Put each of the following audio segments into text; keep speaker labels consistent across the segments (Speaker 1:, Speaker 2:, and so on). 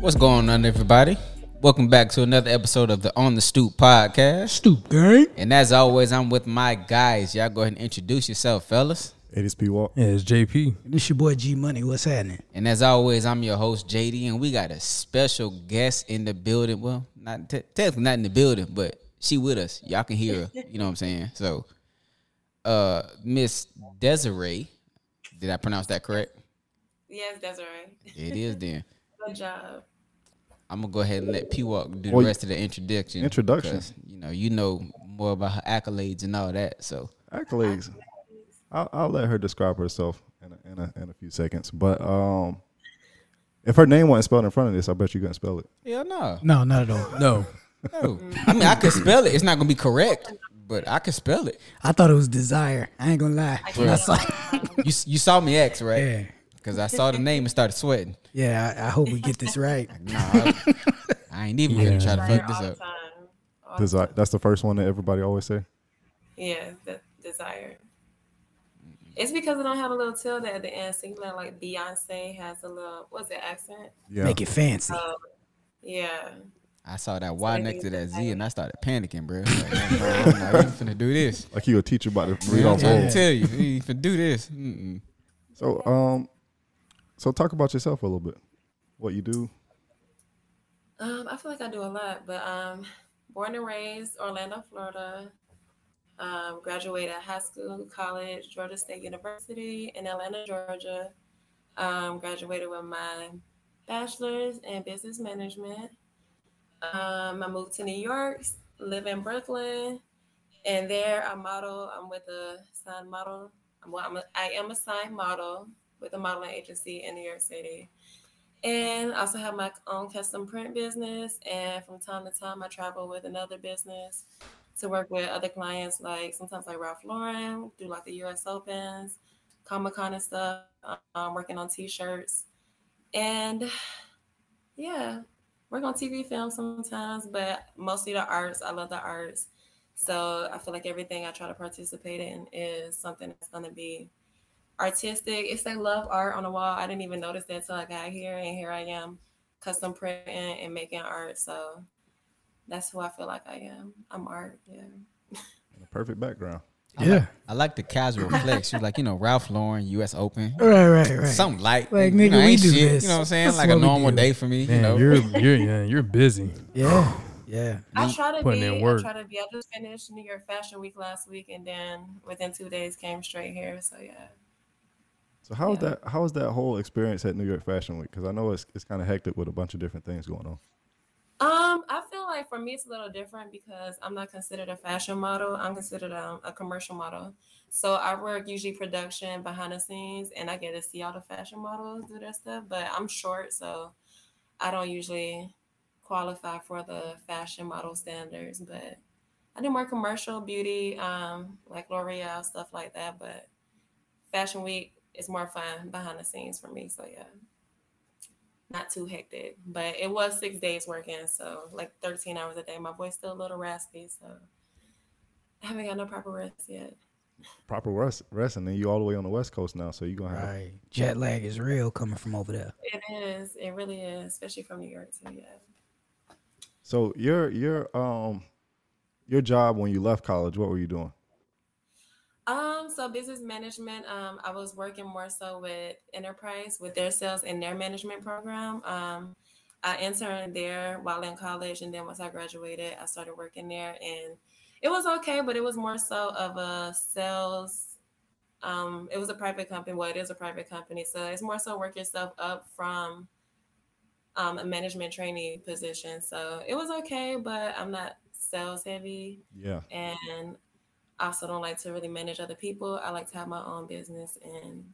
Speaker 1: What's going on, everybody? Welcome back to another episode of the On the Stoop podcast.
Speaker 2: Stoop gang.
Speaker 1: And as always, I'm with my guys. Y'all go ahead and introduce yourself, fellas.
Speaker 3: It is P Walk.
Speaker 4: Yeah, it's JP.
Speaker 2: This your boy G Money. What's happening?
Speaker 1: And as always, I'm your host, JD, and we got a special guest in the building. Well, not te- technically not in the building, but she with us. Y'all can hear her. You know what I'm saying? So, uh, Miss Desiree, did I pronounce that correct?
Speaker 5: Yes, that's right.
Speaker 1: It is then.
Speaker 5: Good job.
Speaker 1: I'm gonna go ahead and let P Walk do the
Speaker 3: Well,
Speaker 1: rest of the introduction.
Speaker 3: introduction.
Speaker 1: 'cause, You know, you know more about her accolades and all that. So
Speaker 3: Accolades. I'll, I'll let her describe herself in a, in, a, in a few seconds. But um, if her name wasn't spelled in front of this, I bet you couldn't spell it.
Speaker 1: yeah, no,
Speaker 2: No, not at all.
Speaker 4: No,
Speaker 1: no. I mean, I could spell it. It's not gonna be correct, but I could spell it.
Speaker 2: I thought it was desire. I ain't gonna lie. When I saw,
Speaker 1: You s- you saw me X right?
Speaker 2: yeah,
Speaker 1: Because I saw the name and started sweating.
Speaker 2: yeah. I, I hope we get this right.
Speaker 1: Nah, I, I ain't even gonna try to
Speaker 5: Fire
Speaker 1: fuck this
Speaker 5: all the
Speaker 1: up.
Speaker 5: time. All the
Speaker 3: Desi- that's the first one that everybody always say.
Speaker 5: Yeah, the desire. It's because I don't have a little tilde at the end. So you know, like Beyonce has a little, what's the accent?
Speaker 3: Yeah.
Speaker 2: Make it fancy.
Speaker 5: Um, yeah.
Speaker 1: I saw that Y
Speaker 5: I
Speaker 1: next to
Speaker 5: think
Speaker 1: that
Speaker 5: it's
Speaker 1: Z, and I started panicking, bro. Like, I'm not even finna do this.
Speaker 3: Like you a teacher about to read
Speaker 1: I'm
Speaker 3: off
Speaker 1: trying
Speaker 3: roll.
Speaker 1: to tell you, you ain't finna do this. Mm-mm.
Speaker 3: So um, so talk about yourself a little bit. What you do?
Speaker 5: Um, I feel like I do a lot, but um, born and raised Orlando, Florida. Um, graduated high school, college, Georgia State University in Atlanta, Georgia. Um, graduated with my bachelor's in business management. Um, I moved to New York, live in Brooklyn, and there I model. I'm with a sign model. Well, I'm a, I am a sign model with a modeling agency in New York City. And I also have my own custom print business. And from time to time, I travel with another business to work with other clients, like sometimes like Ralph Lauren, do like the US Opens, Comic Con and stuff, um, working on t shirts. And yeah, work on TV film sometimes, but mostly the arts. I love the arts. So I feel like everything I try to participate in is something that's going to be artistic. It's like love art on the wall. I didn't even notice that till I got here, and here I am, custom printing and making art. So that's who I feel like I am. I'm art. Yeah.
Speaker 3: Perfect background.
Speaker 2: Yeah.
Speaker 1: I like the casual flex. She's like, you know, Ralph Lauren, U.S. Open.
Speaker 2: Right, right, right.
Speaker 1: Something light,
Speaker 2: Like,
Speaker 1: you know,
Speaker 2: nigga, we
Speaker 1: ain't
Speaker 2: do
Speaker 1: shit,
Speaker 2: this.
Speaker 1: You know what I'm saying?
Speaker 2: That's
Speaker 1: like a
Speaker 2: what we
Speaker 1: normal
Speaker 2: do.
Speaker 1: day for me. you
Speaker 4: man,
Speaker 1: know,
Speaker 4: you're you're yeah, you're busy.
Speaker 2: Yeah, yeah.
Speaker 5: I try to
Speaker 4: putting
Speaker 5: be.
Speaker 4: in
Speaker 5: I
Speaker 4: work.
Speaker 5: try to be. I just finished New York Fashion Week last week, and then within two days came straight here. So yeah.
Speaker 3: So how is
Speaker 5: Yeah.
Speaker 3: that? How was that whole experience at New York Fashion Week? Because I know it's it's kind of hectic with a bunch of different things going on.
Speaker 5: Um, I feel like for me it's a little different because I'm not considered a fashion model. I'm considered um, a commercial model. So I work usually production behind the scenes, and I get to see all the fashion models do their stuff. But I'm short, so I don't usually qualify for the fashion model standards. But I do more commercial beauty, um, like L'Oreal stuff like that. But Fashion Week is more fun behind the scenes for me. So yeah not too hectic, but it was six days working, so like 13 hours a day. My voice still a little raspy, so I haven't got no proper rest yet.
Speaker 3: Proper rest, rest, and then you all the way on the West Coast now, so you gonna have
Speaker 2: Right. Jet lag is real coming from over there.
Speaker 5: It is, it really is, especially from New York too. Yeah.
Speaker 3: So your your um your job when you left college, what were you doing?
Speaker 5: Um, so business management, um, I was working more so with enterprise with their sales and their management program. Um, I interned there while in college, and then once I graduated, I started working there, and it was okay, but it was more so of a sales. Um, it was a private company. Well, it is a private company, so it's more so work yourself up from um, a management trainee position. So it was okay, but I'm not sales heavy
Speaker 3: Yeah.
Speaker 5: and I also don't like to really manage other people. I like to have my own business and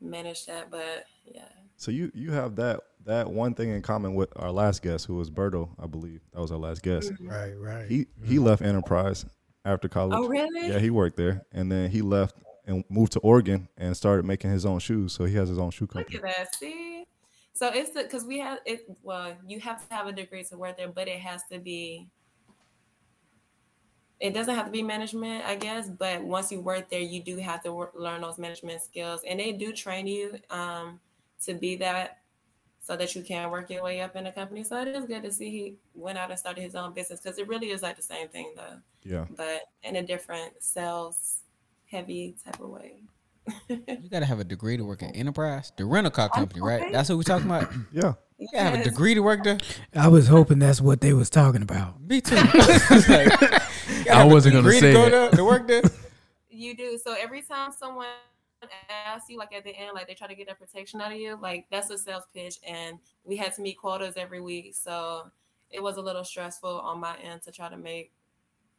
Speaker 5: manage that. But yeah,
Speaker 3: So you you have that that one thing in common with our last guest, who was Berto, I believe. That was our last guest.
Speaker 2: Right, right.
Speaker 3: He he left Enterprise after college.
Speaker 5: Oh, really?
Speaker 3: Yeah, he worked there, and then he left and moved to Oregon and started making his own shoes. So he has his own shoe
Speaker 5: look
Speaker 3: company.
Speaker 5: at that. See, so it's the because we have it. Well, you have to have a degree to work there, but it has to be. It doesn't have to be management, I guess, but once you work there, you do have to wor- learn those management skills, and they do train you um, to be that so that you can work your way up in the company. So it is good to see he went out and started his own business because it really is like the same thing though,
Speaker 3: Yeah.
Speaker 5: but in a different sales heavy type of way.
Speaker 1: You gotta have a degree to work at enterprise, the rental car company, right? That's what we talking about. You
Speaker 3: Yeah.
Speaker 1: gotta have a
Speaker 5: Yes.
Speaker 1: degree to work there.
Speaker 2: Mm. I was hoping that's what they was talking about.
Speaker 1: Me too. It's like, you gotta have a
Speaker 4: wasn't gonna
Speaker 1: degree
Speaker 4: say
Speaker 1: to go
Speaker 4: it.
Speaker 1: there, to work there.
Speaker 5: You do. So every time someone asks you, like at the end, like they try to get that protection out of you, like that's a sales pitch. And we had to meet quotas every week. So it was a little stressful on my end to try to make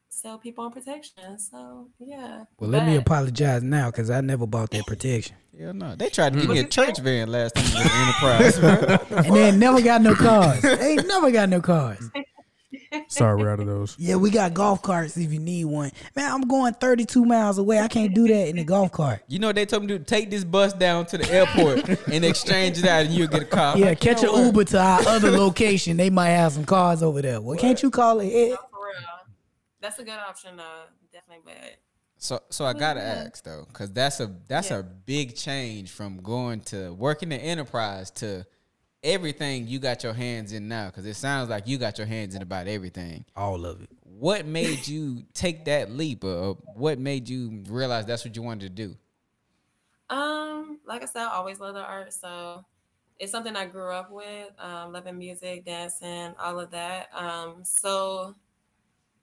Speaker 5: sell people on protection. So yeah.
Speaker 2: Well, let me
Speaker 5: But-
Speaker 2: apologize now because I never bought that protection,
Speaker 1: Hell no. They tried to give me a church van last time I was at enterprise.
Speaker 2: and they ain't never got no cars. They ain't never got no cars.
Speaker 4: Sorry, we're out of those.
Speaker 2: Yeah, we got golf carts if you need one. Man, I'm going 32 miles away. I can't do that in a golf cart.
Speaker 1: You know what they told me to do? Take this bus down to the airport and exchange it out, and you'll get a car. I'm
Speaker 2: Yeah,
Speaker 1: like,
Speaker 2: catch
Speaker 1: you know
Speaker 2: an
Speaker 1: what?
Speaker 2: Uber to our other location. They might have some cars over there. Well, can't you call
Speaker 5: No,
Speaker 2: it? It-
Speaker 5: for real. That's a good option though. Definitely but
Speaker 1: So, so I gotta ask though, because that's a that's a big change from going to working in enterprise to everything you got your hands in now. Because it sounds like you got your hands in about everything.
Speaker 2: All of it.
Speaker 1: What made you take that leap, or what made you realize that's what you wanted to do?
Speaker 5: Um, like I said, I always love the art, so it's something I grew up with, um, loving music, dancing, all of that. Um, so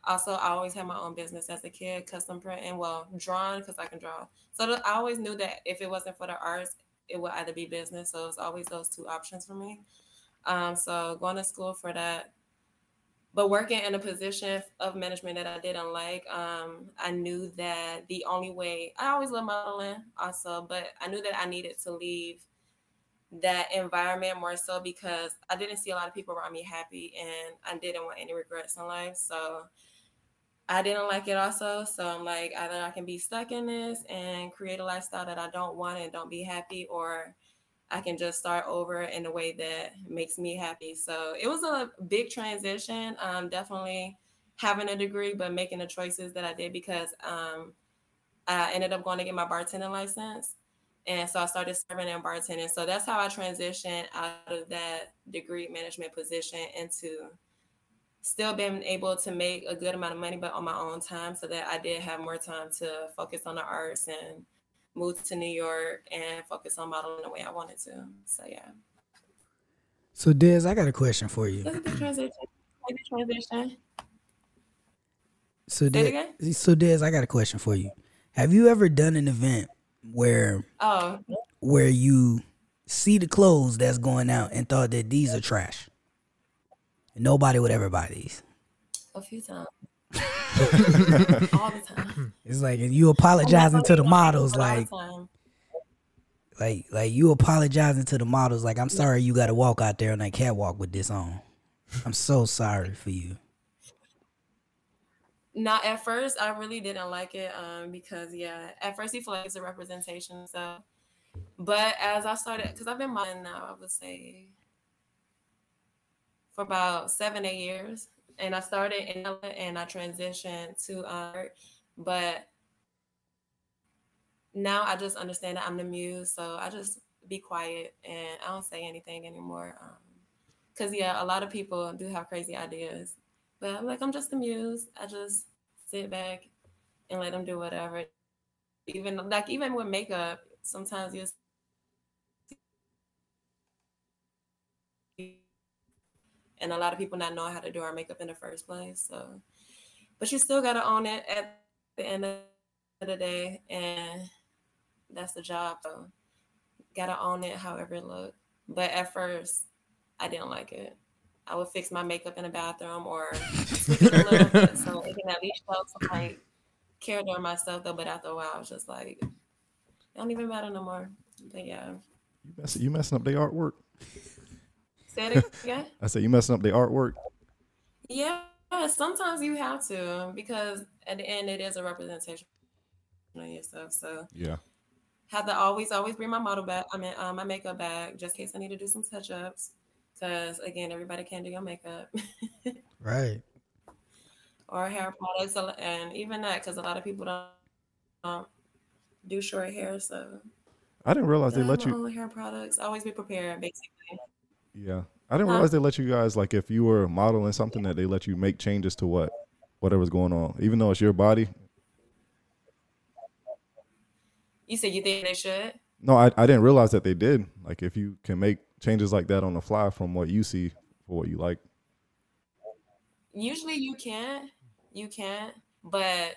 Speaker 5: also I always had my own business as a kid, custom printing, well, drawing because I can draw. So th- I always knew that if it wasn't for the arts, it would either be business. So it's always those two options for me. Um, so going to school for that. But working in a position of management that I didn't like, um, I knew that the only way I always love modeling also, but I knew that I needed to leave that environment more so because I didn't see a lot of people around me happy and I didn't want any regrets in life. So I didn't like it also. So I'm like, either I can be stuck in this and create a lifestyle that I don't want and don't be happy, or I can just start over in a way that makes me happy. So it was a big transition. Um, definitely having a degree, but making the choices that I did because um, I ended up going to get my bartending license. And so I started serving and bartending. So that's how I transitioned out of that degree management position into still being able to make a good amount of money, but on my own time, so that I did have more time to focus on the arts and move to New York and focus on modeling the way I wanted to. So yeah,
Speaker 2: So, Des, I got a question for you.
Speaker 5: that's a good transition. Like the transition.
Speaker 2: So,
Speaker 5: Say it
Speaker 2: Des, so Des, I got a question for you. Have you ever done an event where
Speaker 5: Oh,
Speaker 2: where you see the clothes that's going out and thought that these are trash? Nobody would ever buy these.
Speaker 5: a few times. all the time.
Speaker 2: It's like and you apologizing to the models,
Speaker 5: All the
Speaker 2: like
Speaker 5: time.
Speaker 2: like like you apologizing to the models, like I'm sorry you got to walk out there on that catwalk with this on. I'm so sorry for you.
Speaker 5: Not at first, I really didn't like it um, because, yeah, at first he felt like it's a representation. So, but as I started, because I've been modeling now, I would say for about seven, eight years. And I started in LA and I transitioned to uh, art, but now I just understand that I'm the muse, so I just be quiet and I don't say anything anymore. Um, Cause yeah, a lot of people do have crazy ideas, but I'm like, I'm just the muse. I just sit back and let them do whatever. Even like even with makeup, sometimes you and a lot of people not knowing how to do our makeup in the first place. So, but you still gotta own it at the end of the day, and that's the job. So, gotta own it, however it look. But at first, I didn't like it. I would fix my makeup in the bathroom or tweak it a little bit so it can at least show some like care toward myself though. But after a while, I was just like, it don't even matter no more. But yeah,
Speaker 3: You, mess, you messing up their artwork.
Speaker 5: say it again.
Speaker 3: I said, you messing up their artwork.
Speaker 5: Yeah, sometimes you have to um, because at the end it is a representation of yourself. So
Speaker 3: Yeah.
Speaker 5: have to always always bring my model back. I mean, um, my makeup back just in case I need to do some touch ups. Because again, everybody can do your makeup
Speaker 2: Right.
Speaker 5: or hair products, a lo- and even that because a lot of people don't, don't do short hair. So
Speaker 3: I didn't realize Oh,
Speaker 5: I
Speaker 3: they
Speaker 5: have
Speaker 3: let
Speaker 5: my
Speaker 3: you.
Speaker 5: own hair products. Always be prepared, basically.
Speaker 3: Yeah, I didn't realize they let you guys like if you were modeling something that they let you make changes to what whatever's going on, even though it's your body.
Speaker 5: You said you think they should?
Speaker 3: No, I, I didn't realize that they did. Like if you can make changes like that on the fly from what you see for what you like.
Speaker 5: Usually you can't. You can't. But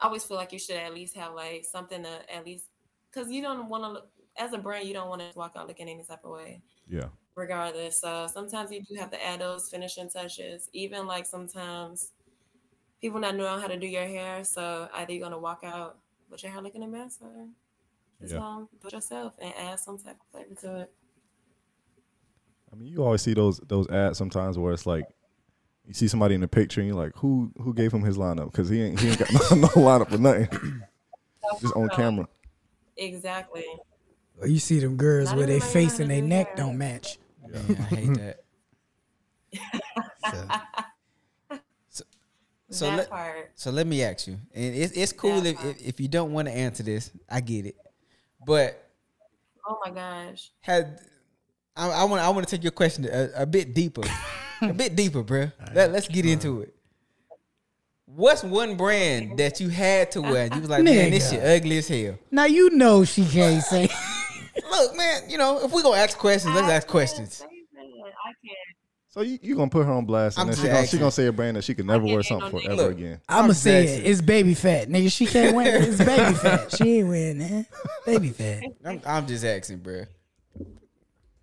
Speaker 5: I always feel like you should at least have like something to at least because you don't want to look as a brand, you don't want to walk out looking any type of way.
Speaker 3: Yeah.
Speaker 5: regardless. So sometimes you do have to add those finishing touches. Even like sometimes people not knowing how to do your hair, so either you're gonna walk out with your hair looking a mess, or just
Speaker 3: Yeah.
Speaker 5: um, do it yourself and add some type of flavor to it.
Speaker 3: I mean, you always see those those ads sometimes where it's like you see somebody in the picture and you're like, who who gave him his lineup? Because he ain't he ain't got no, no lineup or nothing. Just on camera.
Speaker 5: Exactly.
Speaker 2: Or you see them girls
Speaker 5: Not
Speaker 2: where they
Speaker 5: everybody
Speaker 2: face
Speaker 5: gotta
Speaker 2: and they
Speaker 5: do that.
Speaker 2: neck don't match.
Speaker 1: Yeah, I hate that.
Speaker 2: So,
Speaker 1: So
Speaker 5: that
Speaker 1: let-
Speaker 5: part.
Speaker 1: So let me ask you, and it's it's cool if, if if you don't want to answer this, I get it. But
Speaker 5: Oh my gosh.
Speaker 1: had I, I want I want to take your question a, a bit deeper, a bit deeper, bruh. Let, us get into it. What's one brand that you had to wear? And you was like, man, this shit ugly as hell.
Speaker 2: now you know she can't say.
Speaker 1: Look, man, you know if we gonna ask questions, let's
Speaker 5: I
Speaker 1: ask
Speaker 5: can't
Speaker 1: questions.
Speaker 5: say that. I can't.
Speaker 3: So you you gonna put her on blast
Speaker 1: I'm
Speaker 3: and then
Speaker 1: just
Speaker 3: she gonna, she
Speaker 1: asking.
Speaker 3: gonna say a brand that she could never wear
Speaker 5: can't hate
Speaker 3: something
Speaker 5: on
Speaker 3: forever
Speaker 1: Look.
Speaker 3: again.
Speaker 2: I'ma
Speaker 1: I'm
Speaker 2: say
Speaker 1: vexing.
Speaker 2: it. It's baby fat, nigga. She can't win. It's baby fat. She ain't winning. Man. Baby fat.
Speaker 1: I'm, I'm just asking, bruh.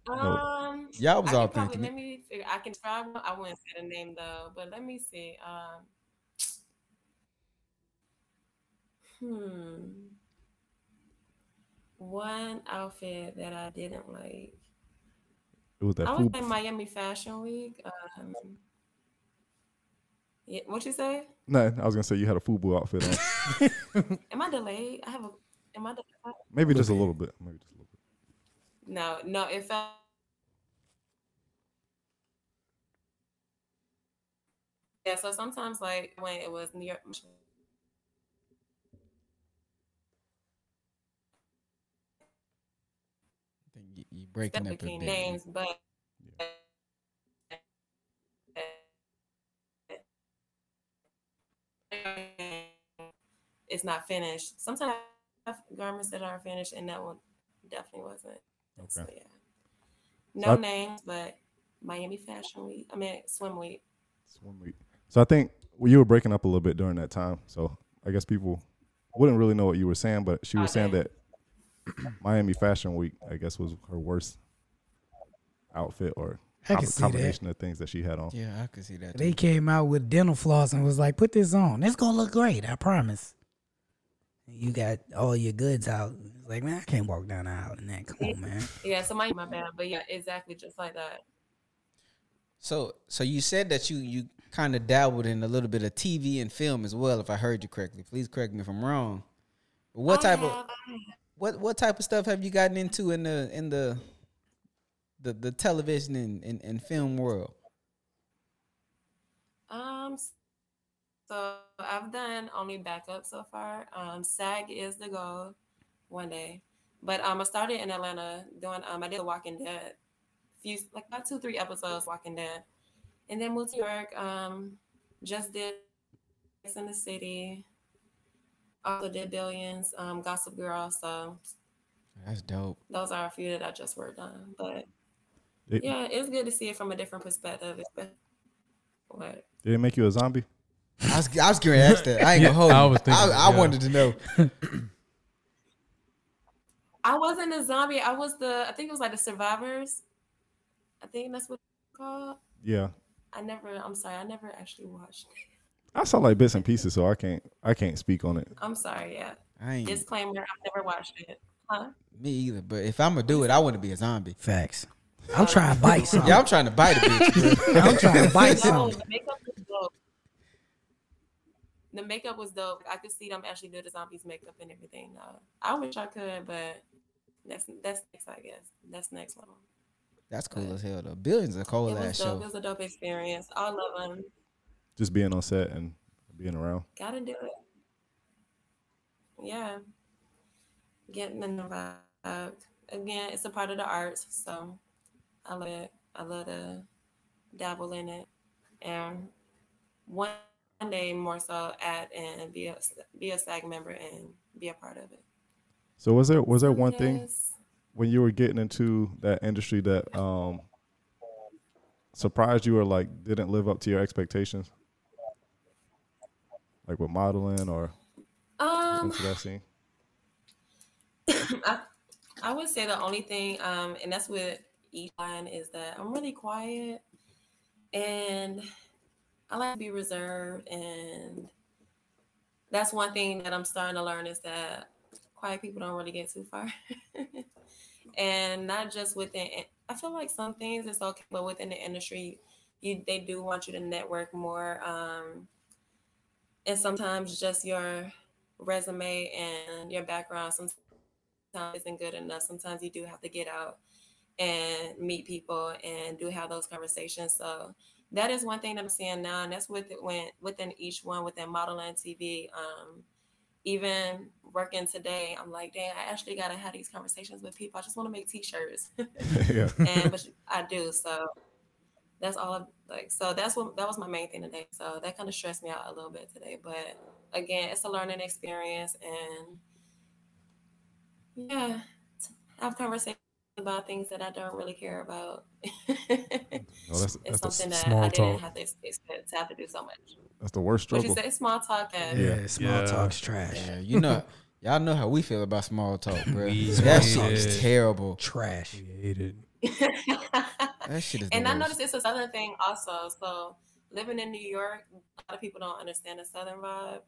Speaker 5: Um,
Speaker 1: Y'all was
Speaker 5: I could
Speaker 1: all
Speaker 5: probably,
Speaker 1: thinking
Speaker 5: Let me figure. I can try. one. I wouldn't say the name though, but let me see. Um, hmm. One outfit that I didn't like.
Speaker 3: It was that
Speaker 5: I was
Speaker 3: food.
Speaker 5: in Miami Fashion Week. Um, yeah, what you say?
Speaker 3: No, I was gonna say you had a FUBU outfit on.
Speaker 5: Am I delayed? I have a. Am I delayed?
Speaker 3: Maybe just a little bit. Maybe just a little bit.
Speaker 5: No, no. It felt. Yeah, so sometimes like when it was New York,
Speaker 1: You, you breaking up a
Speaker 5: definitely
Speaker 1: bit.
Speaker 5: names, but it's not finished. Sometimes I have garments that aren't finished, and that one definitely wasn't. So yeah, no
Speaker 3: I-
Speaker 5: names, but Miami Fashion Week. I mean Swim Week.
Speaker 3: It's one week. So I think well, you were breaking up a little bit during that time. So I guess people wouldn't really know what you were saying, but she was saying that Miami Fashion Week, I guess, was her worst outfit or
Speaker 2: I
Speaker 3: com-
Speaker 2: can see that.
Speaker 3: combination of things that she had on.
Speaker 1: Yeah, I could see that.
Speaker 2: They
Speaker 1: Too.
Speaker 2: came out with dental floss and was like, "Put this on. It's gonna look great. I promise." You got all your goods out. It's like, man, I can't walk down the aisle in that. Come on, man.
Speaker 5: Yeah, so my my bad, but yeah, exactly just like that.
Speaker 1: So so you said that you you kind of dabbled in a little bit of TV and film as well, if I heard you correctly. Please correct me if I'm wrong. But what
Speaker 5: I
Speaker 1: type of
Speaker 5: have-
Speaker 1: what what type of stuff have you gotten into in the in the the, the television and, and, and film world?
Speaker 5: Um, so I've done only backup so far. Um, SAG is the goal one day, but um, I started in Atlanta doing um, I did Walking Dead, few like about two three episodes of Walking Dead, and then moved to New York. Um, just did Sex in the City. Also did Billions, um, Gossip Girl. So
Speaker 1: That's dope.
Speaker 5: those are a few that I just worked on. But
Speaker 3: Did,
Speaker 5: yeah, it's good to see it from a different perspective. especially- What?
Speaker 3: did it make you a zombie?
Speaker 1: I was I was gonna ask that. I ain't
Speaker 4: Yeah,
Speaker 1: gonna hold
Speaker 4: I
Speaker 1: you.
Speaker 4: was thinking,
Speaker 1: I, I
Speaker 4: yeah.
Speaker 1: wanted to know.
Speaker 5: I wasn't a zombie. I was the. I think it was like the survivors. I think that's what it's called.
Speaker 3: Yeah.
Speaker 5: I never. I'm sorry. I never actually watched. it.
Speaker 3: I saw like bits and pieces, so I can't I can't speak on it.
Speaker 5: I'm sorry. Yeah.
Speaker 1: I ain't
Speaker 5: Disclaimer. I've never watched it. Huh?
Speaker 1: me either. But if I'm gonna do it, I want to be a zombie.
Speaker 2: Facts. I'm trying to bite something.
Speaker 1: Yeah, I'm trying to bite a bitch. bro.
Speaker 2: I'm trying to bite
Speaker 5: No,
Speaker 2: something.
Speaker 5: the makeup was dope. The makeup was dope. I could see them actually do the zombies makeup and everything. Though. I wish I could, but that's that's next. I guess that's next one.
Speaker 1: That's cool as hell though. Billions are cold
Speaker 5: it was
Speaker 1: ass
Speaker 5: dope.
Speaker 1: show.
Speaker 5: It was a dope experience. All of them.
Speaker 3: Just being on set and being around.
Speaker 5: Gotta do it. Yeah. Getting in the vibe. Again, it's a part of the arts, so I love it. I love to dabble in it, and one day more so add and be a be a SAG member and be a part of it.
Speaker 3: So was there was there one thing
Speaker 5: Yes.
Speaker 3: when you were getting into that industry that um surprised you or like didn't live up to your expectations? Like with modeling or
Speaker 5: Um,
Speaker 3: into that scene?
Speaker 5: I, I would say the only thing, um, and that's with each line, is that I'm really quiet and I like to be reserved. And that's one thing that I'm starting to learn is that quiet people don't really get too far. and not just within, I feel like some things it's okay, but within the industry, you, they do want you to network more. Um, and sometimes just your resume and your background, sometimes sometimes isn't good enough. Sometimes you do have to get out and meet people and do have those conversations. So that is one thing that I'm seeing now, and that's with when within each one within modeling TV. Um, even working today, I'm like, dang, I actually gotta have these conversations with people. I just want to make T-shirts,
Speaker 3: yeah.
Speaker 5: and but I do. So that's all. I'm, like, so that's what that was my main thing today. So that kind of stressed me out a little bit today. But again, it's a learning experience, and yeah, t- have conversations about things that I don't really care about. it's
Speaker 3: No, that's that's the,
Speaker 5: something that
Speaker 4: small
Speaker 5: I didn't
Speaker 4: talk.
Speaker 5: have to ex- expect to have to do so much.
Speaker 3: that's the worst
Speaker 5: But you
Speaker 3: struggle.
Speaker 5: say it's small talk and
Speaker 2: Yeah,
Speaker 3: Yeah.
Speaker 2: small
Speaker 4: Yeah.
Speaker 2: talk's trash.
Speaker 1: Yeah, you know, y'all know how we feel about small talk, bro.
Speaker 4: We
Speaker 1: that
Speaker 4: hate
Speaker 1: shit is
Speaker 4: it.
Speaker 1: terrible.
Speaker 2: Trash.
Speaker 4: We hate it.
Speaker 1: That shit is.
Speaker 5: and
Speaker 1: the
Speaker 5: I
Speaker 1: worst.
Speaker 5: noticed it's this other thing also. So living in New York, a lot of people don't understand the Southern vibe,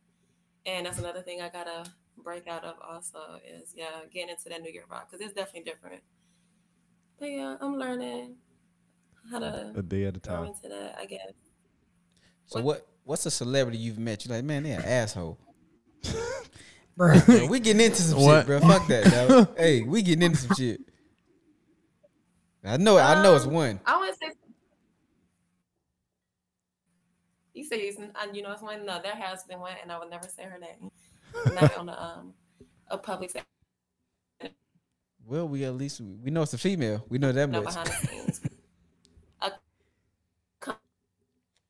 Speaker 5: and that's another thing I gotta break out of also is yeah getting into that New York vibe because it's definitely different. But yeah, I'm learning how to
Speaker 3: A day at a
Speaker 5: grow
Speaker 3: time.
Speaker 5: into that. I guess.
Speaker 1: So what? What's a celebrity you've met? You like, man, they an asshole.
Speaker 2: Bro,
Speaker 1: Bro, we getting into some
Speaker 4: What?
Speaker 1: shit, bro. Fuck that, dog. hey, we getting into some shit. I know it. I know it's
Speaker 5: Um,
Speaker 1: one.
Speaker 5: I wouldn't say. You say it's, uh, you know it's one. No, there has been one, and I would never say her name. Not on a um a public setting,
Speaker 1: Well, we at least we know it's a female. We know that
Speaker 5: no
Speaker 1: much.
Speaker 5: behind the scenes. A co-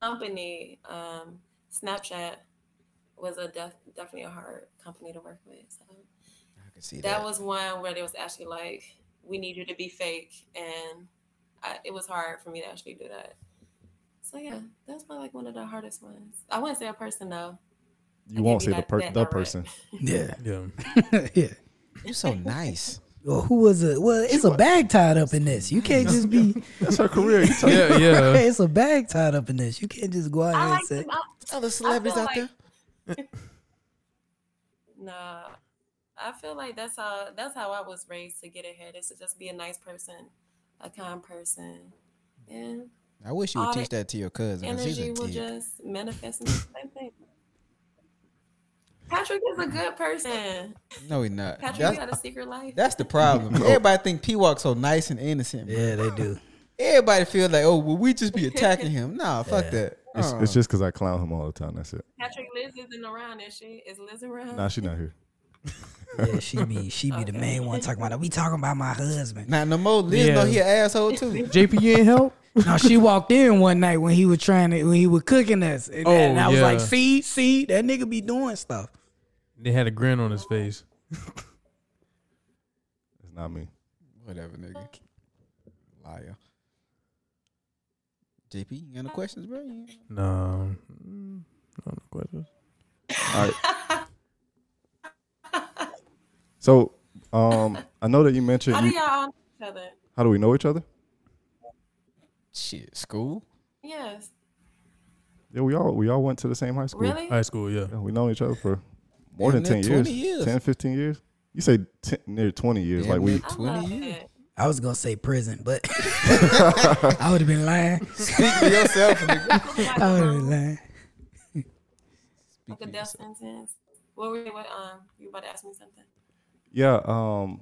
Speaker 5: company, um, Snapchat, was a def- definitely a hard company to work with. So
Speaker 1: I can see that.
Speaker 5: that was one where they was actually like, we need you to be fake, and I, it was hard for me to actually do that. So yeah, that's probably like one of the hardest ones. I wouldn't say a person though.
Speaker 3: You won't
Speaker 5: give
Speaker 3: say
Speaker 5: you
Speaker 3: the
Speaker 5: that-
Speaker 3: per-
Speaker 5: that
Speaker 3: the
Speaker 5: direct.
Speaker 3: person.
Speaker 2: yeah,
Speaker 4: Yeah.
Speaker 2: yeah.
Speaker 1: You're so nice.
Speaker 2: Well, who was it? Well, it's a bag tied up in this. You can't just be.
Speaker 3: That's her career. You tell
Speaker 4: Yeah, yeah.
Speaker 2: it's a bag tied up in this. You can't just go out
Speaker 5: I
Speaker 2: here and
Speaker 5: like
Speaker 2: say.
Speaker 5: them. I,
Speaker 1: Other celebrities
Speaker 5: feel
Speaker 1: out
Speaker 5: like-
Speaker 1: there.
Speaker 5: nah, I feel like that's how that's how I was raised to get ahead. Is to just be a nice person, a kind person, and
Speaker 1: I wish you would
Speaker 5: all
Speaker 1: teach
Speaker 5: the
Speaker 1: that to your cousin. 'cause She's
Speaker 5: energy
Speaker 1: a
Speaker 5: will
Speaker 1: kid.
Speaker 5: just manifest. in I think. Patrick is a good person.
Speaker 1: No, he's not.
Speaker 5: Patrick,
Speaker 1: That's,
Speaker 5: you got a secret life.
Speaker 1: that's the problem. Everybody think P Walk's so nice and innocent. Bro.
Speaker 2: Yeah, they do.
Speaker 1: Everybody feels like, oh, well, we just be attacking him. Nah, fuck that.
Speaker 3: It's,
Speaker 1: Uh-uh.
Speaker 3: it's just because I clown him all the time. That's it.
Speaker 5: Patrick Liz isn't around, is she? Is Liz around?
Speaker 3: Nah, she not here.
Speaker 2: Yeah, she be she be the main one talking about. it. We talking about my husband.
Speaker 1: Not no more. Liz
Speaker 4: Yeah.
Speaker 1: know he an asshole too.
Speaker 4: JP, you ain't help?
Speaker 2: Now she walked in one night when he was trying to when he was cooking us, and,
Speaker 4: Oh,
Speaker 2: and I was
Speaker 4: yeah.
Speaker 2: like, "See, see, that nigga be doing stuff."
Speaker 4: They had a grin on his face.
Speaker 3: It's not me.
Speaker 1: Whatever, nigga. Liar. JP, you got no questions, bro? You ain't-
Speaker 4: No. Mm, I don't know questions.
Speaker 3: So, um, I know that you mentioned.
Speaker 5: How do
Speaker 3: You,
Speaker 5: y'all all know each other?
Speaker 3: how do we know each other?
Speaker 1: Shit, school.
Speaker 5: Yes,
Speaker 3: Yeah, we all we all went to the same high school.
Speaker 5: really?
Speaker 1: uh,
Speaker 4: High school, yeah.
Speaker 3: Yeah, we know each other for more than
Speaker 1: Damn
Speaker 3: ten
Speaker 1: near
Speaker 3: years,
Speaker 1: 20 years.
Speaker 3: 10, 15 years. You say 10, near twenty years,
Speaker 1: Damn
Speaker 3: like
Speaker 1: near
Speaker 3: we.
Speaker 5: I
Speaker 1: 20
Speaker 5: love
Speaker 1: years.
Speaker 5: it.
Speaker 2: I was gonna say prison, but I would have been lying.
Speaker 1: Speak for yourself, nigga.
Speaker 5: Like,
Speaker 2: I would have
Speaker 5: um,
Speaker 2: been lying.
Speaker 1: Speak
Speaker 5: like
Speaker 1: for
Speaker 5: a death sentence. What were you? What, um, you about to ask me something?
Speaker 3: Yeah. Um,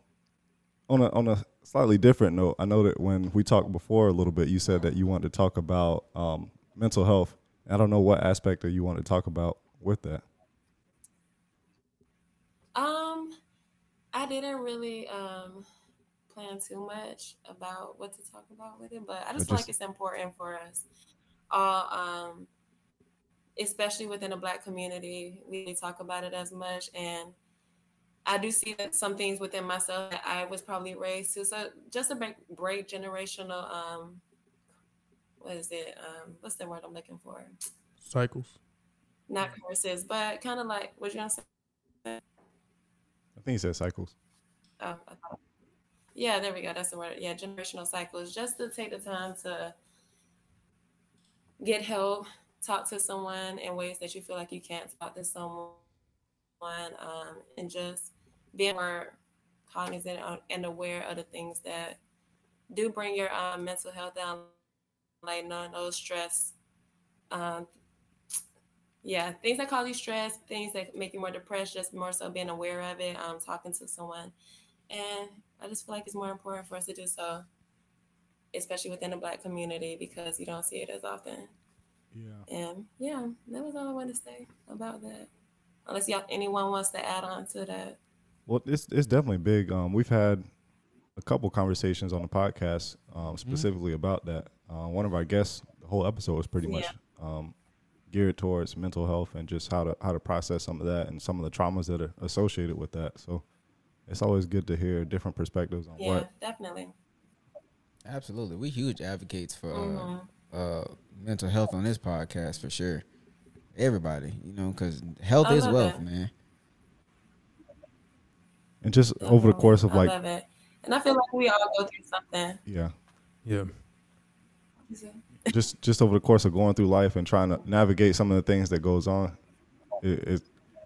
Speaker 3: on a on a slightly different note, I know that when we talked before a little bit, you said that you wanted to talk about um, mental health. I don't know what aspect that you want to talk about with that.
Speaker 5: Um, I didn't really um plan too much about what to talk about with it, but I
Speaker 3: But
Speaker 5: just, feel
Speaker 3: just-
Speaker 5: like it's important for us all, um, especially within the Black community. We don't talk about it as much, and I do see that some things within myself that I was probably raised to. So just to break break generational, um, what is it? Um, what's the word I'm looking for?
Speaker 4: Cycles.
Speaker 5: Not curses, but kind of like what you gonna say?
Speaker 3: I think he said cycles.
Speaker 5: Oh, I thought- yeah, there we go. That's the word. Yeah, generational cycles. Just to take the time to get help, talk to someone in ways that you feel like you can't talk to someone, um, and just being more cognizant on- and aware of the things that do bring your um, mental health down, like no, no stress. Um, yeah, things that cause you stress, things that make you more depressed, just more so being aware of it, um, talking to someone and I just feel like it's more important for us to do so, especially within the black community because you don't see it as often.
Speaker 3: Yeah.
Speaker 5: And yeah, that was all I wanted to say about that. Unless y'all anyone wants to add on to that.
Speaker 3: Well, it's it's definitely big. Um, we've had a couple conversations on the podcast
Speaker 5: Mm-hmm.
Speaker 3: um, specifically about that. Uh, one of our guests, the whole episode was pretty much um, geared towards mental health and just how to how to process some of that and some of the traumas that are associated with that. So it's always good to hear different perspectives on
Speaker 5: Yeah,
Speaker 3: what
Speaker 5: definitely.
Speaker 1: Absolutely, we huge advocates for uh,
Speaker 5: Mm-hmm.
Speaker 1: uh, mental health on this podcast for sure. Everybody, you know, because health
Speaker 5: I
Speaker 1: is
Speaker 5: love
Speaker 1: wealth,
Speaker 5: it.
Speaker 1: man.
Speaker 3: and just over the
Speaker 5: Definitely.
Speaker 3: course of
Speaker 5: I
Speaker 3: like
Speaker 5: love it. And I feel like we all go through something.
Speaker 3: yeah,
Speaker 4: Yeah.
Speaker 3: just just over the course of going through life and trying to navigate some of the things that goes on it, it,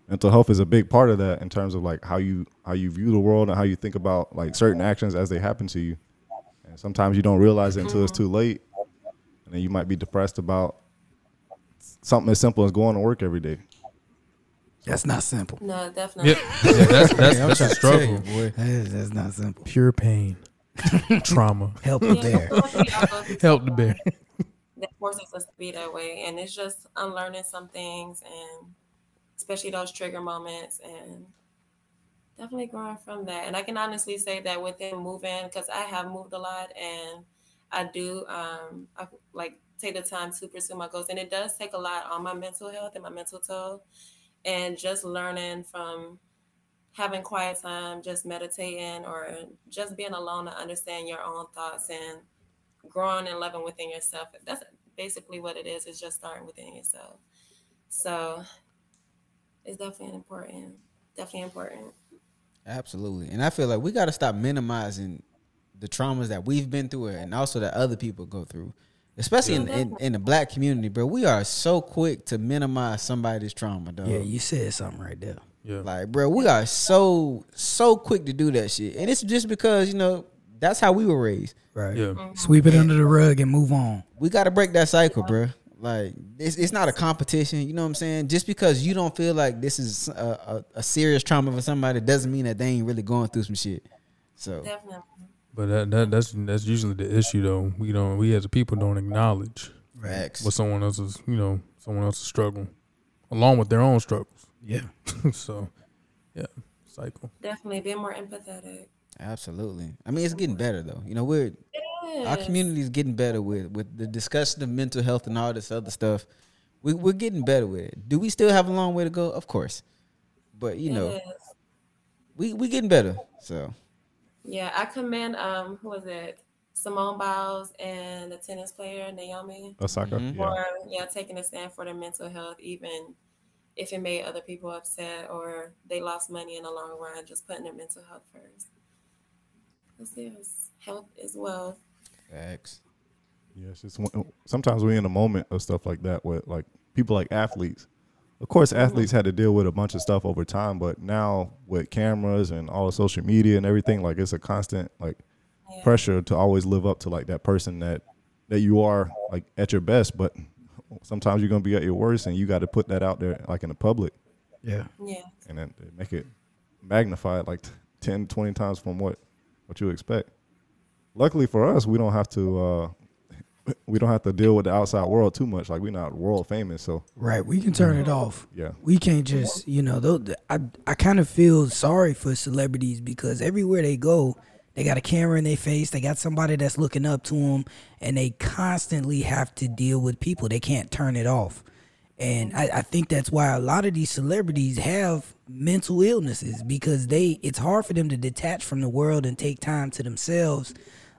Speaker 3: mental health is a big part of that in terms of like how you how you view the world and how you think about like certain actions as they happen to you and sometimes you don't realize it until it's too late and then you might be depressed about something as simple as going to work every day
Speaker 2: That's not simple.
Speaker 5: No, definitely.
Speaker 4: Yep. Yeah, that's that's,
Speaker 1: I'm
Speaker 4: that's a
Speaker 1: trying to tell you,
Speaker 4: struggle.
Speaker 1: boy.
Speaker 2: That is, that's not simple.
Speaker 4: Pure pain. Trauma.
Speaker 2: Help
Speaker 5: Yeah,
Speaker 2: the bear.
Speaker 5: I feel like we all go through
Speaker 4: Help the
Speaker 5: something.
Speaker 4: bear.
Speaker 5: that forces us to be that way. And it's just unlearning some things and especially those trigger moments and definitely growing from that. And I can honestly say that within moving, because I have moved a lot and I do um I like take the time to pursue my goals. And it does take a lot on my mental health and my mental toll. And just learning from having quiet time, just meditating or just being alone to understand your own thoughts and growing and loving within yourself. That's basically what it is. It's just starting within yourself. So it's definitely important. Definitely important.
Speaker 1: Absolutely, and I feel like we got to stop minimizing the traumas that we've been through and also that other people go through, especially in, in in the black community, bro. We are so quick to minimize somebody's trauma, dog.
Speaker 2: Yeah, you said something right there.
Speaker 4: Yeah.
Speaker 1: Like, bro, we are so so quick to do that shit, and it's just because you know that's how we were raised.
Speaker 2: Right.
Speaker 4: Yeah.
Speaker 2: Sweep it under the rug and move on.
Speaker 1: We got to break that cycle, bro. Like, it's, it's not a competition. You know what I'm saying? Just because you don't feel like this is a, a, a serious trauma for somebody doesn't mean that they ain't really going through some shit. So,
Speaker 5: Definitely.
Speaker 4: But that, that that's that's usually the issue though. We don't we as a people don't acknowledge
Speaker 1: facts.
Speaker 4: what someone else's you know, someone else's struggle. Along with their own struggles.
Speaker 2: Yeah.
Speaker 4: so yeah. Cycle.
Speaker 5: Definitely being more empathetic.
Speaker 1: Absolutely. I mean, it's getting better though. You know, we're our
Speaker 5: Yes.
Speaker 1: community is getting better with with the discussion of mental health and all this other stuff. We, we're getting better with it. Do we still have a long way to go? Of course, but you know,
Speaker 5: Yes.
Speaker 1: we we getting better. So
Speaker 5: Yeah, I commend um who was it? Simone Biles and the tennis player Naomi
Speaker 3: osaka yeah
Speaker 5: for yeah, taking a stand for their mental health, even if it made other people upset or they lost money in the long run, just putting their mental health first. 'Cause yes, health is wealth.
Speaker 1: facts.
Speaker 3: yeah it's just one- uh, sometimes we're in a moment of stuff like that with like people like athletes of course athletes had to deal with a bunch of stuff over time but now with cameras and all the social media and everything like it's a constant like
Speaker 5: Yeah.
Speaker 3: pressure to always live up to like that person that that you are like at your best but sometimes you're gonna be at your worst and you got to put that out there like in the public
Speaker 2: Yeah.
Speaker 5: Yeah,
Speaker 3: and then they make it magnified like 10 20 times from what what you expect luckily for us we don't have to uh we don't have to deal with the outside world too much like we're not world famous so
Speaker 2: Right. We can turn it off.
Speaker 3: yeah
Speaker 2: We can't just, you know, though I I kind of feel sorry for celebrities because everywhere they go, They got a camera in their face. They got somebody that's looking up to them, and they constantly have to deal with people. They can't turn it off. And I, I think that's why a lot of these celebrities have mental illnesses because they it's hard for them to detach from the world and take time to themselves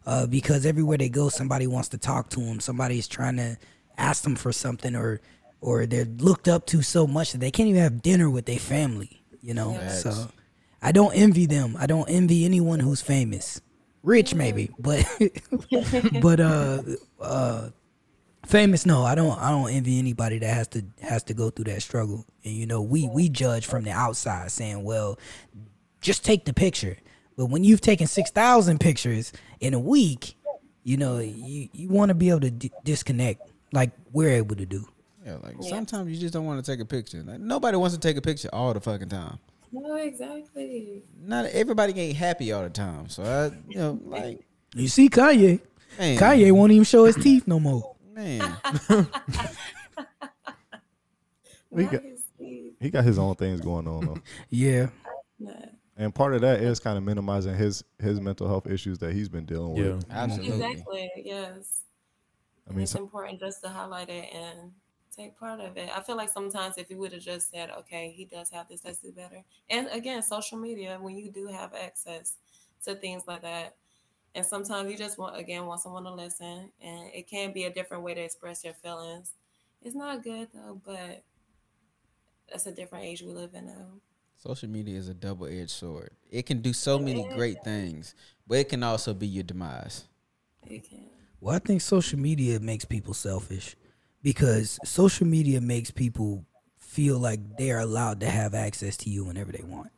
Speaker 2: uh, because everywhere they go, somebody wants to talk to them. Somebody's trying to ask them for something, or or they're looked up to so much that they can't even have dinner with their family. You know, so I don't envy them. I don't envy anyone who's famous, rich maybe, but but uh, uh, famous. No, I don't. I don't envy anybody that has to has to go through that struggle. And you know, we we judge from the outside, saying, well, just take the picture. But when you've taken six thousand pictures in a week, you know you, you want to be able to d- disconnect, like we're able to do.
Speaker 1: Yeah, like sometimes you just don't want to take a picture. Like nobody wants to take a picture all the fucking time.
Speaker 5: No, exactly.
Speaker 1: Not everybody ain't happy all the time. So I, you know, like
Speaker 2: You see, Kanye,
Speaker 1: man,
Speaker 2: Kanye won't even show his teeth no more.
Speaker 1: man,
Speaker 3: He
Speaker 5: Not
Speaker 3: got-
Speaker 5: his speed.
Speaker 3: He got his own things going on though,
Speaker 2: Yeah,
Speaker 5: No.
Speaker 3: and part of that is kind of minimizing his his mental health issues that he's been dealing with.
Speaker 4: Yeah.
Speaker 1: absolutely.
Speaker 5: Exactly. Yes.
Speaker 3: I mean,
Speaker 5: it's
Speaker 3: so,
Speaker 5: important just to highlight it and take part of it. I feel like sometimes if you would have just said, okay, he does have this, let's do better. And again, social media, when you do have access to things like that, and sometimes you just want, again, want someone to listen, and it can be a different way to express your feelings. It's not good though, but that's a different age we live in now.
Speaker 1: Social media is a double edged sword. It can do so many great things, but it can also be your demise.
Speaker 5: It can.
Speaker 2: Well, I think social media makes people selfish because social media makes people feel like they're allowed to have access to you whenever they want.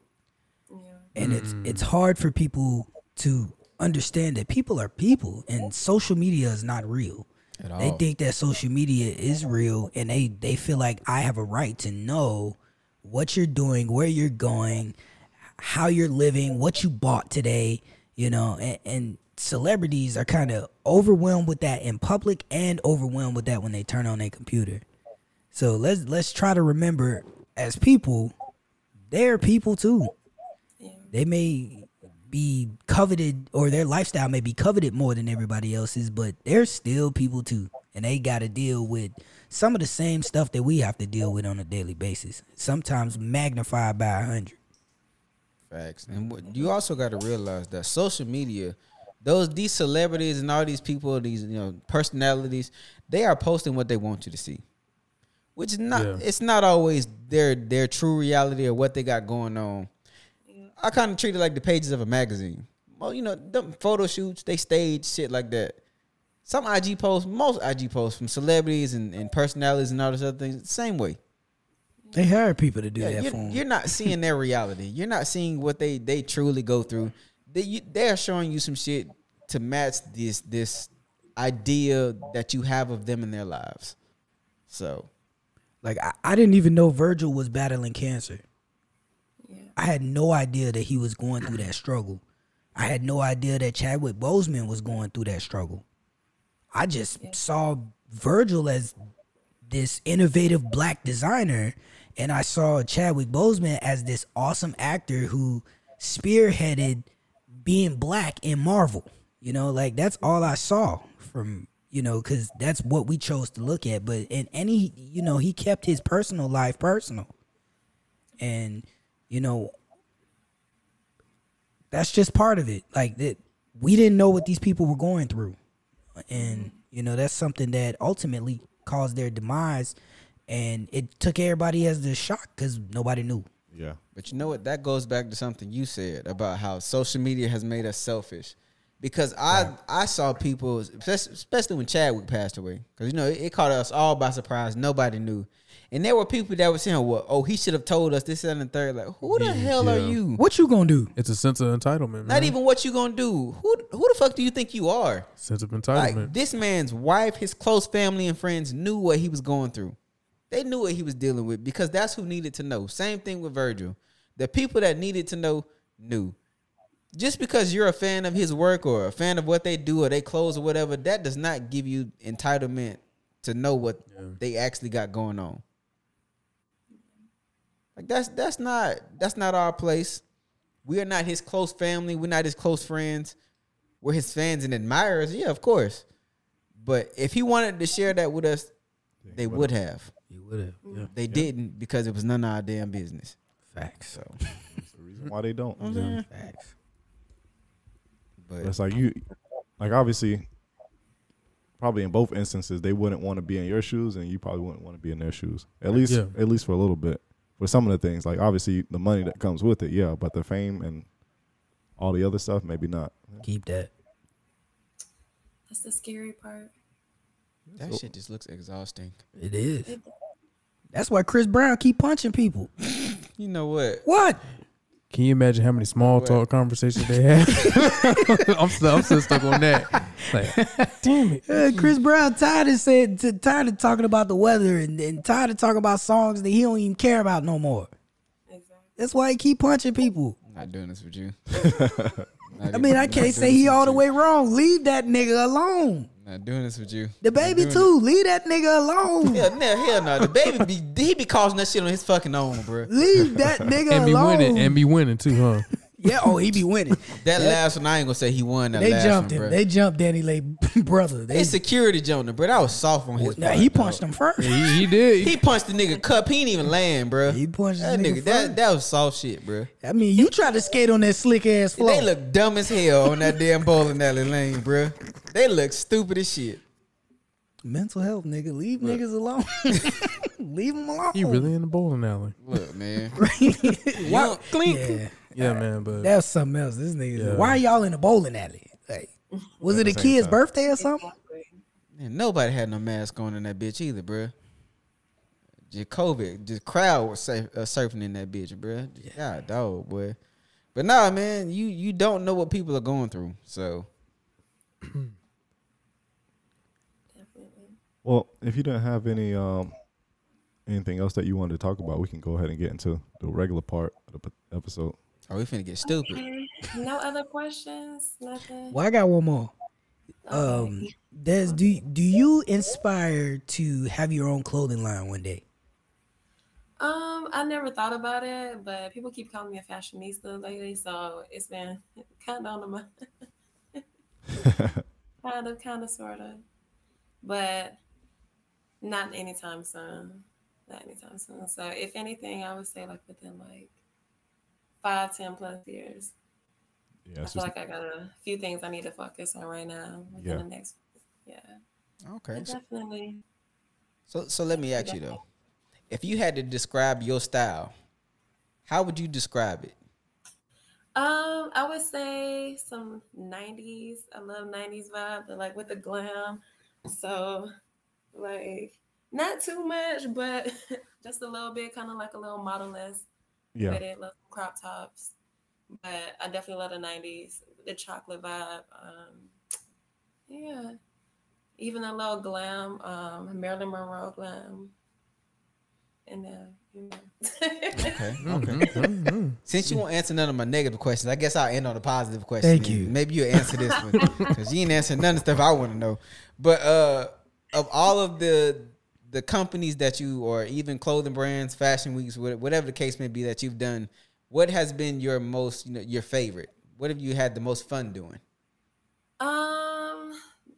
Speaker 5: Yeah.
Speaker 2: And it's it's hard for people to understand that people are people and social media is not real.
Speaker 1: At
Speaker 2: They
Speaker 1: all.
Speaker 2: think that social media is real and they they feel like I have a right to know what you're doing, where you're going, how you're living, what you bought today, you know, and, and celebrities are kind of overwhelmed with that in public and overwhelmed with that when they turn on their computer. So let's let's try to remember as people, they're people too. They may be coveted or their lifestyle may be coveted more than everybody else's, but they're still people too. And they got to deal with some of the same stuff that we have to deal with on a daily basis, sometimes magnified by a hundred.
Speaker 1: Facts. And what, you also got to realize that social media, those these celebrities and all these people, these you know personalities, they are posting what they want you to see, which is not
Speaker 4: Yeah.
Speaker 1: it's not always their their true reality or what they got going on. I kind of treat it like the pages of a magazine. Well, you know, them photo shoots, they stage shit like that. Some IG posts, most IG posts from celebrities and, and personalities and all this other things, same way.
Speaker 2: They hire people to do
Speaker 1: Yeah,
Speaker 2: that for
Speaker 1: you're,
Speaker 2: 'em.
Speaker 1: you're not seeing their reality. You're not seeing what they they truly go through. They you, they are showing you some shit to match this this idea that you have of them in their lives. So
Speaker 2: Like I, I didn't even know Virgil was battling cancer.
Speaker 5: Yeah.
Speaker 2: I had no idea that he was going through that struggle. I had no idea that Chadwick Boseman was going through that struggle. I just saw Virgil as this innovative black designer, and I saw Chadwick Boseman as this awesome actor who spearheaded being black in Marvel. You know, like that's all I saw from you know, because that's what we chose to look at. But in any, you know, he kept his personal life personal and you know that's just part of it like that we didn't know what these people were going through and you know that's something that ultimately caused their demise and it took everybody as the shock because nobody knew
Speaker 3: yeah,
Speaker 1: But you know what? That goes back to something you said about how social media has made us selfish. Because I I saw people, especially especially when Chadwick passed away, because you know it, it caught us all by surprise. Nobody knew, and there were people that were saying, "Well, oh, he should have told us this that, and the third. Like, who the hell are
Speaker 4: yeah.
Speaker 1: you?
Speaker 2: what you gonna do
Speaker 4: It's a sense of entitlement.
Speaker 1: Not e-
Speaker 4: man.
Speaker 1: even what you gonna do. Who who the fuck do you think you are?
Speaker 4: sense of
Speaker 1: Like
Speaker 4: entitlement.
Speaker 1: this man's wife, his close family and friends knew what he was going through. They knew what he was dealing with because that's who needed to know. Same thing with Virgil. The people that needed to know knew. Just because you're a fan of his work or a fan of what they do or they clothes or whatever, that does not give you entitlement to know what they actually got going on. Like that's that's not that's not our place. We are not his close family. We're not his close friends. We're his fans and admirers. Yeah, of course. But if he wanted to share that with us, they would have.
Speaker 2: You would have. Yeah.
Speaker 1: They didn't because it was none of our damn business.
Speaker 2: Facts.
Speaker 1: So,
Speaker 3: The reason why they don't.
Speaker 2: Facts.
Speaker 3: But
Speaker 1: but
Speaker 3: it's like you, like obviously, probably in both instances, they wouldn't want to be in your shoes, and you probably wouldn't want to be in their shoes. At least,
Speaker 4: Yeah.
Speaker 3: at least for a little bit. For some of the things, like obviously the money that comes with it, yeah, but the fame and all the other stuff, maybe not.
Speaker 2: Keep that.
Speaker 5: That's the scary part.
Speaker 1: that shit just looks exhausting.
Speaker 2: It is. That's why Chris Brown keep punching people.
Speaker 1: You know what?
Speaker 2: What?
Speaker 4: Can you imagine how many small talk conversations they had? I'm still, I'm still stuck on that. Like, damn it.
Speaker 2: Uh, Chris Brown tired of said t- tired of talking about the weather and, and tired of talking about songs that he don't even care about no more.
Speaker 5: Exactly.
Speaker 2: That's why he keep punching people.
Speaker 1: I'm not doing this with you.
Speaker 2: I mean, I can't say he all the way wrong. Leave that nigga alone.
Speaker 1: Not doing this with you.
Speaker 2: The baby too. Leave that nigga alone.
Speaker 1: Hell, no, hell no. The baby be he be causing that shit on his fucking own, bro.
Speaker 2: Leave that nigga
Speaker 4: And be winning. And
Speaker 2: alone.
Speaker 4: be winning too, huh?
Speaker 2: Yeah. Oh, he be winning.
Speaker 1: That last one, I ain't gonna say he won. That
Speaker 2: They
Speaker 1: last
Speaker 2: jumped
Speaker 1: one,
Speaker 2: him.
Speaker 1: Bro.
Speaker 2: They jumped Danny Lay brother. They
Speaker 1: His security jumped him, bro. That was soft on his.
Speaker 2: now
Speaker 1: part,
Speaker 2: he
Speaker 1: dog.
Speaker 2: punched him first.
Speaker 4: He, he did.
Speaker 1: He punched the nigga cup. He ain't even land, bro.
Speaker 2: He punched
Speaker 1: that
Speaker 2: his nigga
Speaker 1: That
Speaker 2: front.
Speaker 1: that was soft shit, bro.
Speaker 2: I mean, you try to skate on that slick ass floor.
Speaker 1: They look dumb as hell on that damn bowling alley lane, bro. They look stupid as shit.
Speaker 2: Mental health, nigga. Leave niggas alone. Leave them alone.
Speaker 4: He really in the bowling alley.
Speaker 1: Look, man.
Speaker 2: Why-
Speaker 4: Clink.
Speaker 2: Yeah.
Speaker 4: Yeah, man. But
Speaker 2: That's something else. This nigga.
Speaker 4: Yeah.
Speaker 2: Why y'all in the bowling alley? Like, was it a kid's birthday or something?
Speaker 1: Man, nobody had no mask on in that bitch either, bro. Just COVID, just crowd was sur- uh, surfing in that bitch, bro. God, dog, boy. But nah, man, you you don't know what people are going through, so
Speaker 5: Definitely.
Speaker 3: Well, if you don't have any um anything else that you wanted to talk about, we can go ahead and get into the regular part of the p- episode.
Speaker 1: are Oh, we finna get stupid?
Speaker 5: No other questions? Nothing?
Speaker 2: Well, I got one more.
Speaker 5: Okay.
Speaker 2: Um, Des, do do you inspire to have your own clothing line one day?
Speaker 5: Um, I never thought about it, but people keep calling me a fashionista lately, so it's been kind of on the mind. kind of, kind of, sort of, but not anytime soon. Not anytime soon. So, if anything, I would say like within like five, ten plus years.
Speaker 3: Yeah,
Speaker 5: I
Speaker 3: it's
Speaker 5: feel
Speaker 3: just,
Speaker 5: like I got a few things I need to focus on right now within
Speaker 3: Yeah.
Speaker 5: the next. Yeah,
Speaker 1: Okay,
Speaker 5: but definitely.
Speaker 1: so so let me ask you though, if you had to describe your style, how would you describe it?
Speaker 5: Um, I would say some '90s. I love '90s vibe, but like with the glam. So, like, not too much, but just a little bit, kind of like a little model-esque
Speaker 3: yeah,
Speaker 5: with it, love crop tops. But I definitely love the '90s, the chocolate vibe. Um, yeah, even a little glam, um, Marilyn Monroe glam, and uh, you know.
Speaker 1: Okay,
Speaker 4: Mhm, mhm, mhm.
Speaker 1: Since you won't answer none of my negative questions, I guess I'll end on a positive question.
Speaker 2: Thank
Speaker 1: then.
Speaker 2: you.
Speaker 1: Maybe you'll answer this one because you ain't answering none of the stuff I want to know. But uh, of all of the the companies that you, or even clothing brands, fashion weeks, wha- whatever the case may be that you've done, what has been your most, you know, your favorite? What have you had the most fun doing?
Speaker 5: Um,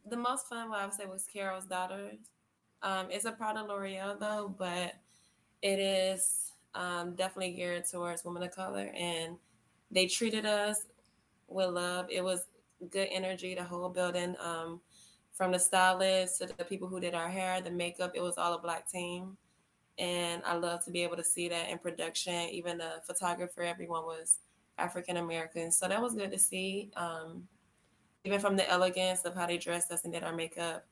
Speaker 5: the most fun one I would say was Carol's Daughters. Um, it's a part of L'Oreal though, but it is um, definitely geared towards women of color, and they treated us with love. It was good energy, the whole building, um, from the stylists to the people who did our hair, the makeup. It was all a black team, and I love to be able to see that in production. Even the photographer, everyone was African American, so that was good to see. Um, even from the elegance of how they dressed us and did our makeup,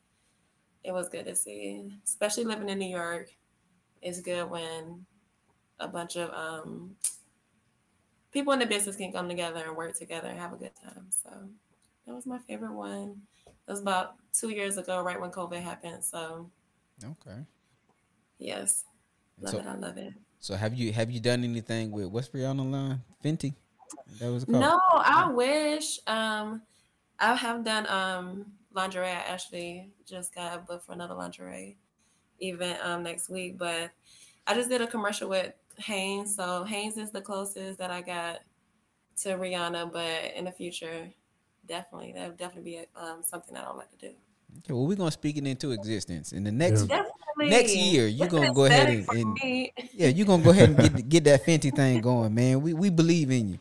Speaker 5: it was good to see. Especially living in New York, it's good when a bunch of um, people in the business can come together and work together and have a good time. So that was my favorite one. It was about two years ago, right when COVID happened. So
Speaker 1: Okay.
Speaker 5: yes, love
Speaker 1: So-
Speaker 5: it. I love it.
Speaker 1: So have you have you done anything with what's Brianna line Fenty? That was called.
Speaker 5: No, I wish. Um, I have done um lingerie. I actually just got booked for another lingerie event um next week, but I just did a commercial with Hanes. So Hanes is the closest that I got to Rihanna, but in the future, definitely that would definitely be um, something that I would like to do.
Speaker 1: Okay, well, we're gonna speak it into existence. In the next
Speaker 4: Yeah.
Speaker 5: Definitely
Speaker 1: next year, you
Speaker 5: That's
Speaker 1: gonna go ahead
Speaker 5: aesthetic
Speaker 1: and,
Speaker 5: for
Speaker 1: and
Speaker 5: me.
Speaker 1: yeah, you gonna go ahead and get get that Fenty thing going, man. We we believe in you,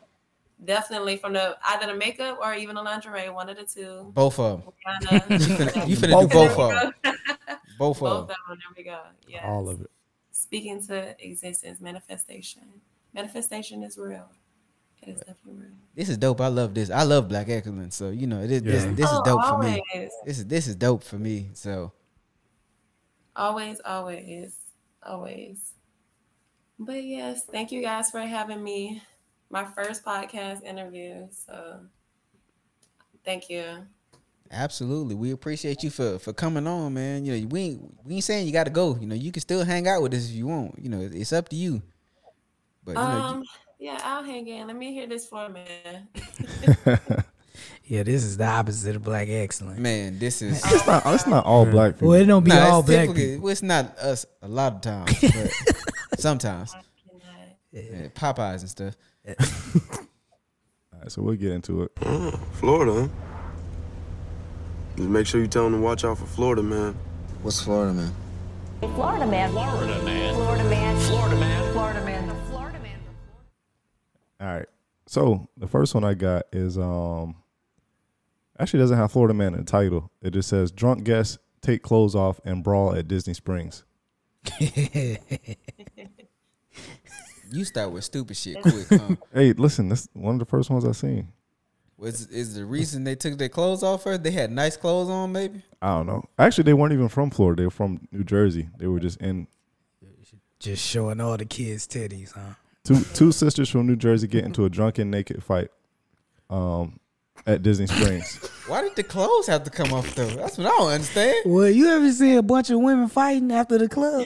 Speaker 5: definitely from the either the makeup or even the lingerie, one of the two.
Speaker 1: both of them.
Speaker 5: Rihanna,
Speaker 1: You finna, you finna
Speaker 2: Both of
Speaker 1: do both of them, both of
Speaker 5: There we go. Both of them.
Speaker 1: them.
Speaker 5: There we go. Yeah.
Speaker 4: All of it.
Speaker 5: Speaking to existence, manifestation. Manifestation is real. It is definitely real.
Speaker 1: This is dope. I love this. I love Black Excellence. So you know, this this,
Speaker 4: Yeah.
Speaker 1: this is
Speaker 5: Oh,
Speaker 1: dope for
Speaker 5: always,
Speaker 1: me. This is this is dope for me. So
Speaker 5: Always, always, always. But yes, thank you guys for having me. My first podcast interview. So thank you.
Speaker 1: Absolutely, we appreciate you for for coming on, man. You know, we ain't, we ain't saying you got to go. You know, you can still hang out with us if you want. You know, it's up to you. But you know,
Speaker 5: Um, yeah, I'll hang in. Let me hear this floor, man.
Speaker 2: Yeah, this is the opposite of black excellence.
Speaker 5: Um,
Speaker 1: you- man, this is
Speaker 3: It's not. It's not all black people.
Speaker 2: Well, it don't be
Speaker 1: Nah,
Speaker 2: all
Speaker 1: it's
Speaker 2: black
Speaker 1: typically-
Speaker 2: people.
Speaker 1: well, It's not us a lot of times, but sometimes Yeah, Popeyes and stuff.
Speaker 3: All right, so we'll get into it.
Speaker 6: Florida. Just make sure you tell them to watch out for Florida, man.
Speaker 7: What's Florida, man?
Speaker 8: Florida man. Florida man. Florida man. Florida man. Florida man. Florida man.
Speaker 3: All right. So the first one I got is um actually doesn't have Florida Man in the title. It just says drunk guests take clothes off and brawl at Disney Springs.
Speaker 1: You start with stupid shit quick. Huh?
Speaker 3: Hey, listen, that's one of the first ones I seen.
Speaker 1: Was is the reason they took their clothes off first? They had nice clothes on, maybe.
Speaker 3: I don't know. Actually, they weren't even from Florida. They were from New Jersey. They were just in
Speaker 2: Just showing all the kids titties, huh?
Speaker 3: two two sisters from New Jersey get into a drunken naked fight um at Disney Springs.
Speaker 1: Why did the clothes have to come off though? That's what I don't understand.
Speaker 2: Well, you ever see a bunch of women fighting after the club?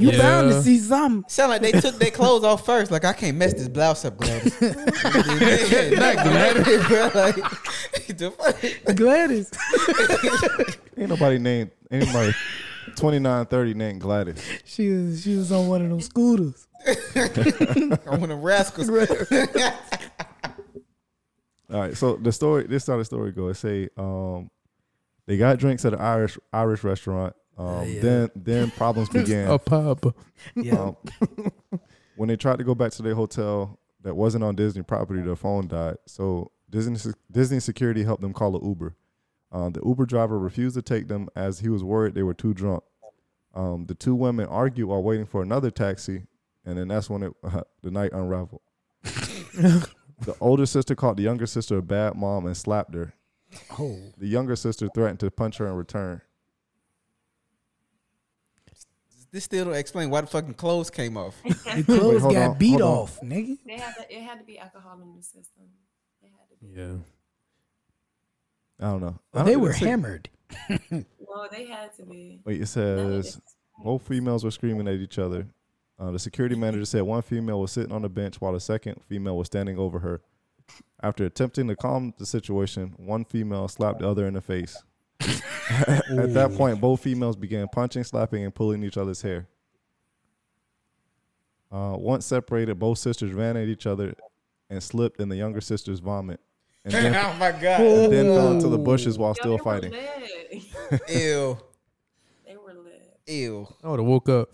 Speaker 2: You
Speaker 4: Yeah.
Speaker 2: bound to see something.
Speaker 1: Sound like they took their clothes off first. Like I can't mess this blouse up, Gladys. Like, the fuck?
Speaker 2: Gladys.
Speaker 3: Ain't nobody named anybody twenty nine thirty named Gladys.
Speaker 2: she was she was on one of them scooters.
Speaker 1: I want to rascals.
Speaker 3: All right. So the story, this is how the story goes. Say, um, they got drinks at an Irish Irish restaurant. Um, Then then problems
Speaker 4: A
Speaker 3: began.
Speaker 4: pub.
Speaker 2: Yeah.
Speaker 3: um, when they tried to go back to their hotel that wasn't on Disney property, their phone died. So Disney se- Disney security helped them call an Uber. Uh, the Uber driver refused to take them as he was worried they were too drunk. Um, the two women argued while waiting for another taxi, and then that's when it, the night unraveled. the older sister called the younger sister a bad mom and slapped her.
Speaker 2: Oh.
Speaker 3: The younger sister threatened to punch her in return.
Speaker 1: This still don't explain why the fucking clothes came off.
Speaker 2: The clothes
Speaker 3: hold
Speaker 2: got
Speaker 3: on,
Speaker 2: beat
Speaker 3: hold on.
Speaker 2: off, nigga.
Speaker 5: They had to, it had to be alcohol in the system. It had to be.
Speaker 4: Yeah.
Speaker 3: I don't know. I don't-
Speaker 2: they
Speaker 3: it
Speaker 2: were
Speaker 3: said-
Speaker 2: hammered.
Speaker 5: No, they had to be.
Speaker 3: Wait, it says both females were screaming at each other. Uh, the security manager said one female was sitting on the bench while the second female was standing over her. After attempting to calm the situation, one female slapped the other in the face. At that point, both females began punching, slapping, and pulling each other's hair. Uh, once separated, both sisters ran at each other and slipped in the younger sister's vomit, and then,
Speaker 1: oh my god!
Speaker 3: then fell into the bushes while
Speaker 5: Yo,
Speaker 3: still
Speaker 5: they
Speaker 3: fighting.
Speaker 5: Were lit.
Speaker 1: Ew,
Speaker 5: they were lit.
Speaker 1: ew.
Speaker 4: I would have woke up.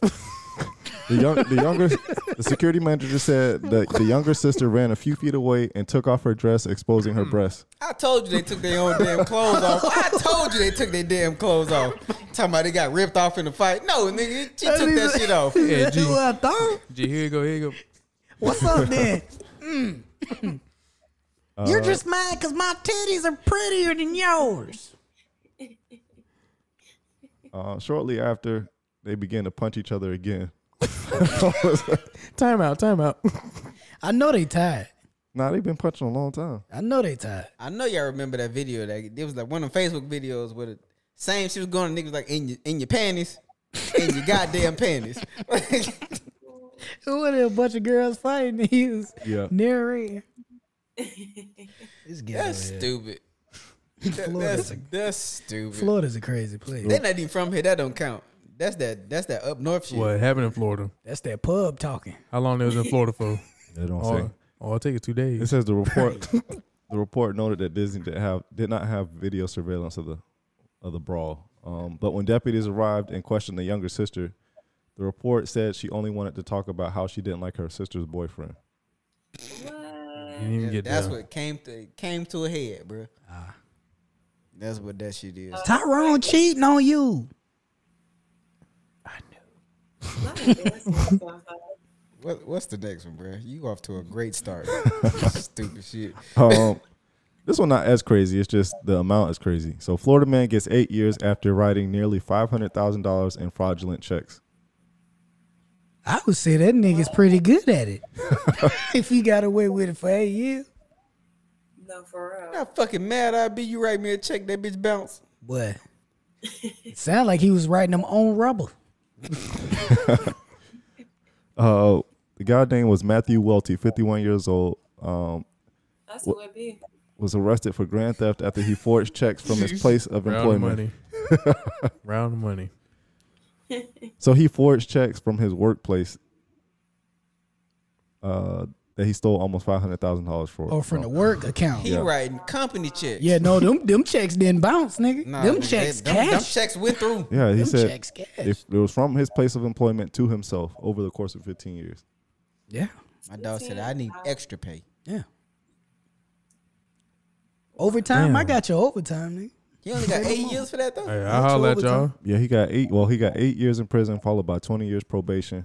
Speaker 3: The, young, the younger, the security manager said that the younger sister ran a few feet away and took off her dress, exposing her breasts.
Speaker 1: I told you they took their own damn clothes off. I told you they took their damn clothes off. Talking about they got ripped off in the fight. No, nigga, she took that shit off.
Speaker 4: Yeah,
Speaker 2: That's what
Speaker 4: G.
Speaker 2: I thought.
Speaker 4: G, here you go, here you go.
Speaker 2: What's up then? Mm.
Speaker 3: Uh,
Speaker 2: You're just mad because my titties are prettier than yours.
Speaker 3: Uh, shortly after, they began to punch each other again.
Speaker 4: Time out, time out.
Speaker 2: I know they tired.
Speaker 3: Nah, they've been punching a long time.
Speaker 2: I know they tired.
Speaker 1: I know y'all remember that video. That it was like one of them Facebook videos where the same she was going to niggas like in your in your panties, in your goddamn panties.
Speaker 2: What a bunch of girls fighting and he was
Speaker 3: Yeah.
Speaker 2: narrating.
Speaker 1: That's
Speaker 2: It's ghetto.
Speaker 1: stupid. That- that's that's stupid.
Speaker 2: Florida's a crazy place.
Speaker 1: They're not even from here. That don't count. That's that. That's that up north shit.
Speaker 4: What happened in Florida?
Speaker 2: That's that pub talking.
Speaker 4: How long they was in Florida for?
Speaker 3: They don't
Speaker 4: Or Oh, I'll take it two
Speaker 3: Uh, It
Speaker 4: days.
Speaker 3: says the report. the report noted that Disney did have did not have video surveillance of the of the brawl. Um, but when deputies arrived and questioned the younger sister, the report said she only wanted to talk about how she didn't like her sister's boyfriend.
Speaker 4: You
Speaker 5: What?
Speaker 4: didn't even
Speaker 1: Yeah,
Speaker 4: get
Speaker 1: that's
Speaker 4: down. Ah.
Speaker 1: what came to came to a head, bro. That's what that shit is.
Speaker 2: Tyrone cheating on you.
Speaker 5: Not embarrassing myself, though.
Speaker 1: What, what's the next one, bro? You off to a great start. Stupid shit.
Speaker 3: Um, this one not as crazy. It's just the amount is crazy. So Florida man gets eight years after writing nearly five hundred thousand dollars in fraudulent checks.
Speaker 2: I would say that nigga's pretty good at it. if he got away with it for eight years.
Speaker 5: No, for real.
Speaker 1: How fucking mad I'd be you write me a check that bitch bounce.
Speaker 2: But it sounded like he was writing them on rubber.
Speaker 3: Uh, the guy's name was Matthew Welty, fifty-one years old. Um,
Speaker 5: That's who it be.
Speaker 3: was arrested for grand theft after he forged checks from his place
Speaker 4: Round
Speaker 3: of
Speaker 4: the
Speaker 3: employment.
Speaker 4: money. Round the money.
Speaker 3: So he forged checks from his workplace uh, that he stole almost five hundred thousand dollars for.
Speaker 2: Or from the work account.
Speaker 1: He writing company checks.
Speaker 2: Yeah, no, them them checks didn't bounce, nigga.
Speaker 1: Nah,
Speaker 2: them
Speaker 1: they-
Speaker 2: checks
Speaker 1: them,
Speaker 2: cash.
Speaker 1: them checks went through.
Speaker 3: Yeah, he
Speaker 2: Them
Speaker 3: said
Speaker 2: checks cash.
Speaker 3: if it was from his place of employment to himself over the course of fifteen years.
Speaker 2: yeah.
Speaker 1: My dog said I need extra pay.
Speaker 2: Yeah. Overtime, I
Speaker 4: Damn.
Speaker 2: got your overtime, nigga.
Speaker 1: He only got eight years for that though.
Speaker 4: Hey, I'll holler at y'all.
Speaker 3: Yeah, he got eight. Well, he got eight years in prison, followed by twenty years probation.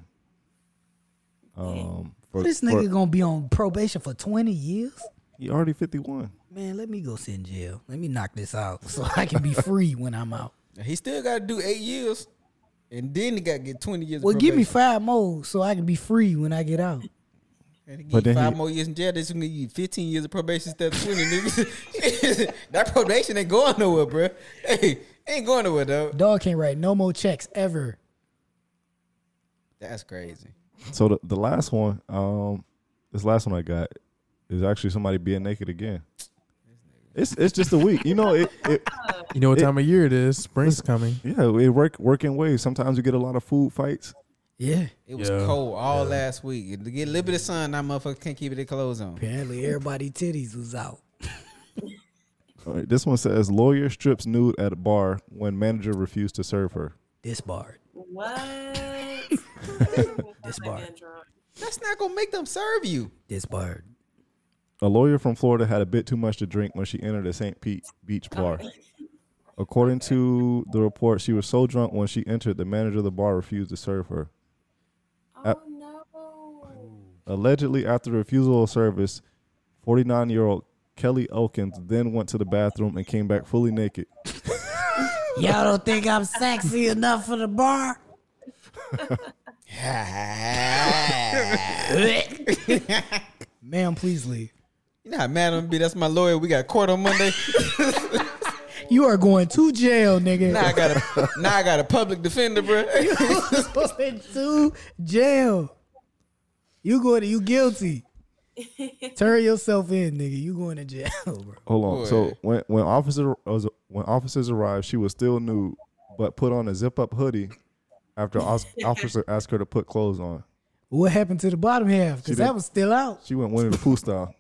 Speaker 3: Um, for,
Speaker 2: This
Speaker 3: for-
Speaker 2: nigga gonna be on probation for 20 years?
Speaker 3: he already fifty-one.
Speaker 2: Man, let me go sit in jail. Let me knock this out so I can be free when I'm out.
Speaker 1: He still got to do eight years, and then he got to get twenty years. of
Speaker 2: Well, give me
Speaker 1: probation.
Speaker 2: five more so I can be free when I get out.
Speaker 1: And he
Speaker 3: But
Speaker 1: get
Speaker 3: then
Speaker 1: five
Speaker 3: he-
Speaker 1: more years in jail. This gonna give you fifteen years of probation instead of twenty. nigga. that probation ain't going nowhere, bro. Hey, ain't going nowhere though.
Speaker 2: Dog can't write no more checks ever.
Speaker 1: That's crazy.
Speaker 3: So the, the last one, um, this last one I got is actually somebody being naked again. It's it's just a week, you know. It, it
Speaker 4: You know what time of year it is? Spring's coming.
Speaker 3: yeah, it work working ways. Sometimes you get a lot of food fights.
Speaker 2: Yeah.
Speaker 1: It was
Speaker 4: Yeah,
Speaker 1: cold all last week. And To get a little bit of sun, that motherfucker can't keep their clothes on.
Speaker 2: Apparently everybody titties was out.
Speaker 3: All right, this one says lawyer strips nude at a bar when manager refused to serve her.
Speaker 2: Disbarred.
Speaker 5: What?
Speaker 2: This
Speaker 5: That
Speaker 2: bar.
Speaker 5: man drunk.
Speaker 1: That's not gonna make them serve you.
Speaker 2: Disbarred.
Speaker 3: A lawyer from Florida had a bit too much to drink when she entered a St. Pete Beach bar. According to the report, she was so drunk when she entered, the manager of the bar refused to serve her.
Speaker 5: Oh no.
Speaker 3: Allegedly, after the refusal of service, 49 year old Kelly Elkins then went to the bathroom and came back fully naked.
Speaker 2: Y'all don't think I'm sexy enough for the bar? Ma'am, please leave.
Speaker 1: You know how mad I'm gonna be. That's my lawyer. We got court on Monday.
Speaker 2: You are going to jail, nigga.
Speaker 1: now I got a now I got a public defender, bro.
Speaker 2: going to jail. You going to you guilty. Turn yourself in, nigga. You going to jail, bro.
Speaker 3: Hold on. So when when officer was- when officers arrived, she was still nude, but put on a zip up hoodie after os- officer asked her to put clothes on.
Speaker 2: What happened to the bottom half? Because that
Speaker 3: did-
Speaker 2: was still out.
Speaker 3: She went winning the poo style.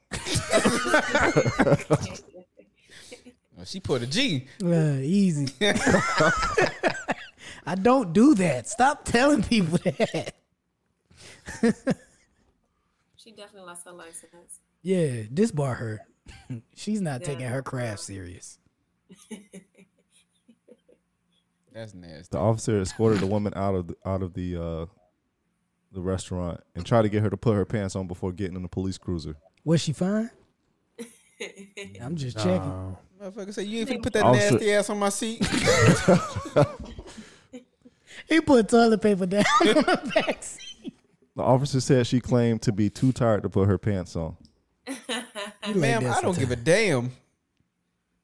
Speaker 1: she put a G.
Speaker 2: Uh, easy. I don't do that. Stop telling people that.
Speaker 5: She definitely lost her license.
Speaker 2: Yeah, disbar her. She's not taking her craft serious.
Speaker 1: That's nasty.
Speaker 3: The officer escorted the woman out of the, out of the uh, the restaurant and tried to get her to put her pants on before getting in the police cruiser.
Speaker 2: Was she fine? I'm just checking.
Speaker 4: Oh.
Speaker 1: Motherfucker said you ain't finna put that
Speaker 3: Officer-
Speaker 1: nasty ass on my seat.
Speaker 2: He put toilet paper down on the back seat.
Speaker 3: The officer said she claimed to be too tired to put her pants on.
Speaker 1: Ma'am, I don't give a damn.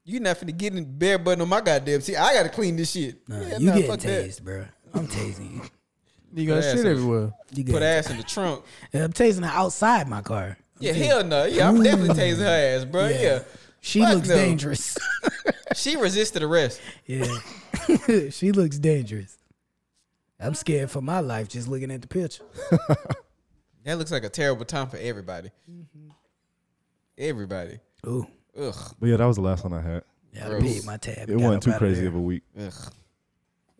Speaker 1: You not finna get in bare button on my goddamn seat. I gotta clean this shit.
Speaker 2: Nah,
Speaker 1: Yeah,
Speaker 2: you
Speaker 1: nah,
Speaker 2: getting
Speaker 1: fuck that.
Speaker 2: tased, bro. I'm tasing you.
Speaker 4: You got
Speaker 1: Yeah,
Speaker 4: shit
Speaker 1: so-
Speaker 4: everywhere.
Speaker 2: You
Speaker 1: Put
Speaker 2: good?
Speaker 1: ass in the trunk.
Speaker 2: I'm tasing her outside my car.
Speaker 1: Yeah, hell no. Yeah, I'm definitely tasing her ass, bro.
Speaker 2: Yeah.
Speaker 1: Yeah.
Speaker 2: She
Speaker 1: Fuck
Speaker 2: looks
Speaker 1: no.
Speaker 2: dangerous.
Speaker 1: She resisted arrest.
Speaker 2: yeah, she looks dangerous. I'm scared for my life just looking at the picture.
Speaker 1: That looks like a terrible time for everybody. Everybody.
Speaker 2: Ooh,
Speaker 1: Ugh.
Speaker 3: But yeah, that was the last one I had.
Speaker 2: yeah, I
Speaker 1: Gross.
Speaker 2: paid my
Speaker 3: It
Speaker 2: tab. got
Speaker 3: wasn't
Speaker 2: up
Speaker 3: too
Speaker 2: out of
Speaker 3: crazy
Speaker 2: there.
Speaker 3: of a week.
Speaker 1: Ugh.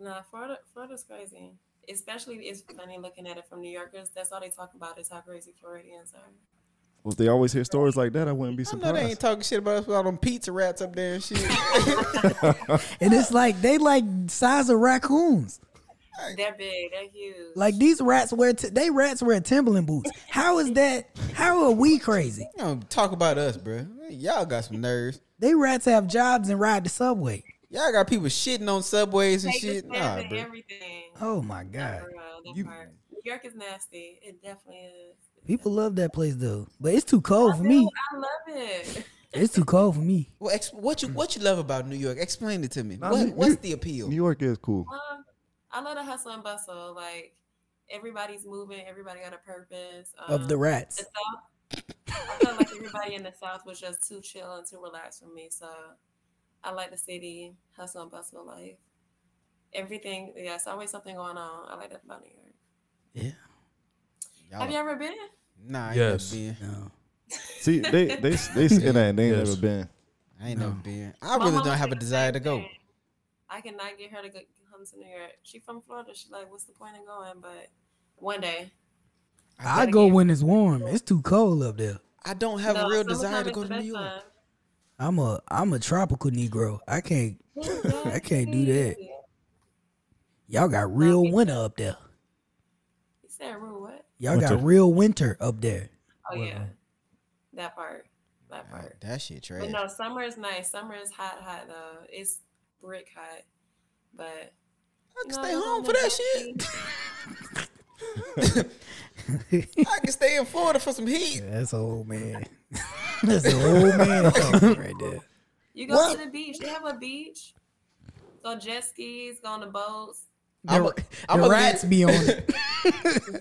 Speaker 5: Nah, Florida, Florida's crazy. Especially it's funny looking at it from New Yorkers. That's all they talk about is how crazy Floridians are.
Speaker 3: Well, if they always hear stories like that, I wouldn't be
Speaker 1: I know
Speaker 3: surprised.
Speaker 1: they ain't talking shit about us with all them pizza rats up there and shit.
Speaker 2: And it's like they like size of raccoons.
Speaker 5: They're big. They're huge.
Speaker 2: Like these rats wear t- they rats wear Timberland boots. How is that? How are we crazy?
Speaker 1: You don't talk about us, bro. Y'all got some nerves.
Speaker 2: They rats have jobs and ride the subway.
Speaker 1: Y'all got people shitting on subways and
Speaker 5: They
Speaker 1: shit.
Speaker 5: just
Speaker 1: Nah,
Speaker 5: nah,
Speaker 1: bro.
Speaker 5: everything.
Speaker 2: Oh my god.
Speaker 5: For real, that
Speaker 1: you-
Speaker 5: part. New York is nasty. It definitely is.
Speaker 2: People love that place though, but it's too cold Oh, for me.
Speaker 5: No, I love it.
Speaker 2: It's too cold for me.
Speaker 1: Well, ex- what you what you love about New York? Explain it to me.
Speaker 3: Nah,
Speaker 1: what,
Speaker 3: New-
Speaker 1: what's
Speaker 3: New-
Speaker 1: the appeal?
Speaker 3: New York is cool.
Speaker 5: Um, I love the hustle and bustle. Like everybody's moving. Everybody got a purpose. Um,
Speaker 2: Of the
Speaker 5: the
Speaker 2: rats.
Speaker 5: South, I felt like everybody in the South was just too chill and too relaxed for me. So I like the city, hustle and bustle life. Everything, yeah, it's always something going on. I like that about New York.
Speaker 2: Yeah.
Speaker 1: Y'all-
Speaker 5: Have you ever been?
Speaker 1: nah, I
Speaker 4: Yes.
Speaker 1: ain't never been.
Speaker 2: No.
Speaker 3: See, they they they in that and they ain't
Speaker 4: Yes.
Speaker 3: never been.
Speaker 1: I ain't never been. I
Speaker 5: My
Speaker 1: really
Speaker 5: mama
Speaker 1: don't have a
Speaker 5: said the
Speaker 1: desire to
Speaker 5: same
Speaker 1: go.
Speaker 5: thing. I cannot get her to go, come to New York. She from Florida. She like, what's the point in going? But one day,
Speaker 2: I go when it's warm. It's too cold up there.
Speaker 1: I don't have
Speaker 5: No,
Speaker 1: a real
Speaker 5: summertime
Speaker 1: desire to
Speaker 5: is
Speaker 1: go
Speaker 5: the
Speaker 1: to New York.
Speaker 5: best
Speaker 2: I'm a I'm a tropical Negro. I can't
Speaker 5: time.
Speaker 2: I can't do that. Y'all got real winter up there.
Speaker 5: You said rule what?
Speaker 2: Y'all got
Speaker 3: Winter.
Speaker 2: real winter up there.
Speaker 5: Oh yeah, that part. That
Speaker 1: Nah,
Speaker 5: part.
Speaker 1: that shit trash.
Speaker 5: But no, summer is nice. Summer is hot, hot though. It's brick hot, but
Speaker 1: I can
Speaker 5: No,
Speaker 1: stay
Speaker 5: no,
Speaker 1: home
Speaker 5: no,
Speaker 1: for that
Speaker 5: that's
Speaker 1: shit. I can stay in Florida for some heat.
Speaker 2: That's an old man. That's an old man talking right there.
Speaker 5: you go
Speaker 2: What?
Speaker 5: to the beach. They have a beach. Go jet skis. Go on the boats.
Speaker 1: I'm
Speaker 2: The,
Speaker 1: a- I'm
Speaker 2: the
Speaker 1: a
Speaker 2: rats
Speaker 1: leave-
Speaker 2: be on it.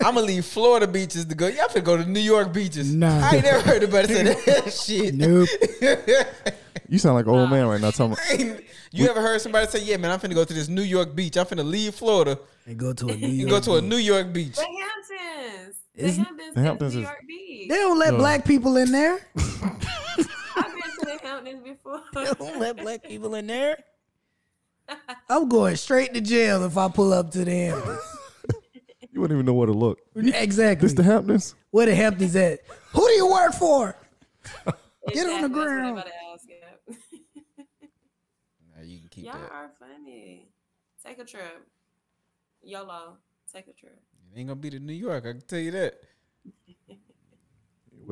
Speaker 1: I'm gonna leave Florida beaches to go. Y'all finna go to New York beaches.
Speaker 2: Nah.
Speaker 1: I ain't never heard about say that shit.
Speaker 2: Nope.
Speaker 3: You sound like an old man right now. Talking about,
Speaker 1: Ain't- you ever heard somebody say, "Yeah, man, I'm finna go to this New York beach. I'm finna leave Florida
Speaker 2: And go to a New
Speaker 1: and
Speaker 2: York.
Speaker 1: go to a New York beach."
Speaker 5: The Hamptons. The
Speaker 2: Isn't-
Speaker 5: Hamptons.
Speaker 3: the
Speaker 5: is
Speaker 3: Hamptons
Speaker 5: New
Speaker 3: is-
Speaker 5: York beach.
Speaker 2: they don't let
Speaker 4: No.
Speaker 2: black people in there.
Speaker 5: I've been to the Hamptons before.
Speaker 2: They don't let black people in there. I'm going straight to jail if I pull up to the Hamptons.
Speaker 3: you wouldn't even know where to look.
Speaker 2: exactly.
Speaker 3: This the Hamptons?
Speaker 2: Where the Hamptons at? Who do you work for? Get on
Speaker 5: Exactly, that's what
Speaker 2: the
Speaker 5: I'm
Speaker 2: ground.
Speaker 5: about to ask, yeah.
Speaker 1: Nah, you can keep
Speaker 5: Y'all
Speaker 1: that.
Speaker 5: are funny. Take a trip. YOLO. Take a trip.
Speaker 1: It ain't gonna be to New York. I can tell you that.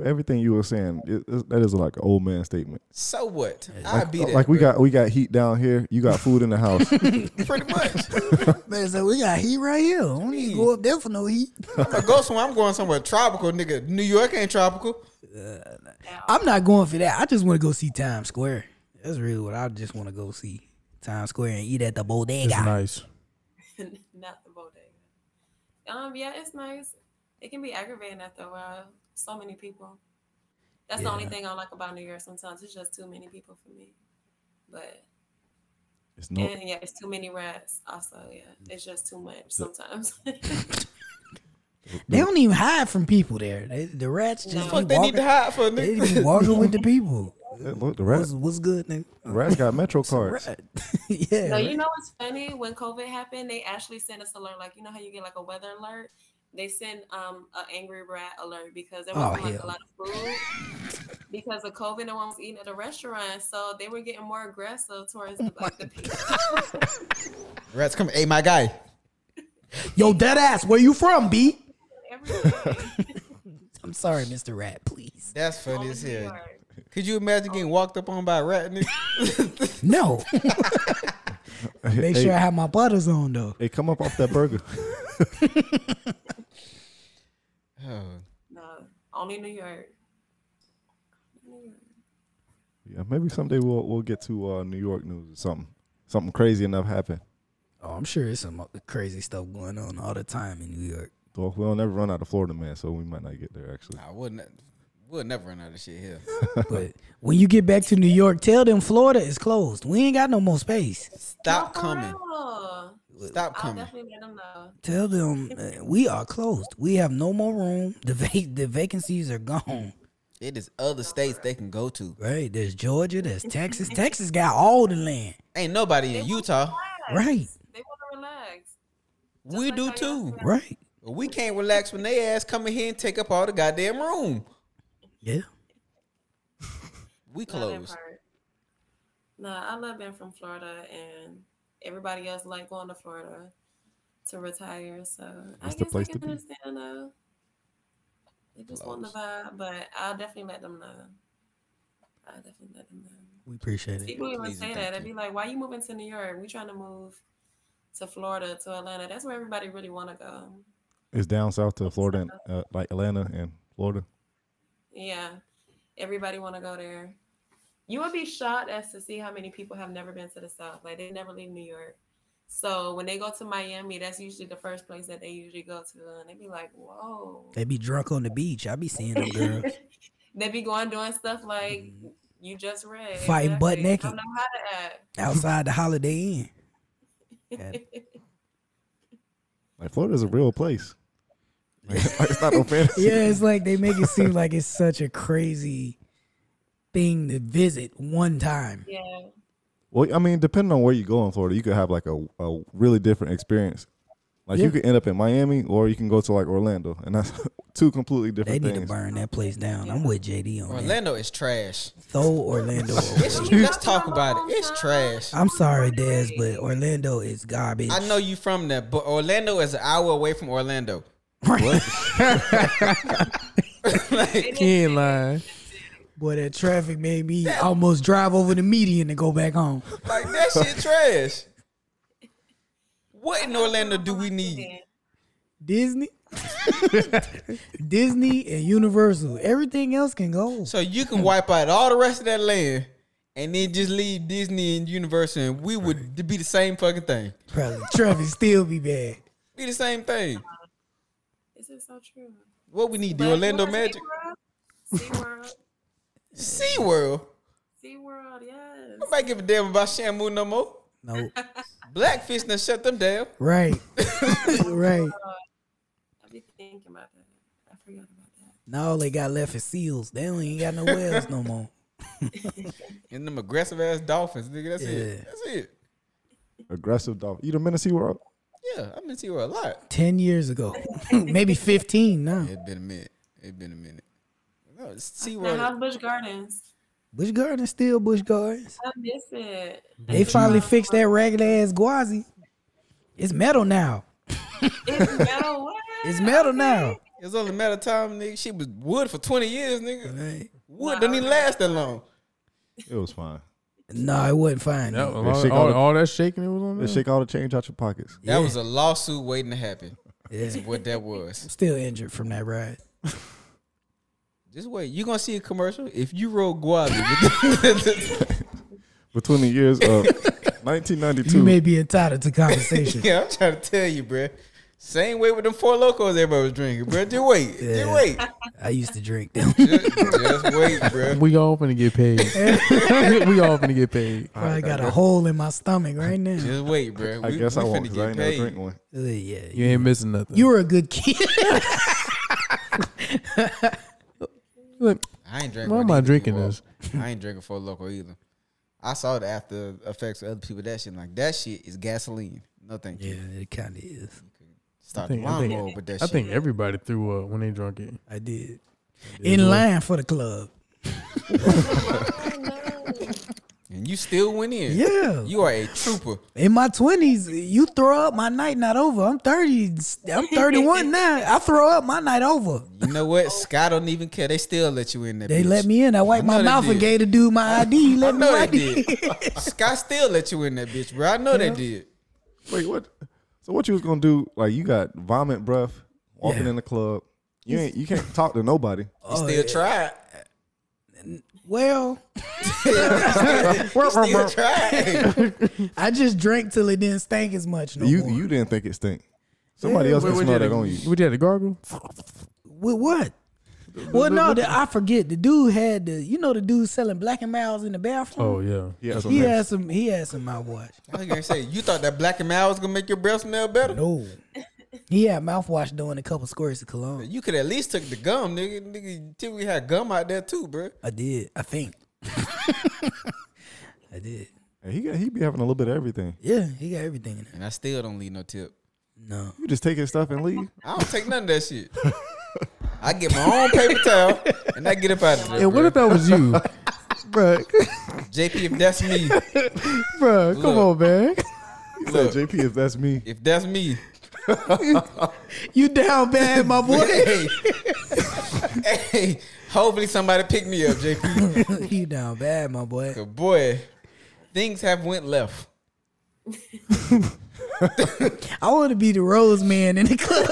Speaker 3: Everything you were saying it, it- that is like an old man statement.
Speaker 1: So what? I'll
Speaker 3: Like,
Speaker 1: be there.
Speaker 3: like we
Speaker 1: bro.
Speaker 3: got we got heat down here. You got food in the house.
Speaker 1: pretty much.
Speaker 2: Man, so we got heat right here. We don't need to go up there for no heat.
Speaker 1: I go somewhere. I'm going somewhere tropical, nigga. New York ain't tropical.
Speaker 2: I'm not going for that. I just want to go see Times Square. That's really what I just want to go see. Times Square and eat at the bodega.
Speaker 4: It's nice.
Speaker 5: Not the bodega. Um, yeah, it's nice. It can be aggravating after a while. So many people. That's the only
Speaker 2: Yeah.
Speaker 5: thing I like about New York sometimes. It's just too many people for me. But
Speaker 3: It's no,
Speaker 5: and yeah, it's too many rats also, yeah. It's just too much sometimes.
Speaker 2: They don't even hide from people there. They, the rats just
Speaker 5: No.
Speaker 2: be
Speaker 1: Fuck, they need to
Speaker 2: walking-
Speaker 1: hide for a
Speaker 2: They
Speaker 1: nigga.
Speaker 2: be walking with the people.
Speaker 3: look, the rats,
Speaker 2: What's, what's good, nigga?
Speaker 3: the rats got Metro cards.
Speaker 2: Rat. yeah.
Speaker 5: No, you
Speaker 2: right.
Speaker 5: know what's funny? When COVID happened, they actually sent us alert. Like you know how you get like a weather alert. They sent um an angry rat alert because there
Speaker 2: Oh,
Speaker 5: was like
Speaker 2: hell.
Speaker 5: a lot of food because of COVID. No one was eating at the restaurant, so they were getting more aggressive towards like the people.
Speaker 1: Rats come. Hey, my guy.
Speaker 2: Yo, dead ass, where you from, B?
Speaker 5: Everything.
Speaker 2: I'm sorry, Mr. Rat, please.
Speaker 1: That's
Speaker 5: All
Speaker 1: funny
Speaker 5: in
Speaker 1: as
Speaker 5: Oh, New
Speaker 1: hell.
Speaker 5: York.
Speaker 1: Could you imagine getting walked up on by a rat, nigga?
Speaker 2: No. Make
Speaker 3: hey,
Speaker 2: sure I have my butters on, though.
Speaker 3: hey, come up off that burger.
Speaker 1: oh,
Speaker 5: No, only New York. New York.
Speaker 3: yeah, maybe someday we'll we'll get to uh, New York news or something. Something crazy enough happened.
Speaker 2: Oh, I'm sure there's some crazy stuff going on all the time in New York.
Speaker 3: Well, we'll never run out of Florida, man. So we might not get there actually.
Speaker 1: I wouldn't. We'll never run out of shit here.
Speaker 2: But when you get back to New York, tell them Florida is closed. We ain't got no more space.
Speaker 1: Stop
Speaker 5: No, for
Speaker 1: coming.
Speaker 5: real.
Speaker 1: Stop
Speaker 5: I'll
Speaker 1: coming.
Speaker 5: definitely let them know.
Speaker 2: Tell them uh, we are closed. We have no more room. The vac- the vacancies are gone.
Speaker 1: It is other states they can go to.
Speaker 2: Right. There's Georgia. There's Texas. Texas got all the land.
Speaker 1: Ain't nobody in Utah.
Speaker 2: Right.
Speaker 5: They want to relax.
Speaker 1: We do too.
Speaker 2: Right.
Speaker 1: We can't relax when they ass come in here and take up all the goddamn room.
Speaker 2: Yeah.
Speaker 1: We
Speaker 5: Not that
Speaker 1: close.
Speaker 5: part. Nah, I love being from Florida, and everybody else like going to Florida to retire. So I
Speaker 3: That's
Speaker 5: guess
Speaker 3: the place
Speaker 5: I
Speaker 3: to
Speaker 5: can
Speaker 3: be.
Speaker 5: understand though. They just want the vibe, but I'll definitely let them know. I'll definitely let them know.
Speaker 2: We appreciate it.
Speaker 5: People even
Speaker 1: Please and
Speaker 5: say
Speaker 1: thank
Speaker 5: that. They'd
Speaker 1: you.
Speaker 5: be like, "Why you moving to New York? We trying to move to Florida, to Atlanta. That's where everybody really want to go."
Speaker 3: It's down south to Florida, and, uh, like Atlanta and Florida.
Speaker 5: Yeah, everybody want to go there. You would be shocked as to see how many people have never been to the South. Like they never leave New York. So when they go to Miami, that's usually the first place that they usually go to, and they be like, "Whoa!"
Speaker 2: They be drunk on the beach. I be seeing them girls.
Speaker 5: They be going doing stuff like you just read,
Speaker 2: Mm-hmm. Fighting butt
Speaker 5: Exactly.
Speaker 2: naked.
Speaker 5: I don't know how to act.
Speaker 2: outside the Holiday Inn. Yeah.
Speaker 3: Like Florida's a real place. Like, it's not no fantasy.
Speaker 2: yeah, it's like they make it seem like it's such a crazy thing to visit one time.
Speaker 5: yeah,
Speaker 3: Well, I mean, depending on where you go in Florida, you could have like a, a really different experience. Like
Speaker 2: Yeah.
Speaker 3: you could end up in Miami, or you can go to like Orlando, and that's two completely
Speaker 2: They
Speaker 3: different
Speaker 2: need to
Speaker 3: things.
Speaker 2: burn that place down. I'm with JD on that.
Speaker 1: Orlando is trash.
Speaker 2: Throw Orlando
Speaker 1: It's,
Speaker 2: away.
Speaker 1: let's talk about it. It's trash.
Speaker 2: I'm sorry, Des, but Orlando is garbage.
Speaker 1: I know you from there, but Orlando is an hour away from Orlando.
Speaker 4: He ain't lying.
Speaker 2: Boy, that traffic made me almost drive over the median to go back home.
Speaker 1: Like that shit trash. What in Orlando do we need?
Speaker 2: Disney, Disney, and Universal. Everything else can go.
Speaker 1: So you can wipe out all the rest of that land and then just leave Disney and Universal and we would be the same fucking thing.
Speaker 2: Probably traffic still be bad.
Speaker 1: Be the same thing.
Speaker 5: Is it so true?
Speaker 1: What we need,
Speaker 5: But
Speaker 1: the Orlando
Speaker 5: SeaWorld,
Speaker 1: Magic.
Speaker 5: SeaWorld,
Speaker 1: SeaWorld.
Speaker 5: SeaWorld, yes.
Speaker 1: Nobody give a damn about Shamu no more.
Speaker 2: Nope.
Speaker 1: Blackfish done shut them down.
Speaker 2: Right. right.
Speaker 5: I be thinking about that. I forgot about that.
Speaker 2: Now all they got left is seals. They don't even got no whales no more.
Speaker 1: And them aggressive ass dolphins, nigga. That's
Speaker 2: Yeah.
Speaker 1: it. That's it.
Speaker 3: Aggressive dog. You done been to SeaWorld?
Speaker 1: Yeah, I've been to SeaWorld a lot.
Speaker 2: Ten years ago, maybe fifteen now.
Speaker 1: It's been a minute. It's been a minute. No, it's
Speaker 5: Now,
Speaker 1: SeaWorld.
Speaker 5: how's Busch Gardens?
Speaker 2: Bush Gardens still Bush Gardens.
Speaker 5: I miss it.
Speaker 2: They finally fixed that ragged ass guazi. It's metal now.
Speaker 5: It's metal. What?
Speaker 2: It's metal now.
Speaker 1: It's only a matter of time, nigga. She was wood for 20 years, nigga.
Speaker 2: Right.
Speaker 1: Wood don't even last that long.
Speaker 3: It was fine.
Speaker 2: No, it wasn't fine.
Speaker 4: That was
Speaker 3: They
Speaker 4: all,
Speaker 3: shake all
Speaker 4: all,
Speaker 3: the-
Speaker 4: all that shaking it was on
Speaker 3: They
Speaker 4: there.
Speaker 3: shake all the change out your pockets.
Speaker 1: That was a lawsuit waiting to happen. Is
Speaker 2: Yeah.
Speaker 1: what that was.
Speaker 2: Still injured from that ride.
Speaker 1: Just wait. You're going to see a commercial. If you roll guava.
Speaker 3: Between the years of 1992,
Speaker 2: You may be entitled to compensation.
Speaker 1: yeah, I'm trying to tell you, bruh. Same way with them four locos everybody was drinking, bruh. Just wait.
Speaker 2: Yeah.
Speaker 1: Just wait.
Speaker 2: I used to drink them.
Speaker 1: Just, just wait, bruh.
Speaker 4: We all finna get paid. we all finna get paid.
Speaker 2: I got a hole in my stomach right now.
Speaker 1: Just wait, bruh.
Speaker 3: I
Speaker 1: We-
Speaker 3: guess
Speaker 1: we
Speaker 3: I won't
Speaker 1: finna
Speaker 3: 'cause I
Speaker 1: get
Speaker 3: ain't never
Speaker 1: paid.
Speaker 3: drink one.
Speaker 2: Uh, Yeah,
Speaker 4: You ain't missing nothing.
Speaker 2: you were a good kid.
Speaker 4: like,
Speaker 1: I ain't drinking.
Speaker 4: why am I drinking this?
Speaker 1: I ain't drinking for local either. I saw the after effects of other people. That shit, like that shit is gasoline. No thank
Speaker 2: Yeah,
Speaker 1: you.
Speaker 2: it kind of is.
Speaker 1: Stop
Speaker 4: think-
Speaker 1: the
Speaker 4: I think-
Speaker 1: lawnmower with that
Speaker 4: I
Speaker 1: shit.
Speaker 4: think everybody threw up when they drunk it.
Speaker 2: I did. In line for the club.
Speaker 1: and you still went in.
Speaker 2: Yeah.
Speaker 1: you are a trooper.
Speaker 2: In my twenties, you throw up. My night not over. I'm thirty. I'm thirty one now. I throw up. My night over.
Speaker 1: You know what? Sky don't even care. They still let you in there.
Speaker 2: They let me in. I wiped
Speaker 1: I
Speaker 2: my
Speaker 1: know they
Speaker 2: mouth and
Speaker 1: did.
Speaker 2: gave the dude my ID. He let
Speaker 1: I
Speaker 2: me
Speaker 1: know
Speaker 2: right
Speaker 1: they
Speaker 2: in.
Speaker 1: did. Sky still let you in that bitch, bro. I know they did.
Speaker 3: Wait, what? So what you was gonna do? Like you got vomit breath walking
Speaker 2: Yeah.
Speaker 3: in the club. You ain't. You can't talk to nobody.
Speaker 1: You
Speaker 4: Oh,
Speaker 1: still tried.
Speaker 2: Well,
Speaker 1: Still tried.
Speaker 2: I just drank till it didn't stink as much no
Speaker 3: You
Speaker 2: more.
Speaker 3: you didn't think it stink. Somebody else can
Speaker 4: What- what
Speaker 3: smell
Speaker 4: you
Speaker 3: that
Speaker 4: had
Speaker 3: on
Speaker 4: to-
Speaker 3: you.
Speaker 4: What you had to gargle?
Speaker 2: With what? Well, no, the, I forget. The dude had the, you know, the dude selling black and miles in the
Speaker 4: Oh
Speaker 2: bathroom.
Speaker 4: yeah.
Speaker 3: Yeah,
Speaker 2: he had some. He had some mouthwash.
Speaker 1: Oh. I was gonna say you thought that black and mild was gonna make your breath smell better.
Speaker 2: No, He had mouthwash doing a couple squirts of cologne.
Speaker 1: You could at least took the gum, nigga. Nigga, typically had gum out there too, bro.
Speaker 2: I did. I think. I did.
Speaker 3: And he got he be having a little bit of everything.
Speaker 2: Yeah, he got everything in it.
Speaker 1: And I still don't leave no tip.
Speaker 2: No.
Speaker 3: You just take his stuff and leave.
Speaker 1: I don't take none of that shit. I get my own paper towel and I get up out of there.
Speaker 4: And what
Speaker 1: bruh.
Speaker 4: if that was you, bro?
Speaker 1: JP? If that's me,
Speaker 4: Bro, come
Speaker 1: Look.
Speaker 4: on, man.
Speaker 3: He said, JP, if that's me,
Speaker 1: if that's me,
Speaker 2: You down bad, my boy.
Speaker 1: hey, hey, hopefully somebody pick me up, JP.
Speaker 2: you down bad, my boy.
Speaker 1: 'Cause boy, things have went left.
Speaker 2: I want to be the rose man in the club.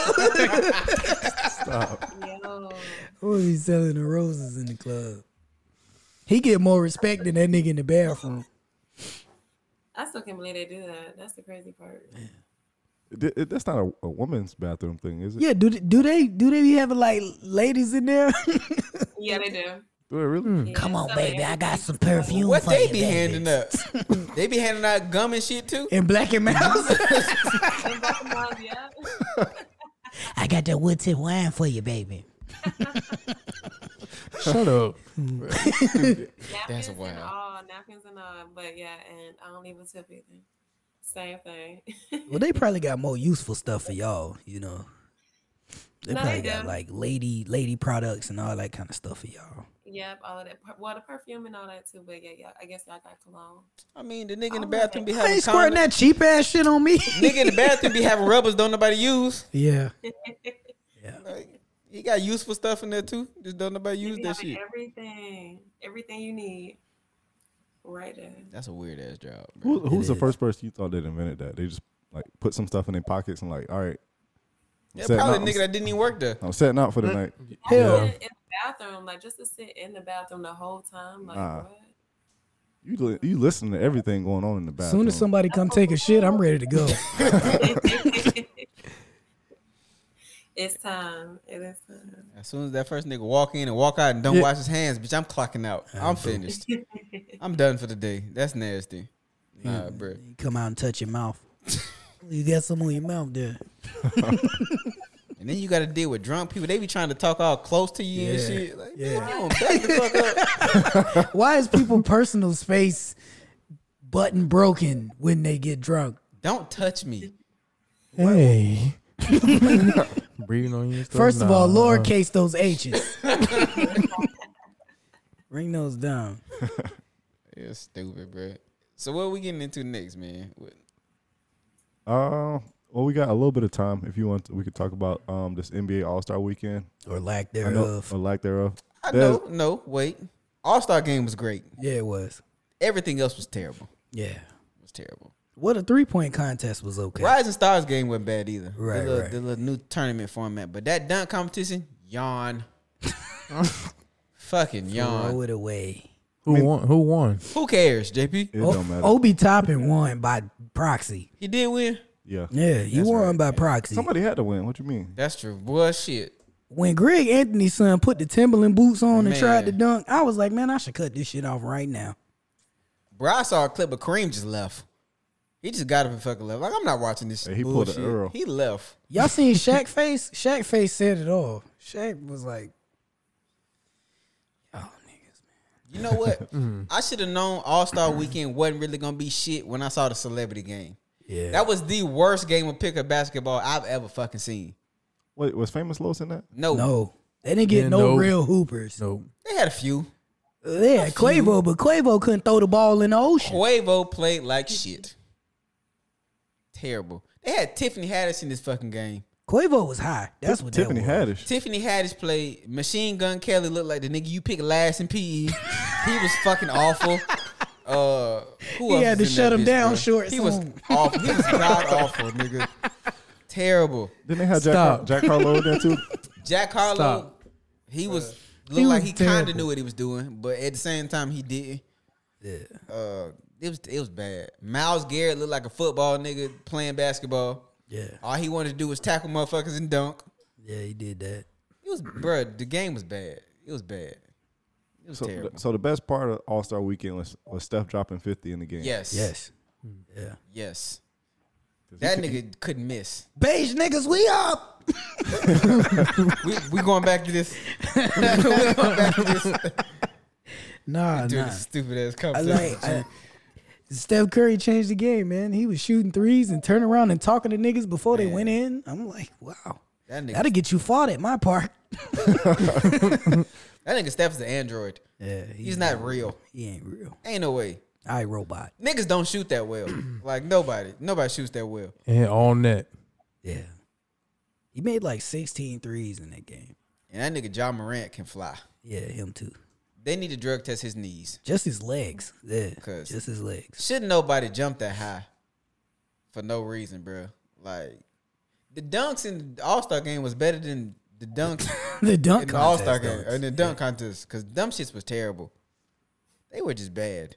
Speaker 5: Yo.
Speaker 2: I want to be selling the roses in the club. He get more respect than that nigga in the bathroom.
Speaker 5: I still can't believe they do that. That's the crazy part.
Speaker 2: Mm.
Speaker 3: Th- it- that's not a, a woman's bathroom thing, is it?
Speaker 2: Yeah, do do they do they be having like ladies in there?
Speaker 5: Yeah, they do.
Speaker 3: Do it really?
Speaker 5: Yeah,
Speaker 2: Come on,
Speaker 5: so they-
Speaker 2: baby, I got some perfume.
Speaker 1: What
Speaker 2: for
Speaker 1: they
Speaker 2: you,
Speaker 1: be
Speaker 2: baby.
Speaker 1: handing up? They be handing out gum and shit too.
Speaker 2: in black and mouse?
Speaker 5: they got them ones, yeah.
Speaker 2: I got that wood tip wine for you, baby.
Speaker 4: Shut up.
Speaker 5: Napkins and
Speaker 1: wild.
Speaker 5: all, napkins and all. But yeah, and I don't even tip either. Same thing.
Speaker 2: Well, they probably got more useful stuff for y'all, you know. They
Speaker 5: No, they
Speaker 2: probably got
Speaker 5: do.
Speaker 2: like lady lady products and all that kind of stuff for y'all.
Speaker 5: yep, all of that. Per- Well, the perfume and all that too. But yeah, yeah. I guess y'all got cologne.
Speaker 1: I mean, the nigga in the bathroom be
Speaker 2: I
Speaker 1: having
Speaker 2: ain't squirting
Speaker 1: condoms.
Speaker 2: that cheap ass shit on me.
Speaker 1: Nigga in the bathroom be having rubbers don't nobody use.
Speaker 2: yeah.
Speaker 1: Like, he got useful stuff in there too. Just don't nobody
Speaker 5: They
Speaker 1: use
Speaker 5: be
Speaker 1: that
Speaker 5: having
Speaker 1: shit.
Speaker 5: Everything, everything you need, right there.
Speaker 1: That's a weird ass job.
Speaker 3: Who,
Speaker 1: Bro.
Speaker 3: who was the first person you thought that invented that? They just like put some stuff in their pockets and like, all right, I'm
Speaker 1: Yeah,
Speaker 3: setting
Speaker 1: probably a
Speaker 3: out-
Speaker 1: nigga that didn't even work there.
Speaker 3: I'm setting out for the night.
Speaker 5: Hell, in the bathroom, like just to sit in the bathroom the whole time, like
Speaker 3: Nah.
Speaker 5: what?
Speaker 3: You li- you listen to everything going on in the bathroom.
Speaker 2: Soon as somebody come take a shit, I'm ready to go.
Speaker 5: it's time. It is time.
Speaker 1: As soon as that first nigga walk in and walk out and don't
Speaker 4: Yeah.
Speaker 1: wash his hands, bitch, I'm clocking out. I'm finished. I'm done for the day. That's nasty. Nah, bro.
Speaker 2: You come out and touch your mouth. you got some on your mouth there.
Speaker 1: And then you got to deal with drunk people. They be trying to talk all close to you and
Speaker 2: Yeah.
Speaker 1: shit. Like,
Speaker 2: Yeah.
Speaker 1: man, you don't back the fuck up.
Speaker 2: Why is people personal space button broken when they get drunk?
Speaker 1: Don't touch me.
Speaker 4: Hey. Breathing on you. and stuff?
Speaker 2: First of all,
Speaker 4: Nah. Uh,
Speaker 2: lowercase those H's. Ring those down.
Speaker 1: It's stupid, bro. So what we getting into next, man? What-
Speaker 3: Uh, well, we got a little bit of time. If you want, to, we could talk about um this NBA All Star Weekend.
Speaker 2: Or lack
Speaker 3: I know,
Speaker 2: thereof.
Speaker 3: or lack thereof.
Speaker 1: I
Speaker 3: There's-
Speaker 1: know, no, wait. All Star game was great.
Speaker 2: Yeah, it was.
Speaker 1: Everything else was terrible.
Speaker 2: Yeah.
Speaker 1: It was terrible.
Speaker 2: What a three point contest was okay.
Speaker 1: Rising Stars game wasn't bad either.
Speaker 2: Right,
Speaker 1: the little,
Speaker 2: right.
Speaker 1: the little new tournament format, but that dunk competition, yawn, fucking
Speaker 2: Throw
Speaker 1: yawn.
Speaker 2: it away.
Speaker 4: who won? Who won?
Speaker 1: Who cares, JP?
Speaker 3: It
Speaker 2: Oh,
Speaker 3: don't matter.
Speaker 2: O- Obi Toppin won by proxy.
Speaker 1: He did win.
Speaker 3: yeah,
Speaker 2: Yeah, he won by proxy.
Speaker 3: somebody had to win. What you mean?
Speaker 1: That's true. Boy, shit.
Speaker 2: when Greg Anthony's son put the Timberland boots on and
Speaker 1: Man.
Speaker 2: tried to dunk, I was like, man, I should cut this shit off right now.
Speaker 1: Bro, I saw a clip of Kareem just left. He just got up and fucking left. Like I'm not watching this.
Speaker 3: Hey, he pulled
Speaker 1: bullshit.
Speaker 3: an Earl.
Speaker 1: He left.
Speaker 2: Y'all seen Shaq face? Shaq face said it all. Shaq was like, oh, niggas,
Speaker 1: You know what?
Speaker 2: Mm-hmm.
Speaker 1: I should have known All Star Weekend wasn't really gonna be shit when I saw the celebrity game.
Speaker 2: Yeah.
Speaker 1: That was the worst game of pickup basketball I've ever fucking seen.
Speaker 3: Wait, was Famous Los in that?
Speaker 1: No,
Speaker 2: No. They didn't get
Speaker 4: Yeah,
Speaker 2: no,
Speaker 4: no.
Speaker 2: real hoopers.
Speaker 4: No.
Speaker 1: they had a few.
Speaker 2: They had Quavo, but Quavo couldn't throw the ball in the ocean.
Speaker 1: Quavo played like shit. Terrible. They had Tiffany Haddish in this fucking game.
Speaker 2: Quavo was high. That's what
Speaker 3: Tiffany
Speaker 2: that was.
Speaker 3: Haddish.
Speaker 1: Tiffany Haddish played Machine Gun Kelly. Looked like the nigga you picked last in PE. he was fucking awful. Uh, who
Speaker 2: He
Speaker 1: else was in
Speaker 2: had to
Speaker 1: that
Speaker 2: shut him
Speaker 1: bitch,
Speaker 2: down
Speaker 1: bruh?
Speaker 2: short
Speaker 1: He was
Speaker 2: soon.
Speaker 1: awful. He was god awful, nigga. Terrible.
Speaker 3: Then they had Jack,
Speaker 4: Stop.
Speaker 3: Har- Jack Harlow in there too.
Speaker 1: Jack Harlow,
Speaker 4: Stop.
Speaker 1: he was looked
Speaker 4: was
Speaker 1: like he kind
Speaker 4: terrible.
Speaker 1: of knew what he was doing, but at the same time he didn't. Yeah. Uh, it was it was bad. Miles Garrett looked like a football nigga playing basketball.
Speaker 2: Yeah.
Speaker 1: All he wanted to do was tackle motherfuckers and dunk.
Speaker 2: Yeah, he did that.
Speaker 1: It was bro. The game was bad. It was bad. It was
Speaker 3: So,
Speaker 1: terrible.
Speaker 3: so the best part of All Star Weekend was was Steph dropping fifty in the game.
Speaker 1: yes.
Speaker 2: Yes.
Speaker 1: Yes. That nigga couldn't miss.
Speaker 2: Beige niggas, we up.
Speaker 1: We we going back to this. we going back to this, to
Speaker 2: Nah, nah.
Speaker 1: this stupid ass
Speaker 2: I
Speaker 1: conversation.
Speaker 2: like I- Steph Curry changed the game, man. He was shooting threes and turning around and talking to niggas before they went in. I'm like, wow,
Speaker 1: that nigga,
Speaker 2: that'll get you fought at my park.
Speaker 1: that nigga Steph's an android.
Speaker 2: Yeah,
Speaker 1: He's not real.
Speaker 2: He ain't real.
Speaker 1: Ain't no way.
Speaker 2: I robot.
Speaker 1: Niggas don't shoot that well. like nobody, nobody shoots that well.
Speaker 4: And on that.
Speaker 2: Yeah, he made like 16 threes in that game.
Speaker 1: And that nigga John Morant can fly.
Speaker 2: Yeah, him too.
Speaker 1: They need to drug test his knees.
Speaker 2: Just his legs. Yeah,
Speaker 1: 'Cause-
Speaker 2: just his legs.
Speaker 1: Shouldn't nobody jump that high for no reason, bro. Like the dunks in the All Star game was better than the dunks
Speaker 2: The
Speaker 1: in
Speaker 2: dunk
Speaker 1: the All Star
Speaker 2: contest.
Speaker 1: game
Speaker 2: dunks.
Speaker 1: and the dunk contest because dumb shits was terrible. They were just bad.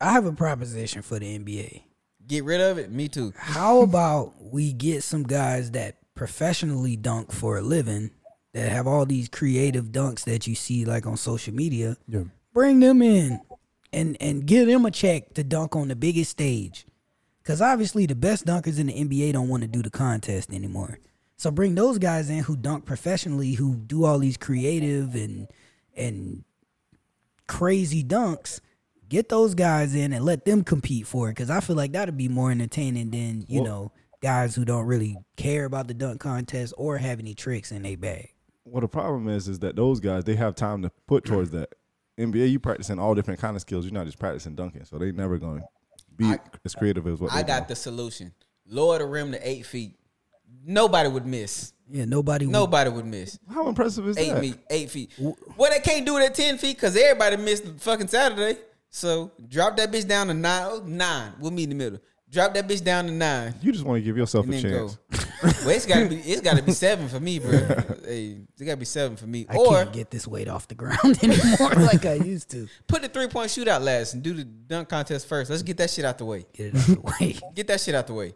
Speaker 2: I have a proposition for the NBA.
Speaker 1: Get rid of it. Me too.
Speaker 2: How about we get some guys that professionally dunk for a living that have all these creative dunks that you see like on social media?
Speaker 4: Yeah.
Speaker 2: Bring them in and and give them a check to dunk on the biggest stage. Cause obviously the best dunkers in the NBA don't want to do the contest anymore. So bring those guys in who dunk professionally, who do all these creative and and crazy dunks. Get those guys in and let them compete for it because I feel like that'd be more entertaining than you know guys who don't really care about the dunk contest or have any tricks in their bag.
Speaker 3: Well, the problem is, is that those guys they have time to put towards that. NBA, you practicing all different kind of skills. You're not just practicing dunking, so they never going to be as creative as what
Speaker 1: I
Speaker 3: they
Speaker 1: got
Speaker 3: do.
Speaker 1: the solution. Lower the rim to eight feet. Nobody would miss.
Speaker 2: Yeah, nobody. would-
Speaker 1: Nobody would miss.
Speaker 3: How impressive is
Speaker 1: Eight
Speaker 3: that?
Speaker 1: feet. Eight feet. Well, they can't do it at ten feet because everybody missed fucking Saturday. So drop that bitch down to nine. oh, Nine. We'll meet in the middle. Drop that bitch down to nine.
Speaker 3: You just want to give yourself
Speaker 1: And
Speaker 3: a
Speaker 1: then
Speaker 3: chance.
Speaker 1: go. well, it's gotta be. It's gotta be seven for me, bro. hey, it gotta be seven for me.
Speaker 2: I
Speaker 1: or
Speaker 2: can't get this weight off the ground anymore like I used to.
Speaker 1: put the three point shootout last and do the dunk contest first. Let's get that shit out the way.
Speaker 2: Get it out the way.
Speaker 1: Get that shit out the way,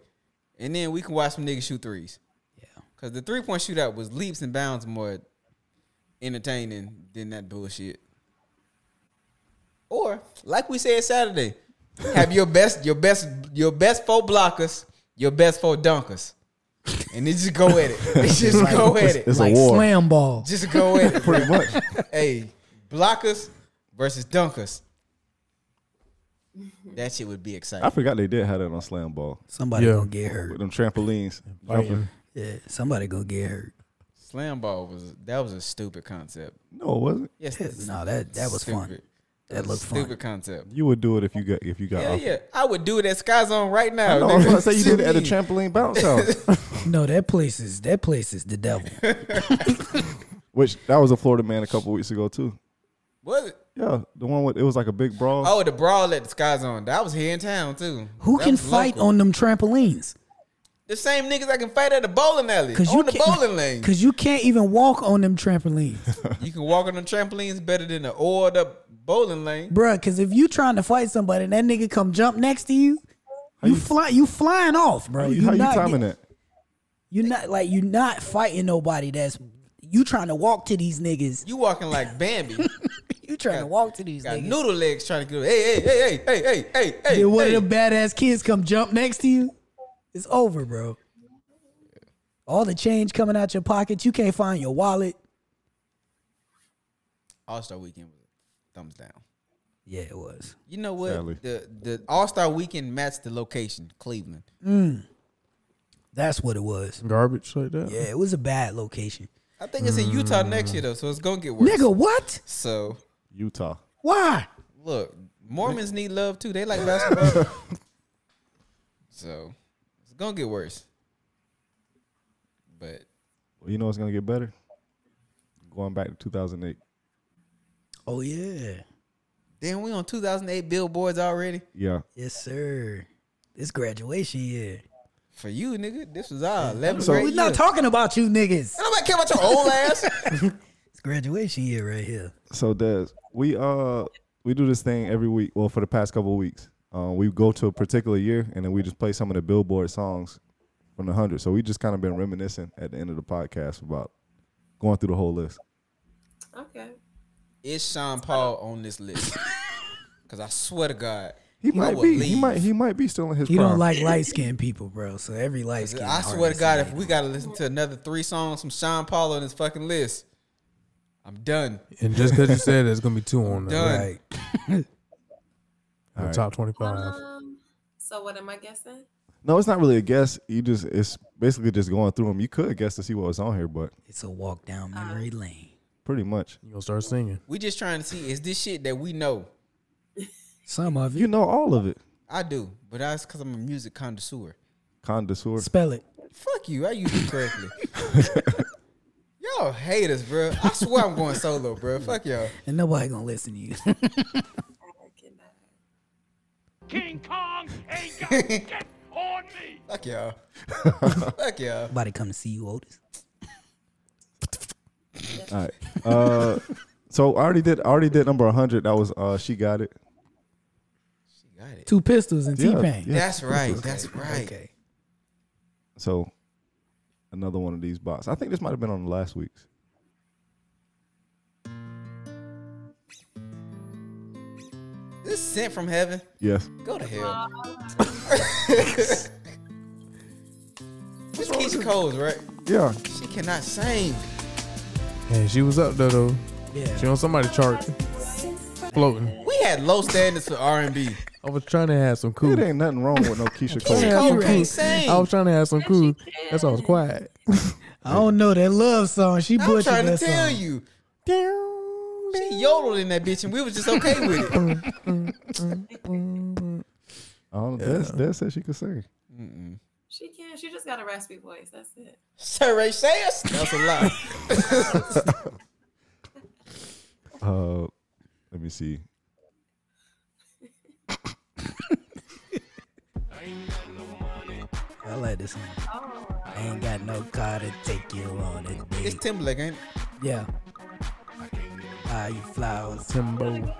Speaker 1: and then we can watch some niggas shoot threes.
Speaker 2: Yeah.
Speaker 1: Cause the three point shootout was leaps and bounds more entertaining than that bullshit. Or like we said Saturday, have your best, your best, your best four blockers, your best four dunkers, and then just go at it. just go at it.
Speaker 3: It's
Speaker 2: like
Speaker 3: a war,
Speaker 2: slam ball.
Speaker 1: Just go at it.
Speaker 3: pretty much.
Speaker 1: hey, blockers versus dunkers. That shit would be
Speaker 3: I
Speaker 1: exciting.
Speaker 3: forgot they did have that on slam ball
Speaker 2: Somebody
Speaker 4: Yeah.
Speaker 2: gonna get hurt.
Speaker 3: with them trampolines. Jumping.
Speaker 2: Yeah, somebody gonna get hurt.
Speaker 1: Slam ball was that was a stupid concept.
Speaker 3: No, it wasn't.
Speaker 1: Yes,
Speaker 2: No, that that was fun.
Speaker 1: stupid.
Speaker 2: That looked
Speaker 1: stupid
Speaker 2: fun.
Speaker 1: concept.
Speaker 3: You would do it if you got if you got.
Speaker 1: Yeah,
Speaker 3: offered.
Speaker 1: yeah. I would do it at Sky Zone right now.
Speaker 3: No, Oh. I was
Speaker 1: nigga.
Speaker 3: about to say you did it at a
Speaker 1: Shit.
Speaker 3: trampoline bounce house,
Speaker 2: No, that place is that place is the devil.
Speaker 3: which that was a Florida man a couple weeks ago too.
Speaker 1: Was it?
Speaker 3: Yeah, the one with it was like a big brawl.
Speaker 1: Oh, the brawl at the Sky Zone. That was here in town too.
Speaker 2: Who
Speaker 1: That
Speaker 2: can
Speaker 1: was
Speaker 2: fight
Speaker 1: local.
Speaker 2: on them trampolines?
Speaker 1: the same niggas I can fight at the bowling alley?
Speaker 2: Cause you
Speaker 1: On the
Speaker 2: can't-
Speaker 1: bowling lane.
Speaker 2: Cause you can't even walk on them trampolines,
Speaker 1: You can walk on the trampolines better than the oiled up bowling lane.
Speaker 2: Bruh, Cause if you trying to fight somebody and that nigga come jump next to you, you fly, you flying off, bro.
Speaker 3: how you, how you timing that?
Speaker 2: You're not like you're not fighting nobody. That's you trying to walk to these niggas.
Speaker 1: You walking like Bambi.
Speaker 2: You trying to walk to these
Speaker 1: Got
Speaker 2: niggas.
Speaker 1: noodle legs trying to get. Hey, hey, hey, hey, hey, hey, hey, hey.
Speaker 2: Then one
Speaker 1: hey.
Speaker 2: of them badass kids come jump next to you. It's over, bro. All the change coming out your pocket. You can't find your wallet.
Speaker 1: All Star Weekend was a thumbs down.
Speaker 2: Yeah, it was.
Speaker 1: You know what?
Speaker 3: Sadly.
Speaker 1: The the All Star Weekend matched the location, Cleveland.
Speaker 2: That's what it was.
Speaker 4: Garbage like that.
Speaker 2: Yeah, it was a bad location.
Speaker 1: I think
Speaker 3: Mm.
Speaker 1: it's in Utah next year though, so it's gonna get worse.
Speaker 2: Nigga, what?
Speaker 1: So
Speaker 3: Utah.
Speaker 2: Why?
Speaker 1: look, Mormons need love too. They like basketball. so it's gonna get worse. But
Speaker 3: Well, you know it's gonna get better. Going back to 2008.
Speaker 2: Oh yeah.
Speaker 1: then we on 2008 billboards already.
Speaker 3: Yeah,
Speaker 2: Yes, sir. It's graduation year.
Speaker 1: For you, nigga, this was our 11th
Speaker 3: So-
Speaker 1: grade
Speaker 2: We're
Speaker 1: year.
Speaker 2: not talking about you niggas.
Speaker 1: Nobody care about your old ass.
Speaker 2: It's graduation year right here.
Speaker 3: So Des, we uh we do this thing every week. Well, for the past couple of weeks, uh, we go to a particular year and then we just play some of the Billboard songs from the hundred. So we just kind of been reminiscing at the end of the podcast about going through the whole list.
Speaker 5: Okay.
Speaker 1: Is Sean Paul on this list? Because I swear to God,
Speaker 3: He
Speaker 1: I
Speaker 3: might
Speaker 1: would
Speaker 3: be. He
Speaker 1: leave.
Speaker 3: might. He might be still in his.
Speaker 2: He
Speaker 3: prime.
Speaker 2: don't like light skinned people, bro. So every light skin.
Speaker 1: I swear to God, if we gotta listen to another three songs from Sean Paul on this fucking list, I'm done.
Speaker 4: And just because you said it, there's gonna be two on there.
Speaker 1: Done.
Speaker 2: Right.
Speaker 4: The Top twenty-five.
Speaker 5: Um, so what am I guessing?
Speaker 3: No, it's not really a guess. You just. It's basically just going through them. You could guess to see what was on here, but
Speaker 2: It's a walk down memory
Speaker 1: Uh,
Speaker 2: lane.
Speaker 3: pretty much.
Speaker 4: You gonna start singing?
Speaker 1: We just trying to see is this shit that we know.
Speaker 2: Some of
Speaker 3: You
Speaker 2: it.
Speaker 3: know all of it.
Speaker 1: I do, but that's because I'm a music connoisseur.
Speaker 3: Condesur.
Speaker 2: Spell it.
Speaker 1: Fuck you, I used it correctly. y'all haters, bro. I swear I'm going solo, bro. Fuck y'all.
Speaker 2: And nobody gonna listen to you.
Speaker 5: I cannot.
Speaker 7: King Kong ain't got shit on me.
Speaker 1: Fuck y'all. Fuck y'all.
Speaker 2: nobody come to see you, Otis.
Speaker 3: All right. Uh, so I already did. I already did number hundred. That was. Uh, she got it.
Speaker 1: She got it.
Speaker 2: Two pistols and
Speaker 3: Yeah,
Speaker 2: T Pain.
Speaker 3: yeah.
Speaker 1: That's right. That's right.
Speaker 2: Okay.
Speaker 3: So another one of these bots. I think this might have been on last week's.
Speaker 1: This sent from heaven.
Speaker 3: Yes.
Speaker 1: Go to hell. This Keisha Cole's, right?
Speaker 3: Yeah.
Speaker 1: She cannot sing.
Speaker 4: And she was up there though. She
Speaker 2: Yeah.
Speaker 4: on somebody chart, floating.
Speaker 1: We had low standards for R and B.
Speaker 4: I was trying to have some cool.
Speaker 3: It ain't nothing wrong with no Keisha Cole.
Speaker 1: Keisha
Speaker 4: Cole
Speaker 1: Cole
Speaker 4: can't Oh,
Speaker 1: can't sing.
Speaker 4: I was trying to have some cool. That's why I was quiet.
Speaker 2: I don't know that love song. She
Speaker 1: I'm
Speaker 2: butchered
Speaker 1: trying to
Speaker 2: that
Speaker 1: tell
Speaker 2: song.
Speaker 1: you. She yodeled in that bitch, and we was just okay with it.
Speaker 3: Oh, that's that said she could sing.
Speaker 5: She can. She just got a raspy voice. That's it.
Speaker 1: Sir Ray Sayers. That's a lie.
Speaker 3: Uh, let me see.
Speaker 2: I like this one. I ain't got no car to take you on a
Speaker 1: It's
Speaker 2: date.
Speaker 1: Timberlake, ain't it?
Speaker 2: yeah. Buy you flowers.
Speaker 4: Timbo.
Speaker 5: Okay.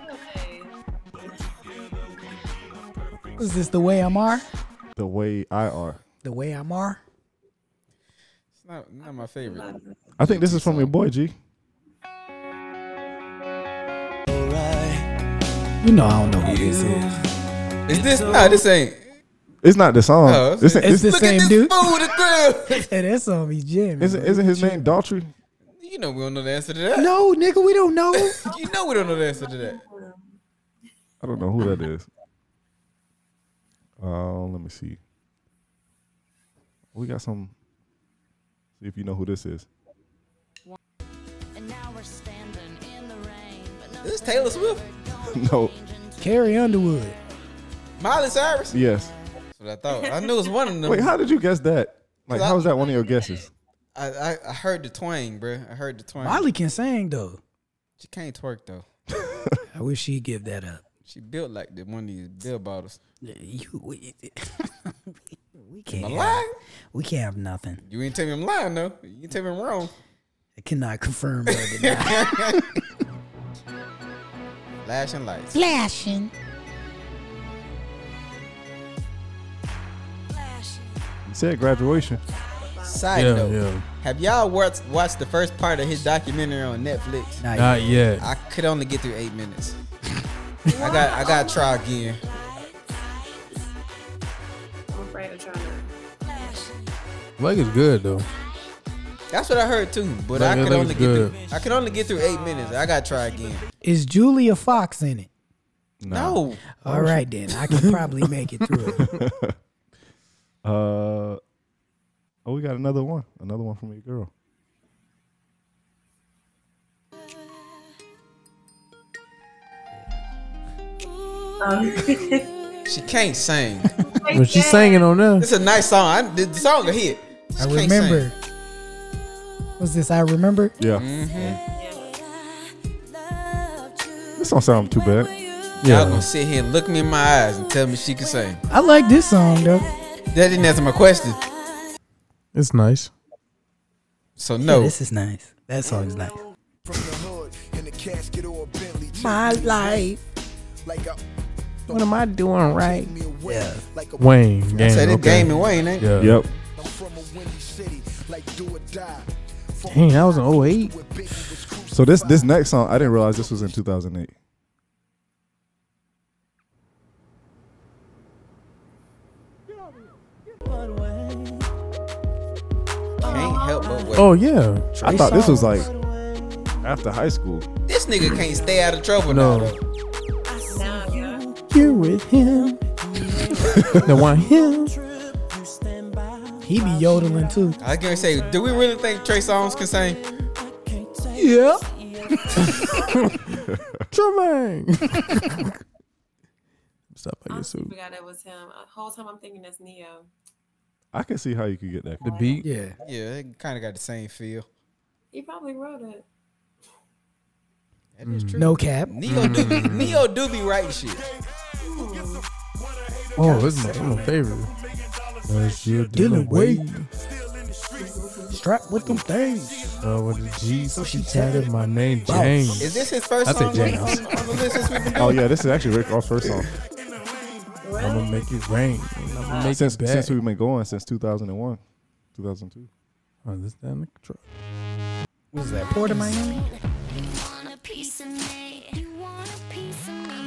Speaker 2: Is this the way I'm are?
Speaker 3: The way I are.
Speaker 2: The way I'm are?
Speaker 1: It's not, not my favorite.
Speaker 3: I think this is from your boy G.
Speaker 2: You know I don't know who this is.
Speaker 1: Is this? Nah, this ain't.
Speaker 3: It's not the song.
Speaker 1: Oh, it's-
Speaker 3: This ain't- this-
Speaker 2: It's the
Speaker 1: Look
Speaker 2: same
Speaker 1: at this
Speaker 2: dude.
Speaker 1: fool with the grill.
Speaker 2: Hey, that song be jamming.
Speaker 3: isn't,
Speaker 2: bro.
Speaker 3: isn't his name Daughtry?
Speaker 1: You know we don't know the answer to that.
Speaker 2: No, nigga, we don't know.
Speaker 1: You know we don't know the answer to that.
Speaker 3: I don't know who that is. Uh, let me see. We got some. See if you know who this is.
Speaker 8: And now we're standing in the rain. But
Speaker 1: Is this Taylor Swift?
Speaker 3: no.
Speaker 2: Carrie Underwood.
Speaker 1: Miley Cyrus?
Speaker 3: Yes.
Speaker 1: That's what I thought. I knew it was one of them.
Speaker 3: Wait, how did you guess that? Like,
Speaker 1: Cause I-
Speaker 3: how was that one of your guesses?
Speaker 1: I, I, I heard the twang, bruh. I heard the twang.
Speaker 2: Molly can sing though.
Speaker 1: She can't twerk though.
Speaker 2: I wish she'd give that up.
Speaker 1: She built like the one of these bill bottles.
Speaker 2: You, we, we can't.
Speaker 1: I'm
Speaker 2: Have,
Speaker 1: lying.
Speaker 2: we can't have nothing.
Speaker 1: You ain't tell me I'm lying though. You ain't tell me I'm wrong.
Speaker 2: I cannot confirm or deny.
Speaker 1: Flashing lights.
Speaker 8: Flashing.
Speaker 3: You said graduation.
Speaker 1: Side
Speaker 4: Yeah,
Speaker 1: note:
Speaker 4: yeah.
Speaker 1: Have y'all watched watched the first part of his documentary on Netflix?
Speaker 2: Not
Speaker 4: Not yet.
Speaker 1: I could only get through eight minutes. I got I got to try again.
Speaker 5: I'm afraid of trying to.
Speaker 4: Blake is good though.
Speaker 1: That's what I heard too, but
Speaker 4: That-
Speaker 1: I
Speaker 4: that
Speaker 1: could
Speaker 4: looks
Speaker 1: only
Speaker 4: good.
Speaker 1: get through I could only get through eight minutes. I got to try again.
Speaker 2: Is Julia Fox in it?
Speaker 1: No,
Speaker 3: Oh,
Speaker 2: All right then, I can probably make it through. it.
Speaker 3: Uh, oh, we got another one. Another one from your girl.
Speaker 1: she can't sing.
Speaker 4: But she's singing on there.
Speaker 1: It's a nice song. I, the the song a hit. She
Speaker 2: I
Speaker 1: can't sing.
Speaker 2: remember. What's this? I remember.
Speaker 3: Yeah.
Speaker 4: Mm-hmm.
Speaker 3: This don't sound too bad.
Speaker 1: Y'all gonna sit here and look me in my eyes and tell me she can sing.
Speaker 2: I like this song though.
Speaker 1: That didn't answer my question.
Speaker 4: It's nice.
Speaker 1: So no.
Speaker 2: Yeah, this is nice. That song's nice.
Speaker 9: From the hood in the casket or a Bentley.
Speaker 2: My life.
Speaker 9: Like a
Speaker 4: What am I doing right?
Speaker 9: me away.
Speaker 2: Yeah.
Speaker 9: Like a
Speaker 4: Wayne. Game,
Speaker 1: Say this
Speaker 4: okay.
Speaker 1: game and Wayne, ain't it?
Speaker 4: Yeah.
Speaker 3: Yep.
Speaker 9: I'm from a windy city. Like do or die. From
Speaker 4: Dang, that was
Speaker 2: Oh,
Speaker 4: oh an 08.
Speaker 9: where Biggie was
Speaker 3: So this this next song, I didn't realize this was in 2008.
Speaker 1: Can't help but wait.
Speaker 4: Oh yeah.
Speaker 3: I thought this was like after high school.
Speaker 1: This nigga can't stay out of trouble
Speaker 4: No.
Speaker 1: now. though.
Speaker 5: Now, yeah.
Speaker 4: You with him. the one him.
Speaker 2: He be yodeling too.
Speaker 1: I can say, do we really think Trey Songz can sing?
Speaker 4: Yeah. Tremaine. Stop I guess
Speaker 5: Honestly,
Speaker 4: so.
Speaker 5: forgot that was him. The whole time I'm thinking that's Neo.
Speaker 3: I can see how you could get that.
Speaker 4: The beat.
Speaker 2: Yeah.
Speaker 1: Yeah, it kind of got the same feel.
Speaker 5: He probably wrote it.
Speaker 1: That is true.
Speaker 2: No cap.
Speaker 1: Neo do be Neo do be writing shit.
Speaker 4: Oh, this is my, this is my favorite. Unless you're
Speaker 2: Dylan Wade. Strapped with them things.
Speaker 4: Uh, with the G, so she tatted my name James.
Speaker 1: Is this his first
Speaker 4: That's a
Speaker 1: song on,
Speaker 4: jam.
Speaker 1: on- on the list this week?
Speaker 3: Oh yeah, this is actually Rick Ross' first song
Speaker 4: I'm gonna make it rain. I'm gonna make
Speaker 3: since
Speaker 4: it back.
Speaker 3: since we've been going since 2001, 2002.
Speaker 4: oh, this down the truck.
Speaker 2: Was that Port of Miami?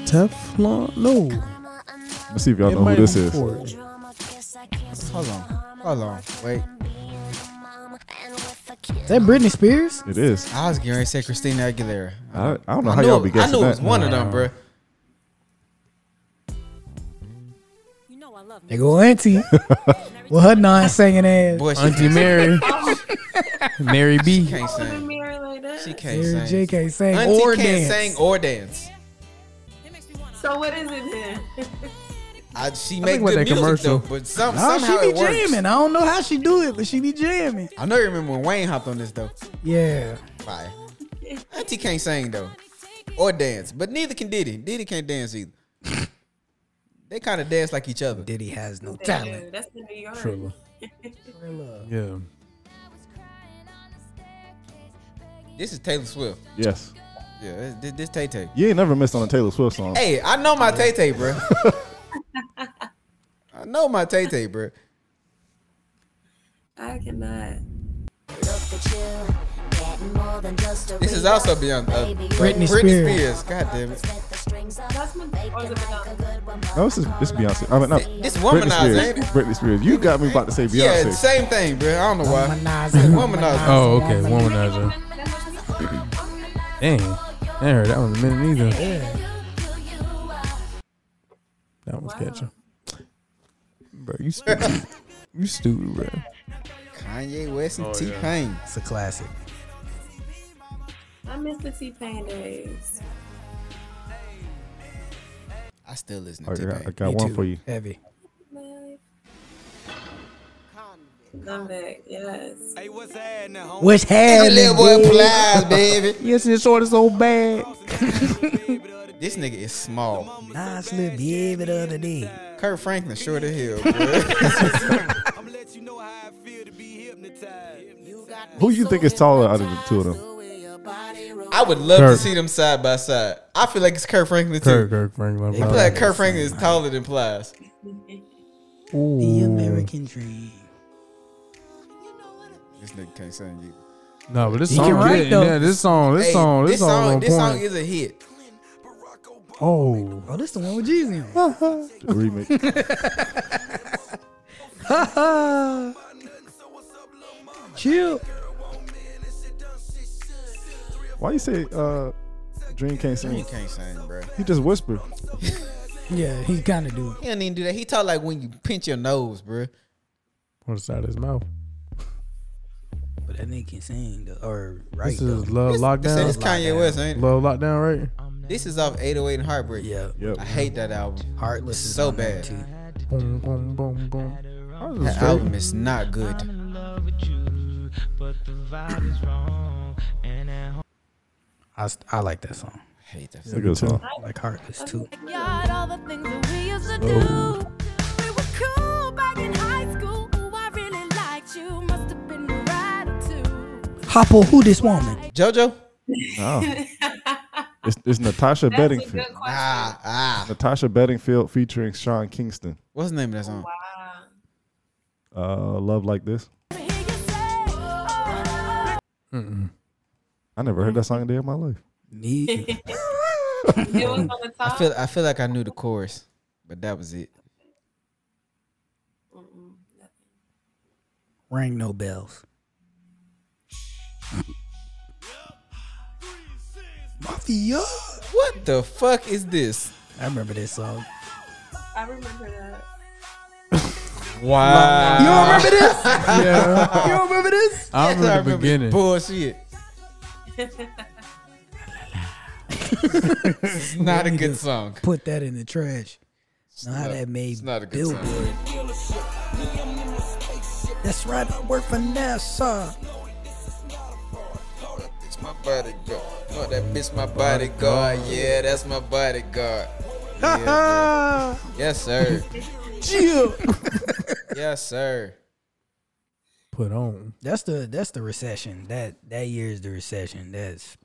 Speaker 4: Teflon? No.
Speaker 3: Let's see if y'all
Speaker 4: It
Speaker 3: know who
Speaker 4: might
Speaker 3: this
Speaker 4: be
Speaker 3: is.
Speaker 4: for it.
Speaker 1: Hold on, hold on, wait.
Speaker 2: Is that Britney Spears?
Speaker 3: It is.
Speaker 1: I was getting ready to say Christina Aguilera.
Speaker 3: I, I don't know
Speaker 1: I
Speaker 3: how
Speaker 1: knew,
Speaker 3: y'all be
Speaker 1: I
Speaker 3: guessing
Speaker 1: knew it
Speaker 3: that.
Speaker 1: was one of them, bruh.
Speaker 2: They go auntie. With her non singing ass.
Speaker 1: Boy, she
Speaker 4: Auntie Mary. Mary B.
Speaker 1: can't
Speaker 5: Mary
Speaker 1: sing.
Speaker 5: Mary like that.
Speaker 1: She can't sing.
Speaker 2: Mary J can't sing
Speaker 1: Auntie
Speaker 2: or
Speaker 1: can't
Speaker 2: dance.
Speaker 1: sing or dance.
Speaker 5: So what is it then?
Speaker 1: I, she make
Speaker 4: with
Speaker 1: good
Speaker 4: that
Speaker 1: music
Speaker 4: commercial.
Speaker 1: though, but some,
Speaker 2: No,
Speaker 1: somehow
Speaker 2: she
Speaker 1: it
Speaker 2: be
Speaker 1: works.
Speaker 2: jamming. I don't know how she do it, but she be jamming.
Speaker 1: I know you remember when Wayne hopped on this though.
Speaker 2: Yeah.
Speaker 1: Bye. Auntie can't sing though, or dance, but neither can Diddy. Diddy can't dance either. they kind of dance like each other.
Speaker 2: Diddy has no
Speaker 5: Damn,
Speaker 2: talent.
Speaker 5: That's the New York.
Speaker 4: Trilla. Yeah.
Speaker 1: This is Taylor Swift.
Speaker 3: Yes.
Speaker 1: Yeah, this- this, this Tay Tay.
Speaker 3: You ain't never missed on a Taylor Swift song.
Speaker 1: Hey, I know my Tay Tay, bro. I know my Tay Tay, bro.
Speaker 5: I cannot.
Speaker 1: This is also beyond uh,
Speaker 2: Britney
Speaker 1: Britney
Speaker 2: Spears.
Speaker 1: Spears. God damn it.
Speaker 5: That's my
Speaker 8: oh,
Speaker 5: or is it Madonna?
Speaker 3: No, this is this Beyonce. I mean, not
Speaker 1: This
Speaker 3: Britney
Speaker 1: womanizer, ain't
Speaker 3: Spears.
Speaker 1: it?
Speaker 3: Britney Spears. You got me about to say
Speaker 1: Yeah,
Speaker 3: Beyonce.
Speaker 1: same thing, bro. I don't know why. Womanizer.
Speaker 4: Oh, okay. Womanizer. Dang. I ain't heard that one in a minute either. That was catching. Bro, you stupid. you stupid, bro.
Speaker 1: Kanye West and T Pain.
Speaker 2: It's a classic.
Speaker 5: I miss the T Pain days.
Speaker 1: Oh, I still listen
Speaker 3: I
Speaker 1: to T
Speaker 3: got, Oh, I
Speaker 1: Pain.
Speaker 3: got
Speaker 2: Me
Speaker 3: one
Speaker 2: too.
Speaker 3: for you.
Speaker 2: Heavy.
Speaker 5: Come back, yes.
Speaker 2: Which
Speaker 1: This
Speaker 2: had
Speaker 1: little boy flies, baby.
Speaker 4: Yes, it's short is so bad.
Speaker 1: This nigga is small.
Speaker 2: Nice little baby the other day.
Speaker 1: Kurt Franklin, short as hell, bro.
Speaker 3: Who you think is taller out of the two of them?
Speaker 1: I would love to
Speaker 4: Kurt.
Speaker 1: see them side by side. I feel like it's Kurt Franklin too.
Speaker 4: Kirk, Kirk Franklin.
Speaker 1: I feel like Kurt Franklin is taller than Plies.
Speaker 2: The
Speaker 4: Ooh.
Speaker 2: American dream.
Speaker 1: This nigga can't sing you.
Speaker 4: No, but this
Speaker 2: He
Speaker 4: song,
Speaker 2: can write,
Speaker 4: yeah,
Speaker 2: though.
Speaker 4: yeah, this song, this
Speaker 1: Hey,
Speaker 4: song, this,
Speaker 1: this
Speaker 4: song, on
Speaker 1: this song
Speaker 4: point.
Speaker 1: is a hit.
Speaker 4: oh,
Speaker 2: Oh, this the one with Jeezy on.
Speaker 3: The remix.
Speaker 2: it. Chill.
Speaker 3: Why you say uh, Dream can't
Speaker 1: He
Speaker 3: sing?
Speaker 1: can't sing, bro.
Speaker 3: He just whispered.
Speaker 2: Yeah, he kind of do.
Speaker 1: He don't even do that. He talk like when you pinch your nose, bro.
Speaker 4: on the side of his mouth.
Speaker 2: But that nigga can sing though, or right
Speaker 4: This is
Speaker 2: though.
Speaker 4: love
Speaker 1: This, this
Speaker 4: lockdown.
Speaker 1: Kanye West, ain't it?
Speaker 4: Love lockdown, right?
Speaker 1: This is off 808 and Heartbreak.
Speaker 2: Yeah,
Speaker 3: Yep.
Speaker 1: I hate that album.
Speaker 2: Heartless is
Speaker 1: So
Speaker 2: on there,
Speaker 1: bad.
Speaker 2: too.
Speaker 4: Boom, boom, boom, boom.
Speaker 1: That album is not good.
Speaker 2: I, s- I like that song.
Speaker 1: I hate that.
Speaker 3: It's a good song.
Speaker 2: I like Heartless too. Hoppo, who this woman?
Speaker 1: JoJo?
Speaker 3: Wow. Oh, It's, it's Natasha
Speaker 5: That's a good
Speaker 3: Bedingfield.
Speaker 5: question.
Speaker 1: Ah, ah.
Speaker 3: Natasha Bedingfield featuring Sean Kingston.
Speaker 1: What's the name of that song?
Speaker 5: Wow.
Speaker 3: Uh, Love like this.
Speaker 5: oh,
Speaker 4: Mm-mm.
Speaker 3: I never heard that song a day in my life.
Speaker 2: Me.
Speaker 5: It was on the
Speaker 1: I
Speaker 5: top.
Speaker 1: feel I feel like I knew the chorus, but that was it.
Speaker 2: Rang no bells. Mafia.
Speaker 1: What the fuck is this?
Speaker 2: I remember this song.
Speaker 5: I remember that.
Speaker 1: Wow.
Speaker 2: You don't remember this?
Speaker 4: Yeah.
Speaker 2: You don't remember this?
Speaker 4: I
Speaker 1: I
Speaker 4: remember the
Speaker 1: remember
Speaker 4: beginning.
Speaker 1: Bullshit. it's not a good song.
Speaker 2: Put that in the trash. Know how
Speaker 1: not-
Speaker 2: that made
Speaker 1: it's not a good song.
Speaker 2: Billboard. That's right. I work for NASA.
Speaker 1: It's my bodyguard. Oh, that bitch my bodyguard. Yeah, that's my bodyguard. Yeah, bro. yes, sir.
Speaker 2: Chill.
Speaker 1: Yes, sir.
Speaker 4: Put on.
Speaker 2: That's the that's the recession. That that year is the recession. That's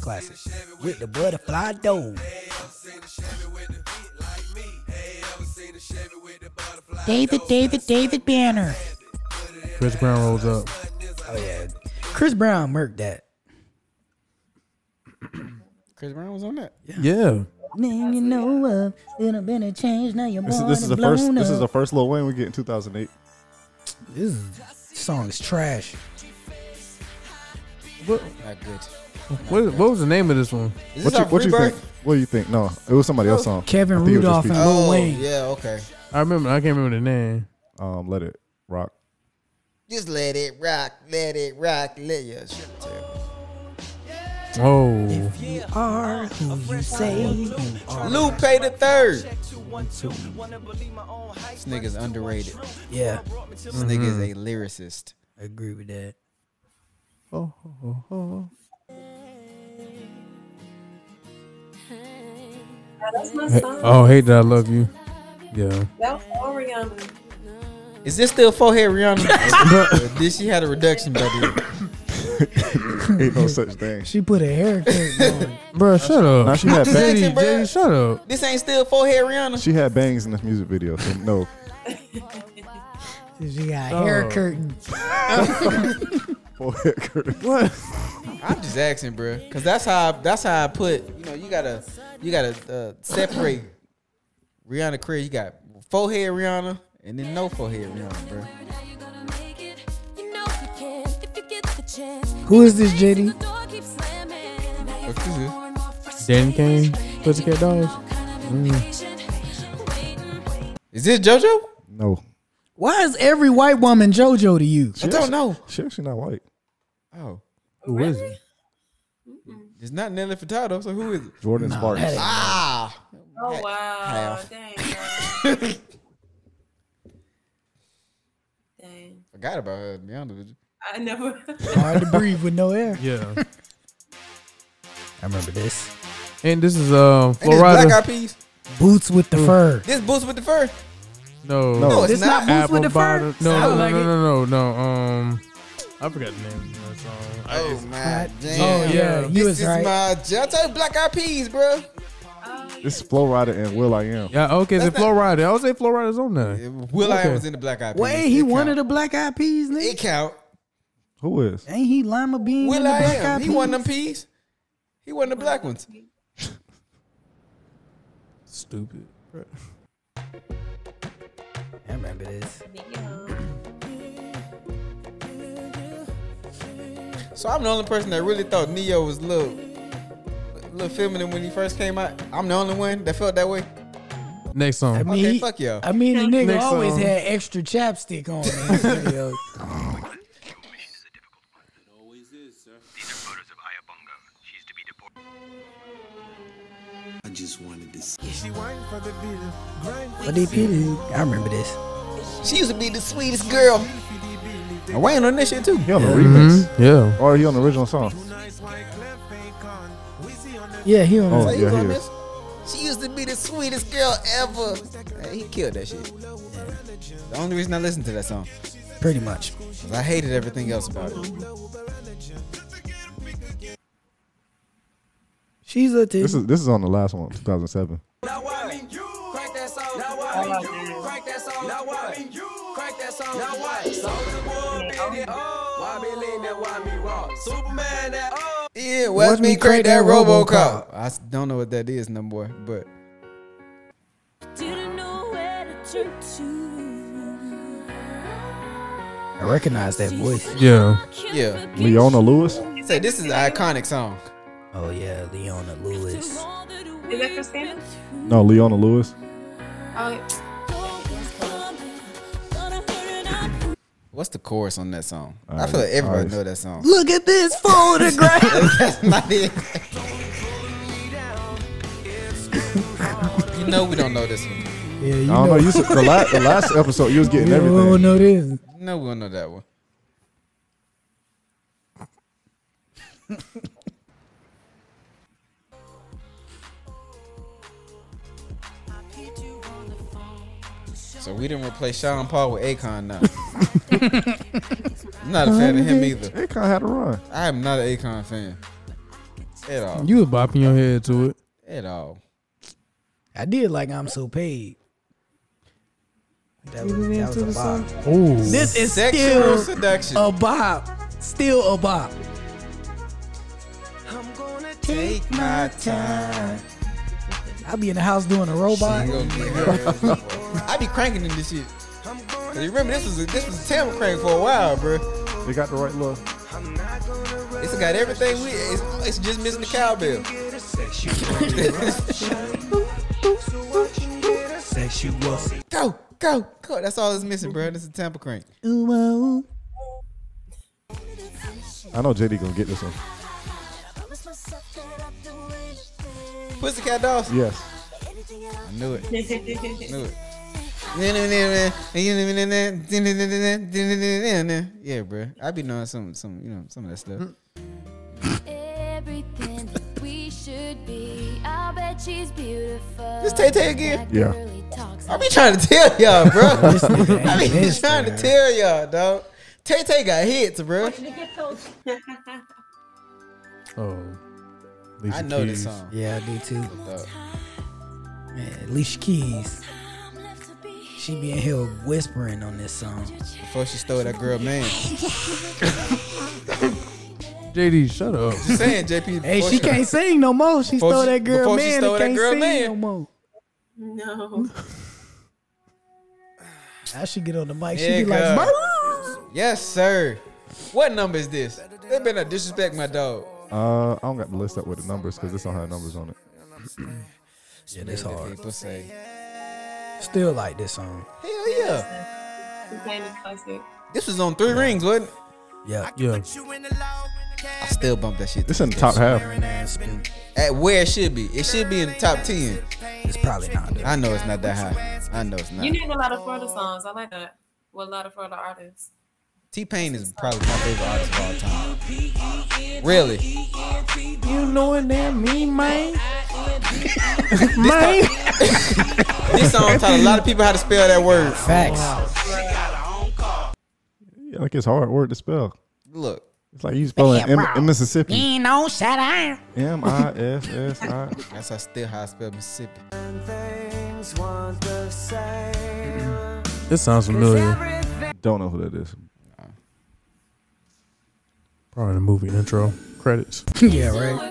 Speaker 2: classic. With the butterfly dome. David, David, David Banner.
Speaker 4: Chris Brown rolls up.
Speaker 2: Oh yeah, Chris Brown murked that.
Speaker 1: Chris Brown was on that.
Speaker 4: Yeah.
Speaker 2: Man, you know of little bit of change. Now you're
Speaker 3: This is this is the first
Speaker 2: born Oh, and blown
Speaker 3: this is the
Speaker 2: up.
Speaker 3: first Lil Wayne we get in 2008.
Speaker 2: This is- this song is trash.
Speaker 4: What,
Speaker 1: Not good.
Speaker 4: what, what was the name of this one?
Speaker 1: Is
Speaker 3: What
Speaker 1: this
Speaker 3: you,
Speaker 1: off
Speaker 3: what you think?
Speaker 1: Rebirth?
Speaker 3: What do you think? No, it was somebody else's song.
Speaker 2: Oh. Kevin
Speaker 3: I think it was
Speaker 2: Rudolph
Speaker 3: just
Speaker 2: and-
Speaker 3: Future.
Speaker 1: Oh,
Speaker 2: Wayne.
Speaker 1: yeah, okay.
Speaker 4: I remember. I can't remember the name.
Speaker 3: um, let it rock.
Speaker 1: Just let it rock, let it rock, let your shit tell.
Speaker 4: Oh.
Speaker 2: You are who you say you are.
Speaker 1: Lupe the third. This nigga's underrated.
Speaker 2: Yeah,
Speaker 1: This nigga is a lyricist.
Speaker 2: I agree with that.
Speaker 4: Oh, oh, oh.
Speaker 5: Yeah, that's my
Speaker 4: Hey-
Speaker 5: song.
Speaker 4: oh, hate that I love you. Yeah.
Speaker 5: That was all Rihanna.
Speaker 1: Is this still forehead Rihanna? Or Did she had a reduction by the
Speaker 3: Ain't no such thing.
Speaker 2: She put a haircut on.
Speaker 4: Bro, shut up.
Speaker 3: Now she had bangs.
Speaker 4: Jay,
Speaker 1: Jackson, bruh.
Speaker 4: Jay, shut up.
Speaker 1: This ain't still forehead Rihanna.
Speaker 3: She had bangs in this music video. So no,
Speaker 2: She got a
Speaker 4: Oh.
Speaker 2: hair curtain.
Speaker 3: forehead curtain. What?
Speaker 1: I'm just asking, bro, because that's how that's how I put. You know, you gotta you gotta uh, separate Rihanna career. You got forehead Rihanna and then no forehead Rihanna, bro.
Speaker 2: Who is this, JD?
Speaker 1: What is this?
Speaker 4: Dan Kane, Pussycat Dolls. Mm.
Speaker 1: Is this JoJo?
Speaker 3: No,
Speaker 2: Why is every white woman JoJo to you?
Speaker 1: I don't know.
Speaker 3: she actually not white.
Speaker 1: Oh,
Speaker 4: Who is it?
Speaker 1: it's not Nelly Furtado. So who is it?
Speaker 3: Jordan Sparks.
Speaker 1: Ah,
Speaker 5: Oh wow!
Speaker 1: half.
Speaker 5: Dang. Dang.
Speaker 1: forgot about her. To be honest with you.
Speaker 5: I never.
Speaker 2: Hard to breathe with no air.
Speaker 4: Yeah.
Speaker 2: I remember this.
Speaker 4: And this is um
Speaker 1: And this Black
Speaker 4: Florida.
Speaker 1: Eyed Peas.
Speaker 2: Boots with the fur.
Speaker 1: This Boots with the fur.
Speaker 4: No.
Speaker 1: No,
Speaker 3: No.
Speaker 1: it's
Speaker 2: Oh. This not
Speaker 1: not.
Speaker 2: Boots with the
Speaker 4: bottom.
Speaker 2: fur.
Speaker 4: No,
Speaker 2: Sound
Speaker 4: no,
Speaker 2: like
Speaker 4: no,
Speaker 2: it.
Speaker 4: no, no, no. Um, I forgot the name of that song. I-
Speaker 1: Oh
Speaker 4: it's-
Speaker 1: my
Speaker 2: Oh
Speaker 1: damn.
Speaker 2: yeah,
Speaker 4: Yeah.
Speaker 2: you
Speaker 1: This
Speaker 2: was
Speaker 1: is
Speaker 2: right.
Speaker 1: my. I tell you, Black Eyed Peas, bro.
Speaker 3: This is Flo Rida and Will I Am.
Speaker 4: Yeah. oh, Okay. Is it Flow Rider? I would say Flow Rider's on there.
Speaker 1: Will I
Speaker 4: Okay.
Speaker 1: was in the Black Eyed Peas.
Speaker 2: Wait, he
Speaker 1: It
Speaker 2: one of
Speaker 1: count.
Speaker 2: the black eyed peas,
Speaker 1: It
Speaker 2: nigga.
Speaker 1: count.
Speaker 3: Who is?
Speaker 2: Ain't he Lima Bean? in
Speaker 1: Will
Speaker 2: the
Speaker 1: I
Speaker 2: black
Speaker 1: am.
Speaker 2: Eyed
Speaker 1: He won them
Speaker 2: Peas?
Speaker 1: peas. He won the black ones.
Speaker 4: Stupid.
Speaker 2: I remember this.
Speaker 1: So I'm the only person that really thought Neo was little, little feminine when he first came out. I'm the only one that felt that way.
Speaker 4: Next
Speaker 2: I
Speaker 4: song.
Speaker 2: mean,
Speaker 1: Okay,
Speaker 2: he-
Speaker 1: fuck y'all.
Speaker 2: I mean, the nigga
Speaker 4: Next
Speaker 2: always
Speaker 4: song.
Speaker 2: had extra chapstick on. in his video.
Speaker 9: I just wanted to
Speaker 2: What did he do? I remember this.
Speaker 1: She used to be the sweetest girl. I Wayne on this shit too.
Speaker 3: He on the
Speaker 4: Mm-hmm.
Speaker 3: remix
Speaker 4: Yeah.
Speaker 3: or he on the original song?
Speaker 2: Yeah, he on.
Speaker 3: Oh
Speaker 1: So
Speaker 2: this.
Speaker 1: he was
Speaker 3: yeah,
Speaker 1: on
Speaker 3: he
Speaker 1: this.
Speaker 3: is.
Speaker 1: She used to be the sweetest girl ever. Man, he killed that shit. The only reason I listened to that song
Speaker 2: Pretty much.
Speaker 1: was I hated everything else about it.
Speaker 2: She's a titty.
Speaker 3: This is this is on the last one, 2007.
Speaker 1: Yeah, Watch me crank that RoboCop. I s- don't know what that is no more, but
Speaker 8: Didn't know where to turn to.
Speaker 2: I recognize that voice.
Speaker 4: Yeah.
Speaker 1: Yeah.
Speaker 3: Leona Lewis.
Speaker 1: He said this is an iconic song.
Speaker 2: Oh yeah, Leona Lewis.
Speaker 5: Is that Christina?
Speaker 3: No, Leona Lewis.
Speaker 5: Oh,
Speaker 1: What's the chorus on that song? I
Speaker 3: Alright,
Speaker 1: feel like everybody
Speaker 3: alright.
Speaker 1: know that song.
Speaker 2: Look at this photograph.
Speaker 1: That's not it. you know we don't know this one.
Speaker 4: Yeah, you
Speaker 3: I don't know. You said, the, la- the last episode, you was getting
Speaker 4: Yeah,
Speaker 3: everything.
Speaker 4: we don't know this.
Speaker 1: You know we don't know that one. So we didn't replace Sean Paul with Akon now. I'm not a fan of him either.
Speaker 3: It kind of had a run.
Speaker 1: I am not an Akon fan. At all.
Speaker 4: You was bopping your head to it.
Speaker 1: At all.
Speaker 2: I did like I'm so paid. That was, that was a bop.
Speaker 4: Oh,
Speaker 2: This is
Speaker 1: Sexual
Speaker 2: still
Speaker 1: seduction.
Speaker 2: a bop. Still a bop.
Speaker 1: Take my time.
Speaker 2: I be in the house doing a robot.
Speaker 1: I be cranking in this shit. 'Cause You remember this was a, this was a Tamil crank for a while, bro.
Speaker 3: They got the right look.
Speaker 1: It's got everything we. It's, it's just missing the cowbell.
Speaker 2: Sexual.
Speaker 1: Go, go, go. That's all it's missing, bro. This is a Tampa crank.
Speaker 3: I know JD gonna get this one.
Speaker 1: Pussycat dolls.
Speaker 3: Yes.
Speaker 1: I knew it. knew it. Yeah, bro. I be knowing some, some, you know, some of that stuff.
Speaker 10: Everything that we should be. I'll bet she's beautiful.
Speaker 1: This Tay Tay again?
Speaker 10: That
Speaker 3: Yeah.
Speaker 10: girly talks
Speaker 1: I be trying to tell y'all, bro. I be
Speaker 2: Yes,
Speaker 1: trying to
Speaker 2: man.
Speaker 1: tell y'all, dog. Tay Tay got hits, bro.
Speaker 4: oh.
Speaker 1: I know this song.
Speaker 2: Yeah, I do too.
Speaker 1: dog.
Speaker 2: Man, Alicia Keys. She be in here whispering on this song.
Speaker 1: Before she stole that girl, man.
Speaker 4: JD, shut up.
Speaker 1: Just saying, JP.
Speaker 2: Hey,
Speaker 1: before
Speaker 2: she can't sing no more. She
Speaker 1: Before
Speaker 2: stole
Speaker 1: she-
Speaker 2: that girl
Speaker 1: before she
Speaker 2: man.
Speaker 1: stole
Speaker 2: and
Speaker 1: that
Speaker 2: can't
Speaker 1: girl
Speaker 2: sing
Speaker 1: man.
Speaker 2: no more.
Speaker 5: no.
Speaker 2: Now she get on the mic. She
Speaker 1: Yeah,
Speaker 2: be like,
Speaker 1: God.
Speaker 2: "Brrr."
Speaker 1: Yes, sir. What number is this? They better disrespect my dog.
Speaker 3: Uh, I don't got the list up with the numbers because this don't have numbers on it.
Speaker 2: yeah, this hard.
Speaker 1: People say,
Speaker 2: Still like this song.
Speaker 1: hell yeah.
Speaker 5: She's playing the classic.
Speaker 1: This was on Three Rings, wasn't it?
Speaker 2: Yeah,
Speaker 4: Yeah.
Speaker 1: I still bump that shit.
Speaker 3: It's in the top half.
Speaker 1: At where it should be. It should be in the top 10.
Speaker 2: it's probably not. Though.
Speaker 1: I know it's not that high. I know it's not.
Speaker 5: You named a lot of Florida songs. I like that. Well, a lot of Florida artists.
Speaker 1: T Pain is probably my favorite artist of all time. Really?
Speaker 4: You know what that mean, man? man.
Speaker 1: This song taught a lot of people how to spell that word.
Speaker 2: Facts.
Speaker 3: Yeah, like it's hard word to spell.
Speaker 1: Look,
Speaker 3: It's like you spelling M in Mississippi.
Speaker 2: You know, shut up.
Speaker 3: M I S S I.
Speaker 1: that's how still how I spell Mississippi.
Speaker 4: This sounds familiar.
Speaker 3: Don't know who that is.
Speaker 4: Probably the movie intro credits.
Speaker 2: yeah, right.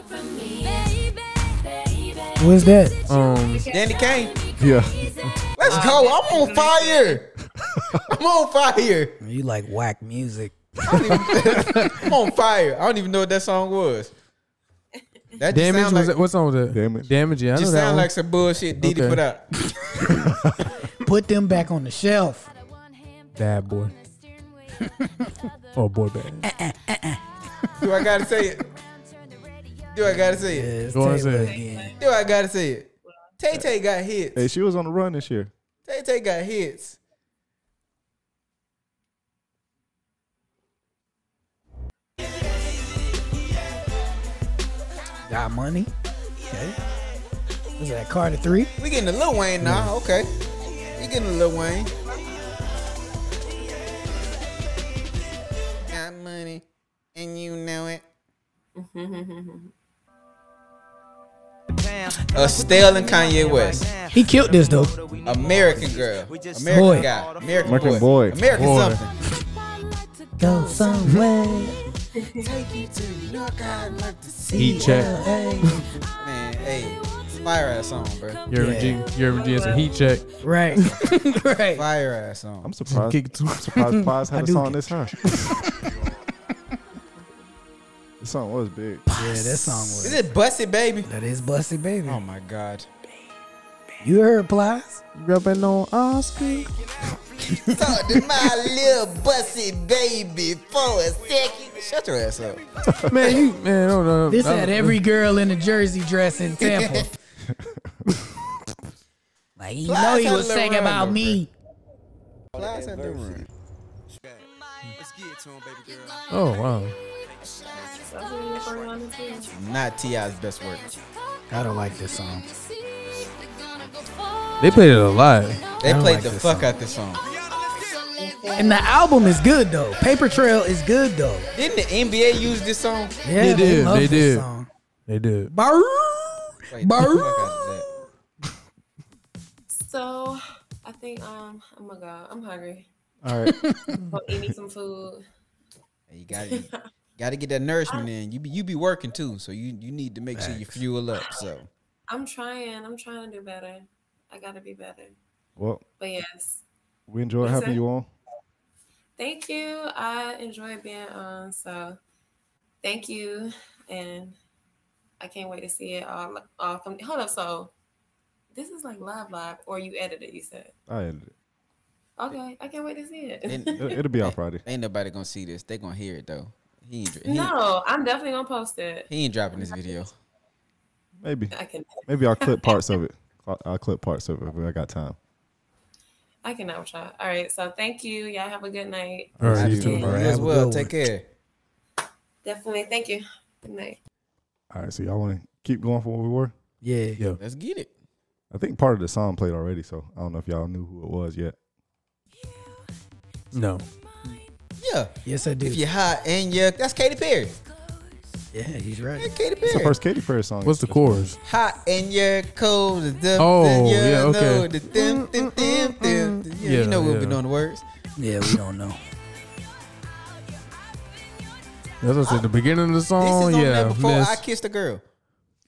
Speaker 2: What's that?
Speaker 4: Um,
Speaker 1: Danny Kane,
Speaker 3: Yeah.
Speaker 1: let's go. I'm on fire. I'm on fire.
Speaker 2: You like whack music?
Speaker 1: I'm on fire. I don't even know what that song was. That just
Speaker 4: damage
Speaker 1: sound like,
Speaker 4: was that, what song was that?
Speaker 3: Damage.
Speaker 4: Damage. Yeah, I know
Speaker 1: just
Speaker 4: that
Speaker 1: sound
Speaker 4: one.
Speaker 1: like some bullshit Diddy
Speaker 4: Okay.
Speaker 1: put out.
Speaker 2: Put them back on the shelf.
Speaker 4: Bad boy. oh boy,
Speaker 1: Uh,
Speaker 4: bad.
Speaker 1: Do I gotta say it? Do I gotta say it?
Speaker 2: It's
Speaker 4: Go on,
Speaker 2: Taylor
Speaker 4: say it.
Speaker 2: again.
Speaker 1: Do I gotta say it? Tay Tay got hits.
Speaker 3: Hey, she was on the run this year.
Speaker 1: Tay Tay got hits.
Speaker 2: Got money. Okay. Is that Carter three?
Speaker 1: We getting a Lil Wayne now. Okay, we getting a Lil Wayne. Got money, and you know it. Estelle Uh, and Kanye West,
Speaker 2: He killed this though.
Speaker 1: American girl, American
Speaker 2: Boy.
Speaker 1: guy, American,
Speaker 3: American
Speaker 1: boy,
Speaker 3: boy.
Speaker 1: American
Speaker 4: Boy.
Speaker 1: something.
Speaker 2: Go somewhere.
Speaker 1: Take you to New York, I'd like to see
Speaker 4: Heat check.
Speaker 1: Man, hey, fire ass song, bro.
Speaker 4: Yervin G, Yervin G, is a heat check.
Speaker 2: Right. right.
Speaker 1: Fire ass song.
Speaker 3: I'm surprised.
Speaker 4: Kick two.
Speaker 3: I'm surprised Plies
Speaker 2: I
Speaker 3: had a
Speaker 2: do
Speaker 3: song
Speaker 2: get
Speaker 3: this high. the song was big.
Speaker 2: Yeah, that song was.
Speaker 1: Is it Busted Baby?
Speaker 2: That is Busted Baby.
Speaker 1: Oh my god.
Speaker 2: You heard Plies?
Speaker 4: Rubbing on all speed.
Speaker 1: Talk to my little busted baby for a second. Shut your ass up.
Speaker 4: Man, you man, no, no.
Speaker 2: This had
Speaker 1: uh,
Speaker 2: every girl in a jersey dress in Tampa. like, you know
Speaker 1: Plies
Speaker 2: he
Speaker 1: had
Speaker 2: was
Speaker 1: a
Speaker 2: singing
Speaker 1: little
Speaker 2: about
Speaker 1: run
Speaker 2: me.
Speaker 1: Plies had the room.
Speaker 4: Oh wow.
Speaker 1: Not T.I.'s best work.
Speaker 2: I don't like this song.
Speaker 4: They played it a lot.
Speaker 1: They
Speaker 2: don't
Speaker 1: played
Speaker 2: like
Speaker 1: the
Speaker 2: this
Speaker 1: fuck
Speaker 2: song.
Speaker 1: out this song.
Speaker 2: And the album is good though. Paper Trail is good though.
Speaker 1: Didn't the NBA use this song?
Speaker 2: Yeah,
Speaker 4: They did,
Speaker 2: love
Speaker 4: they
Speaker 2: this
Speaker 4: did.
Speaker 2: Song.
Speaker 4: They did.
Speaker 2: Baroo,
Speaker 1: Wait, the fuck
Speaker 2: baroo.
Speaker 1: out of that.
Speaker 5: So I think um oh my god, I'm hungry.
Speaker 3: All right.
Speaker 5: Go eat me some food.
Speaker 1: Hey, You gotta, you gotta get that nourishment in. You be, you be working too, so you, you need to make sure you fuel up. So
Speaker 5: I'm trying. I'm trying to do better. I gotta be better.
Speaker 3: Well,
Speaker 5: But yes,
Speaker 3: we enjoy
Speaker 5: What's
Speaker 3: having
Speaker 5: that?
Speaker 3: you on.
Speaker 5: thank you. I enjoy being on. So thank you, and I can't wait to see it all. all from, hold up. So this is like live, live, or you edited it? You said.
Speaker 3: I ended it.
Speaker 5: Okay, I can't wait to see it.
Speaker 1: ain't,
Speaker 3: It'll- It'll be out Friday.
Speaker 1: ain't nobody gonna see this. They gonna hear it though. He ain't, dr- he, ain't-
Speaker 5: no, I'm definitely gonna post it.
Speaker 1: he ain't dropping this video.
Speaker 3: Maybe.
Speaker 5: I can.
Speaker 3: Maybe I'll clip parts of it. I'll, I'll clip parts of it if I got time.
Speaker 5: I cannot try. All right. So thank you. Y'all have a good night.
Speaker 4: All right, you
Speaker 1: You
Speaker 4: too, bro.
Speaker 1: as
Speaker 2: a
Speaker 1: well.
Speaker 2: good
Speaker 1: Take care.
Speaker 5: Definitely. Thank you. Good night.
Speaker 3: All right. So y'all want to keep going for what we were?
Speaker 2: Yeah.
Speaker 4: Yeah.
Speaker 1: Let's get it.
Speaker 3: I think part of the song played already, so I don't know if y'all knew who it was yet.
Speaker 4: No.
Speaker 1: Yeah.
Speaker 2: Yes, I do.
Speaker 1: If you're hot and you that's Katy Perry.
Speaker 2: Yeah, he's right.
Speaker 1: That's Katy Perry.
Speaker 3: It's the first Katy Perry song.
Speaker 4: What's the chorus?
Speaker 1: hot and you're cold. The dum,
Speaker 4: Oh,
Speaker 1: you
Speaker 4: yeah, okay.
Speaker 1: know, the dum, dum, dum, dum, dum. Yeah,
Speaker 4: Yeah,
Speaker 1: you know we'll be
Speaker 4: yeah.
Speaker 1: doing the words.
Speaker 2: Yeah, we don't know.
Speaker 4: That's what I said. The beginning of the
Speaker 1: This is
Speaker 4: song.
Speaker 1: on
Speaker 4: Oh, yeah.
Speaker 1: there before
Speaker 4: miss.
Speaker 1: I kissed a girl.
Speaker 3: It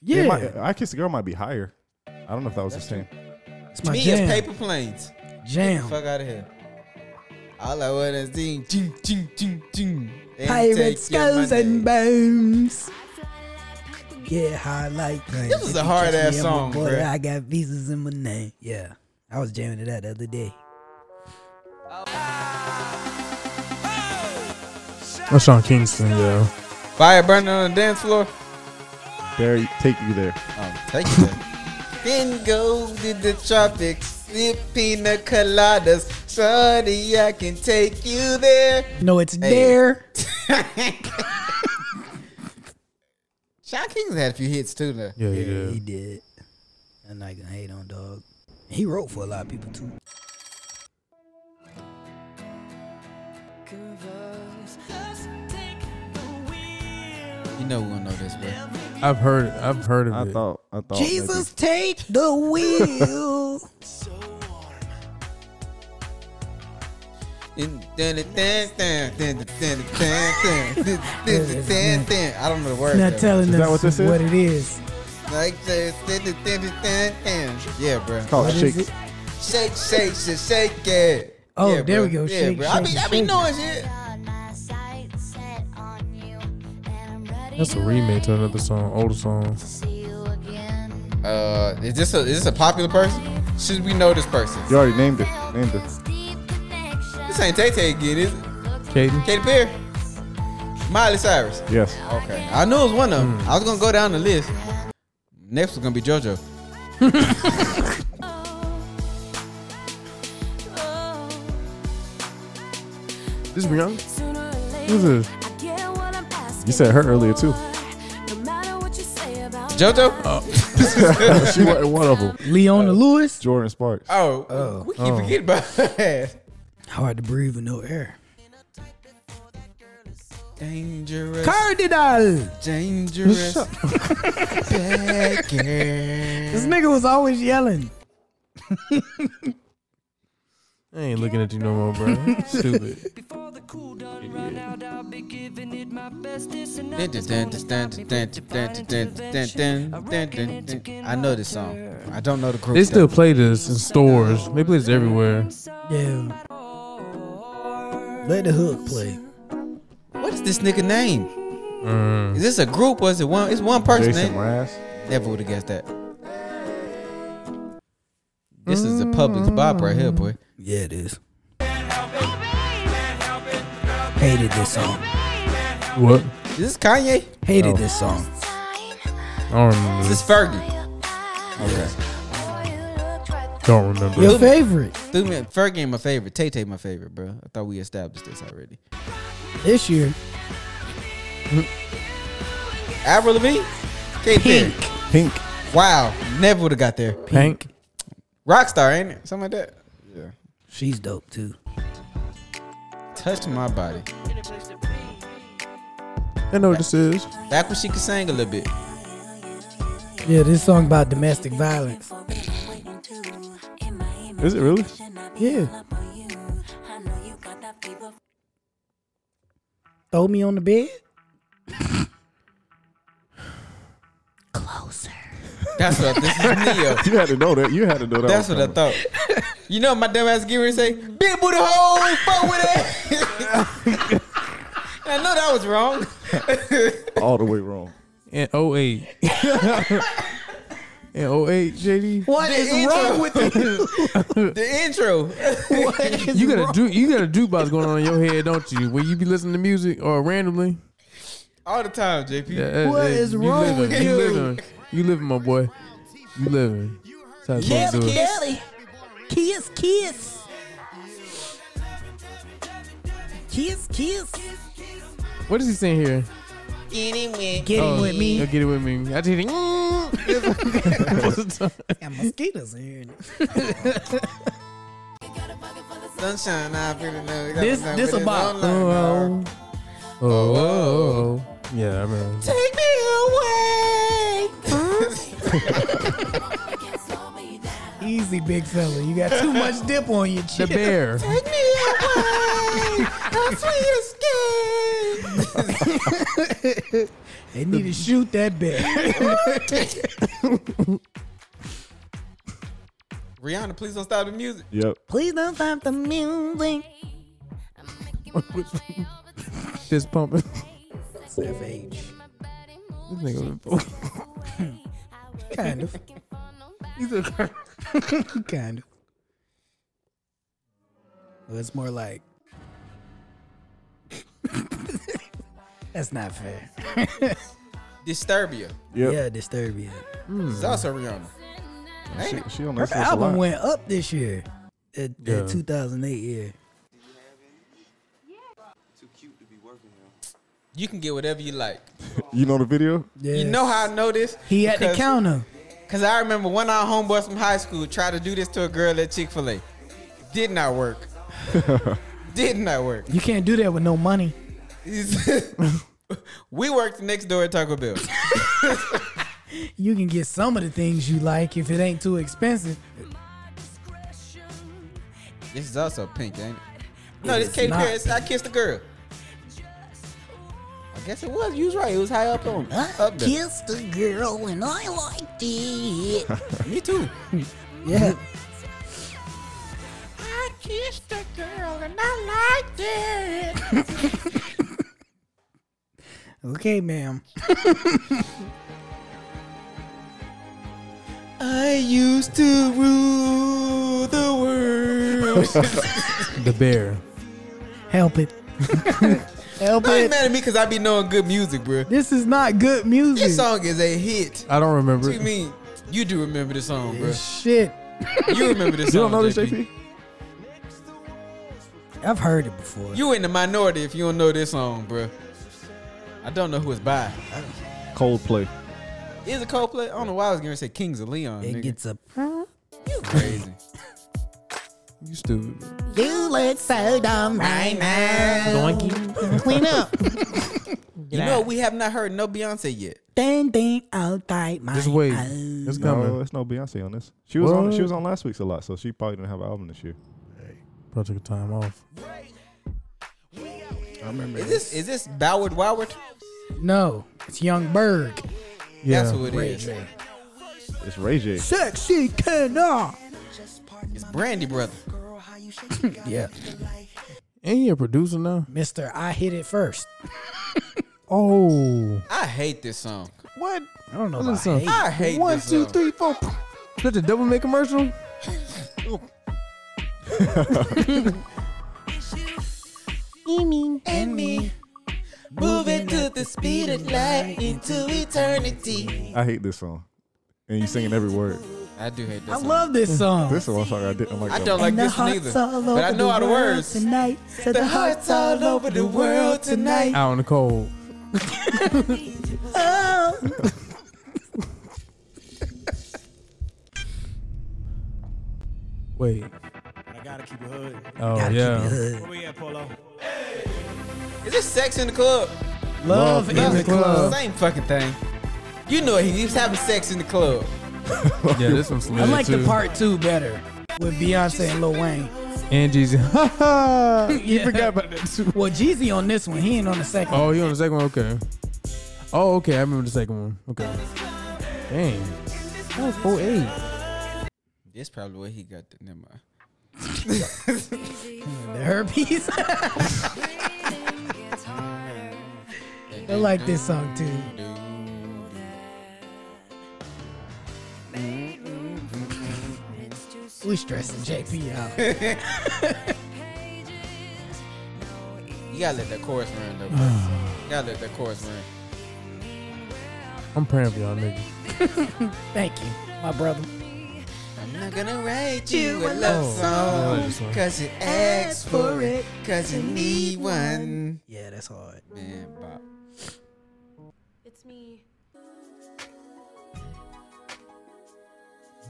Speaker 2: Yeah,
Speaker 3: might- I Kiss the Girl might be higher. I don't know if that was the same.
Speaker 2: it's
Speaker 1: To
Speaker 2: my
Speaker 1: me,
Speaker 2: jam.
Speaker 1: it's paper planes.
Speaker 2: jam.
Speaker 1: Fuck out of here. All I want is ding, ding, ding, ding, ding. And
Speaker 2: Pirate
Speaker 1: take your
Speaker 2: skulls and
Speaker 1: money.
Speaker 2: bones. Yeah, I like things.
Speaker 1: This was
Speaker 2: If
Speaker 1: a
Speaker 2: you
Speaker 1: hard
Speaker 2: catch
Speaker 1: ass
Speaker 2: me, I'm a
Speaker 1: song,
Speaker 2: boy,
Speaker 1: bruh.
Speaker 2: I got visas in my name. Yeah, I was jamming to that the other day.
Speaker 4: That's Oh, Sean Kingston, yo.
Speaker 1: Fire burning on the dance floor.
Speaker 3: Barry, take you there.
Speaker 1: Oh, thank you. then go to the tropics, sip pina coladas. Sorry, I can take you there.
Speaker 2: No, it's
Speaker 1: Hey.
Speaker 2: there.
Speaker 1: Sean Kingston had a few hits too, though.
Speaker 4: Yeah, he
Speaker 2: He
Speaker 4: did.
Speaker 2: did. I'm not gonna hate on dog. He wrote for a lot of people too.
Speaker 1: You know we don't know this, bro.
Speaker 4: I've heard it. I've heard of
Speaker 3: I
Speaker 4: it.
Speaker 3: thought. I thought. maybe-
Speaker 2: Jesus, take the wheel.
Speaker 1: I don't know the word.
Speaker 2: not telling
Speaker 3: Is
Speaker 2: us
Speaker 3: that what this is?
Speaker 2: what it is.
Speaker 1: Like this. Yeah, bro.
Speaker 3: It's called
Speaker 2: What
Speaker 3: Shake.
Speaker 2: is it?
Speaker 1: Shake, shake, shake, shake it.
Speaker 2: Oh,
Speaker 1: yeah,
Speaker 2: there
Speaker 1: bro.
Speaker 2: we go.
Speaker 1: Yeah,
Speaker 2: Shake,
Speaker 1: bro. I be,
Speaker 2: shake,
Speaker 1: I be
Speaker 2: shake.
Speaker 1: knowing shit.
Speaker 4: That's a remake to another song, older song.
Speaker 1: Uh, is this a is this a popular person? Should we know this person?
Speaker 3: You already named it. Named it.
Speaker 1: This ain't Tay Tay again, is it?
Speaker 4: Caden.
Speaker 1: Katy Perry, Miley Cyrus.
Speaker 3: Yes.
Speaker 1: Okay, I knew it was one of them. I was gonna go down the list. Next was gonna be JoJo.
Speaker 4: This Rihanna. Who's this?
Speaker 3: You said her earlier too.
Speaker 1: JoJo?
Speaker 3: she wasn't one of them.
Speaker 2: Leona Lewis.
Speaker 3: Jordan Sparks.
Speaker 1: Oh, we keep forgetting about her.
Speaker 2: Hard to breathe with no air.
Speaker 1: Dangerous,
Speaker 2: Cardinal.
Speaker 1: dangerous.
Speaker 2: This nigga was always yelling.
Speaker 4: I ain't looking at you no more, bro. Stupid.
Speaker 11: been giving it my best. This and
Speaker 1: Dun, dun,
Speaker 11: nothing's
Speaker 1: dun,
Speaker 11: gonna
Speaker 1: dun,
Speaker 11: stop me but
Speaker 1: dun, dun,
Speaker 11: divine
Speaker 1: dun, dun, dun,
Speaker 11: intervention. I
Speaker 1: dun, dun,
Speaker 11: reckon
Speaker 1: dun,
Speaker 11: it's a
Speaker 1: dun. I know this song. I don't know the group.
Speaker 4: They still
Speaker 1: though.
Speaker 4: play this in stores. They play this everywhere.
Speaker 2: Yeah. Let the hook play.
Speaker 1: What is this nigga name? Is this a group or is it one? It's one person.
Speaker 3: Jason
Speaker 1: ain't it?
Speaker 3: Mraz?
Speaker 1: Never would have guessed that. This is a Publix bop right here, boy.
Speaker 2: Yeah, it is. Hated this song.
Speaker 4: What?
Speaker 1: Is this Kanye?
Speaker 2: Hated this song.
Speaker 4: I don't remember.
Speaker 1: Is this
Speaker 4: This.
Speaker 1: Fergie?
Speaker 2: Okay.
Speaker 4: Don't remember.
Speaker 2: Your favorite
Speaker 1: Threw me- Fergie ain't my favorite. Tay Tay my favorite, bro. I thought we established this already.
Speaker 2: this year?
Speaker 1: Avril Lavigne? Tay Tay.
Speaker 2: Pink.
Speaker 3: Pink.
Speaker 1: Wow. Never would have got there.
Speaker 4: Pink.
Speaker 1: Rockstar, ain't it? Something like that. Yeah.
Speaker 2: She's dope too.
Speaker 1: Touched my body.
Speaker 4: I know what this is.
Speaker 1: Back when she could sing a little bit.
Speaker 2: Yeah, this song about domestic violence.
Speaker 3: Is it really?
Speaker 2: Yeah. Throw me on the bed. Closer.
Speaker 1: That's what this is Neo.
Speaker 3: You had to know that. You had to know that.
Speaker 1: That's
Speaker 3: was
Speaker 1: what I
Speaker 3: coming.
Speaker 1: thought. You know, my dumb ass gear say, "Big booty hole, fuck with it." I know that was wrong.
Speaker 3: All the way wrong.
Speaker 4: In 08. In 08, JD.
Speaker 2: What is wrong with you?
Speaker 1: The intro.
Speaker 2: What is
Speaker 4: You got
Speaker 2: wrong?
Speaker 4: a ju- you got a jukebox going on in your head, don't you? Where you be listening to music or randomly?
Speaker 1: All the time, JP.
Speaker 4: Yeah,
Speaker 2: What
Speaker 4: yeah,
Speaker 2: is wrong
Speaker 4: living,
Speaker 2: with
Speaker 4: you?
Speaker 2: you?
Speaker 4: Living, you living, my boy. You living. That's how it's supposed to do it.
Speaker 2: Kelly. Kiss, kiss. Kiss, kiss.
Speaker 4: What is he saying here?
Speaker 2: Getting with
Speaker 4: Go
Speaker 2: me.
Speaker 4: get it with me. I just hear the-
Speaker 2: And mosquitoes in.
Speaker 1: Sunshine, I really know.
Speaker 2: This- this a bop.
Speaker 4: oh, oh, oh, oh. Yeah, I remember.
Speaker 1: Take me away.
Speaker 2: Easy, big fella. You got too much dip on your
Speaker 4: The
Speaker 2: chin.
Speaker 4: bear.
Speaker 1: Take me away. That's sweet escape.
Speaker 2: They need to shoot that bear.
Speaker 1: Rihanna, please don't stop the music.
Speaker 3: Yep.
Speaker 2: Please don't stop the music.
Speaker 4: Fist pumping.
Speaker 2: FH.
Speaker 4: This nigga.
Speaker 2: Kind of.
Speaker 4: He's a
Speaker 2: kind of. Well, it's more like. That's not fair.
Speaker 1: Disturbia.
Speaker 3: Yep.
Speaker 2: Yeah, Disturbia.
Speaker 1: It's also Rihanna.
Speaker 3: She, she on
Speaker 2: Her
Speaker 3: this list a
Speaker 2: album
Speaker 3: lot.
Speaker 2: went up this year, that,
Speaker 4: Yeah.
Speaker 2: that 2008 year.
Speaker 1: You can get whatever you like.
Speaker 3: You know the video?
Speaker 2: Yeah.
Speaker 1: You know how I know this?
Speaker 2: he had the
Speaker 1: Because-
Speaker 2: counter.
Speaker 1: Cause I remember one of our homeboys from high school tried to do this to a girl at Chick Fil A. Did not work. Did not work.
Speaker 2: You can't do that with no money.
Speaker 1: we worked next door at Taco Bell.
Speaker 2: You can get some of the things you like if it ain't too expensive.
Speaker 1: This is also pink, ain't it? No, this
Speaker 2: It's
Speaker 1: Katy
Speaker 2: not.
Speaker 1: Perry. it's I kissed a girl. I guess it was. You was right. It was high up on up there.
Speaker 2: kissed a girl and I liked it.
Speaker 1: Me too.
Speaker 2: yeah.
Speaker 1: I kissed a girl and I liked it.
Speaker 2: Okay, ma'am.
Speaker 1: I used to rule the world.
Speaker 4: the bear.
Speaker 2: Help it. Help
Speaker 1: I ain't
Speaker 2: it.
Speaker 1: mad at me because I be knowing good music, bro.
Speaker 2: This is not good music.
Speaker 1: This song is a hit.
Speaker 4: I don't remember.
Speaker 1: What you mean? You do remember this song, bro.
Speaker 2: Shit.
Speaker 1: You remember this
Speaker 3: You
Speaker 1: song.
Speaker 3: don't know this,
Speaker 1: JP.
Speaker 3: JP?
Speaker 2: I've heard it before.
Speaker 1: You in the minority if you don't know this song, bro. I don't know who it's by.
Speaker 3: Coldplay.
Speaker 1: Is it Coldplay? I don't know why I was gonna say Kings of Leon.
Speaker 2: it
Speaker 1: nigga.
Speaker 2: gets up.
Speaker 1: you crazy.
Speaker 4: You stupid.
Speaker 2: You look so dumb right now.
Speaker 4: Donkey.
Speaker 2: Clean up.
Speaker 1: you know we have not heard no Beyonce yet.
Speaker 2: Ding ding outside my
Speaker 4: Just wait.
Speaker 2: own.
Speaker 4: It's coming.
Speaker 3: No, it's no Beyonce on this. She was on. She
Speaker 4: What?
Speaker 3: was on last week's a lot, so she probably didn't have an album this year.
Speaker 4: Probably took a time off.
Speaker 2: I remember
Speaker 1: Is this is this Boward Woward?
Speaker 2: No, it's Young Berg.
Speaker 1: That's who it is.
Speaker 3: It's Ray J.
Speaker 2: Sexy cannot.
Speaker 1: It's Brandy brother.
Speaker 2: yeah.
Speaker 4: Ain't he a producer now?
Speaker 2: Mister, I hit it first.
Speaker 4: Oh.
Speaker 1: I hate this song.
Speaker 4: What?
Speaker 2: I don't know
Speaker 4: Listen, son.
Speaker 2: about hate.
Speaker 1: I hate
Speaker 4: One,
Speaker 1: this
Speaker 4: two,
Speaker 1: song.
Speaker 4: three, four. Is that the double man commercial?
Speaker 1: And me moving to the speed of light into eternity.
Speaker 3: I hate this song. And you singing every word.
Speaker 1: I do hate this
Speaker 2: I
Speaker 1: song.
Speaker 2: love this song.
Speaker 3: This is one song I didn't like.
Speaker 1: I
Speaker 3: that
Speaker 1: don't
Speaker 3: much.
Speaker 1: like this one either. But I know all the words.
Speaker 2: tonight. Said
Speaker 1: The heart's all over the world tonight.
Speaker 4: Out in the cold.
Speaker 2: Oh,
Speaker 4: Wait.
Speaker 12: I gotta keep it hood.
Speaker 4: Oh
Speaker 2: Gotta keep it
Speaker 4: yeah.
Speaker 2: hood.
Speaker 12: Where we at, Polo?
Speaker 1: Is this sex in the club?
Speaker 2: Love in the club.
Speaker 1: Same fucking thing. You know he, he's having sex in the club.
Speaker 4: Yeah, this one's
Speaker 2: I like the part two better with Beyonce and Lil Wayne.
Speaker 4: And Jeezy.
Speaker 2: You forgot about that too. Well, Jeezy on this one. He ain't on the second.
Speaker 4: oh, you on the second one? Okay. Oh, okay. I remember the second one. Okay. Dang. That was four eight.
Speaker 1: This probably where he got the never mind.
Speaker 2: The herpes. I like this song too.
Speaker 1: Mm-hmm.
Speaker 2: We stressing JP out.
Speaker 1: You gotta let that chorus run though. bro. you gotta let that chorus run.
Speaker 4: I'm praying for y'all niggas.
Speaker 2: Thank you, my brother.
Speaker 1: I'm not gonna write you a love
Speaker 4: I like
Speaker 1: song
Speaker 4: this one.
Speaker 1: Cause you asked for it Cause you need one
Speaker 2: Yeah, that's hard.
Speaker 1: Man, bop.
Speaker 10: It's me.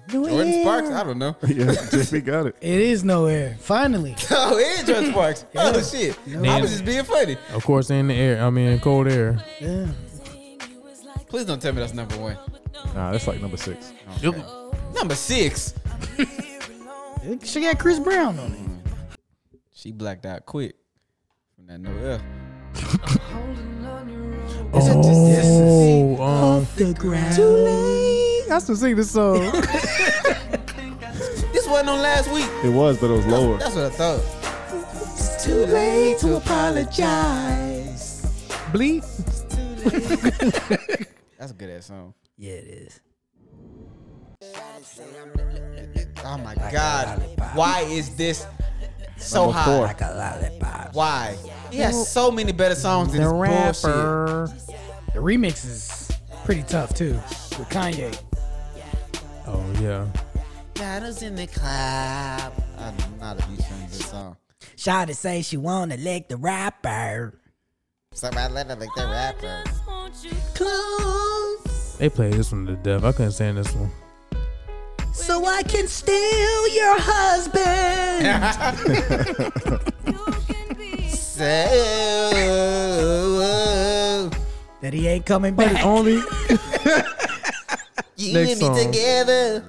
Speaker 1: Jordan Sparks? I don't know
Speaker 3: yeah, JP got it.
Speaker 2: It is nowhere. Finally.
Speaker 1: Oh, it is Jordan Sparks Oh shit I was
Speaker 4: Damn.
Speaker 1: just being funny
Speaker 4: Of course, in the air. I mean, cold air.
Speaker 2: Yeah.
Speaker 1: Please don't tell me that's number one
Speaker 3: Nah, that's like number six.
Speaker 1: Number six
Speaker 2: She got Chris Brown on it.
Speaker 1: She blacked out quick From that no L
Speaker 4: Oh, um,
Speaker 2: The ground.
Speaker 4: I still sing this song.
Speaker 1: This wasn't on last week
Speaker 3: It was, but it was lower.
Speaker 1: That's what I thought It's too late to apologize
Speaker 4: Bleep.
Speaker 1: That's a good ass song
Speaker 2: Yeah, it is.
Speaker 1: Oh my god Why is this so
Speaker 3: Number
Speaker 1: high
Speaker 3: four.
Speaker 2: Like a lollipop.
Speaker 1: Why? He has so many better songs than this bullshit.
Speaker 2: The remix is pretty tough too with Kanye.
Speaker 4: Oh yeah.
Speaker 1: Battles in the club. I'm not a huge fan of this song.
Speaker 2: Shawty say she wanna lick the rapper.
Speaker 1: Somebody let her like that rapper.
Speaker 2: Close,
Speaker 4: They played this one to death. I couldn't stand this one.
Speaker 2: so I can steal your husband.
Speaker 1: So
Speaker 2: that he ain't coming
Speaker 4: But it's
Speaker 2: back.
Speaker 4: only
Speaker 1: you
Speaker 4: Next
Speaker 1: and
Speaker 4: song.
Speaker 1: me together.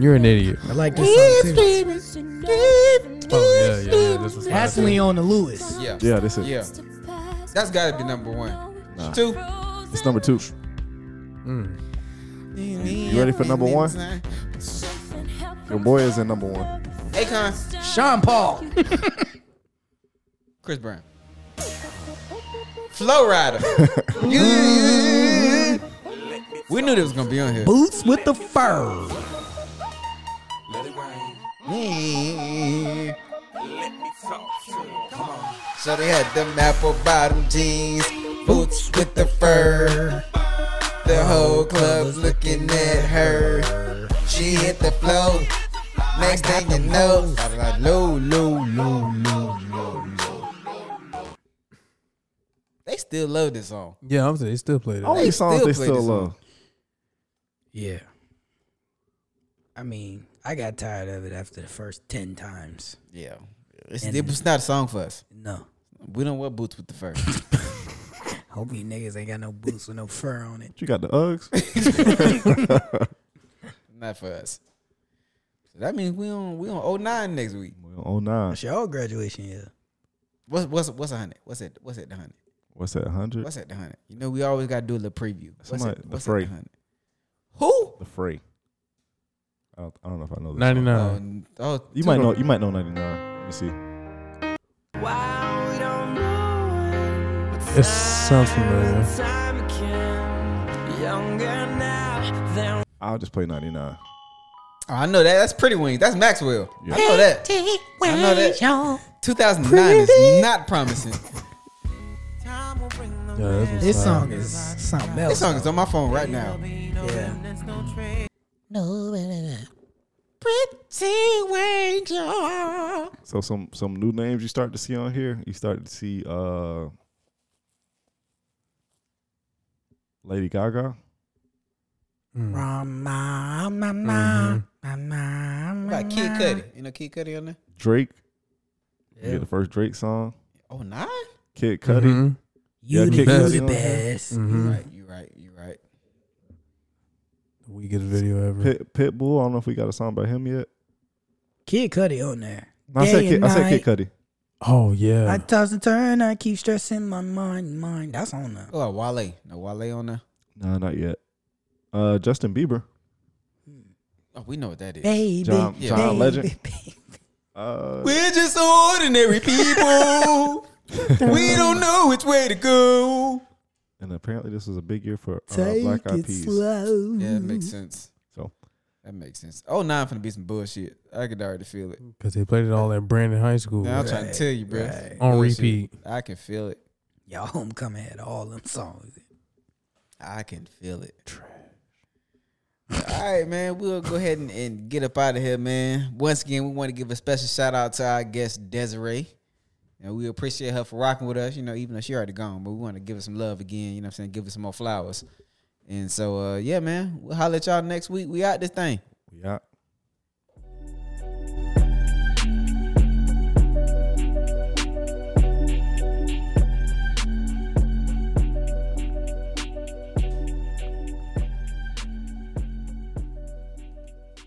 Speaker 4: you're an idiot.
Speaker 2: I like this song too.
Speaker 4: Oh yeah, yeah. yeah. This was
Speaker 2: That's
Speaker 4: me.
Speaker 2: Leona Lewis.
Speaker 1: Yeah.
Speaker 3: Yeah, this is.
Speaker 1: Yeah. That's gotta be number one. Two.
Speaker 3: It's number two.
Speaker 4: Mm.
Speaker 3: You ready for number one? Your boy is in number one.
Speaker 1: Akon.
Speaker 2: Sean Paul.
Speaker 1: Chris Brown. Flow Rider. Yeah. we knew this was gonna be on here.
Speaker 2: Boots with the fur.
Speaker 1: So they had them apple bottom jeans, boots with the fur. The whole club's looking at her. She hit the floor. Next thing you know, low, low, low, low, low, low. They still love this song.
Speaker 4: Yeah, I'm saying they still played it.
Speaker 2: Oh.
Speaker 3: All these songs
Speaker 1: still
Speaker 3: they
Speaker 1: play
Speaker 3: still
Speaker 1: this song.
Speaker 3: love.
Speaker 2: Yeah. I mean, I got tired of it after the first ten times.
Speaker 1: Yeah, it's, it was not a song for us.
Speaker 2: No.
Speaker 1: We don't wear boots with the fur.
Speaker 2: Hope you niggas ain't got no boots with no fur on it.
Speaker 3: You got the Uggs.
Speaker 1: not for us. So that means we on we on 09 next week.
Speaker 3: We on 09.
Speaker 2: It's your graduation year.
Speaker 1: What's what's what's a hundred? What's it? What's it? The hundred.
Speaker 3: What's that? Hundred.
Speaker 1: What's at the hundred? You know, we always got to do a little preview. What's
Speaker 3: Somebody,
Speaker 1: at,
Speaker 3: the
Speaker 1: what's at
Speaker 3: fray.
Speaker 1: the hundred? Who?
Speaker 3: The fray. I don't, I don't know if I know this.
Speaker 4: 99.
Speaker 1: Oh, oh,
Speaker 3: you
Speaker 1: two
Speaker 3: might
Speaker 1: of
Speaker 3: know.
Speaker 1: them.
Speaker 3: You might know ninety nine. Let me see.
Speaker 4: It sounds familiar.
Speaker 3: I'll just play ninety nine.
Speaker 1: Oh, I know that. That's Pretty Wings. That's Maxwell. I know that. I know that. 2009 is not promising.
Speaker 2: This song is something else.
Speaker 1: This song is on my phone right now. Yeah.
Speaker 2: No,
Speaker 1: Pretty Wings.
Speaker 3: So some some new names you start to see on here. You start to see uh Lady Gaga.
Speaker 4: Mm.
Speaker 2: Mm-hmm.
Speaker 1: About Kid Cudi. You know Kid Cudi on there?
Speaker 3: Drake. You get the first Drake song.
Speaker 1: Oh, nine?
Speaker 3: Kid Cudi.
Speaker 2: Mm-hmm.
Speaker 4: Mhm.
Speaker 3: Yeah,
Speaker 2: You the
Speaker 3: Kid
Speaker 2: best.
Speaker 3: Cudi on here. Mm-hmm.
Speaker 1: You're
Speaker 4: Mhm.
Speaker 1: right. You're right. You're right.
Speaker 4: We get a video ever.
Speaker 3: Pit, Pitbull. I don't know if we got a song by him yet.
Speaker 2: Kid Cudi on there.
Speaker 3: No, I said
Speaker 2: Day
Speaker 3: Kid,
Speaker 2: and
Speaker 3: I said
Speaker 2: night.
Speaker 3: Kid Cudi.
Speaker 4: Oh yeah.
Speaker 2: I toss and turn, I keep stressing my mind, mind. That's on there.
Speaker 1: Oh, Wale. No Wale on there.
Speaker 3: No, not yet. Uh, Justin Bieber.
Speaker 1: Oh, we know what that is.
Speaker 2: Baby,
Speaker 3: John-
Speaker 2: baby,
Speaker 3: John Legend.
Speaker 2: baby.
Speaker 3: Uh,
Speaker 1: We're just ordinary people. we don't know which way to go.
Speaker 3: and apparently this was a big year for uh,
Speaker 2: Take
Speaker 3: Black Eyed
Speaker 2: it
Speaker 3: Peas.
Speaker 2: slow.
Speaker 1: Yeah, it makes sense.
Speaker 3: So
Speaker 1: That makes sense. Oh, nine finna be some bullshit. I could already feel it.
Speaker 4: Because they played it all at Brandon High School.
Speaker 1: Now I'm trying to tell you, bro.
Speaker 2: right.
Speaker 4: On
Speaker 1: Bullshit.
Speaker 4: repeat.
Speaker 1: I can feel it.
Speaker 2: Y'all homecoming had all them songs.
Speaker 1: I can feel it. All right, man. We'll go ahead and, and get up out of here, man. Once again, we want to give a special shout out to our guest Desiree. And we appreciate her for rocking with us, you know, even though she already gone, but we want to give her some love again, you know what I'm saying? Give her some more flowers. And so uh yeah, man, we'll holler at y'all next week. We out this thing.
Speaker 3: we out.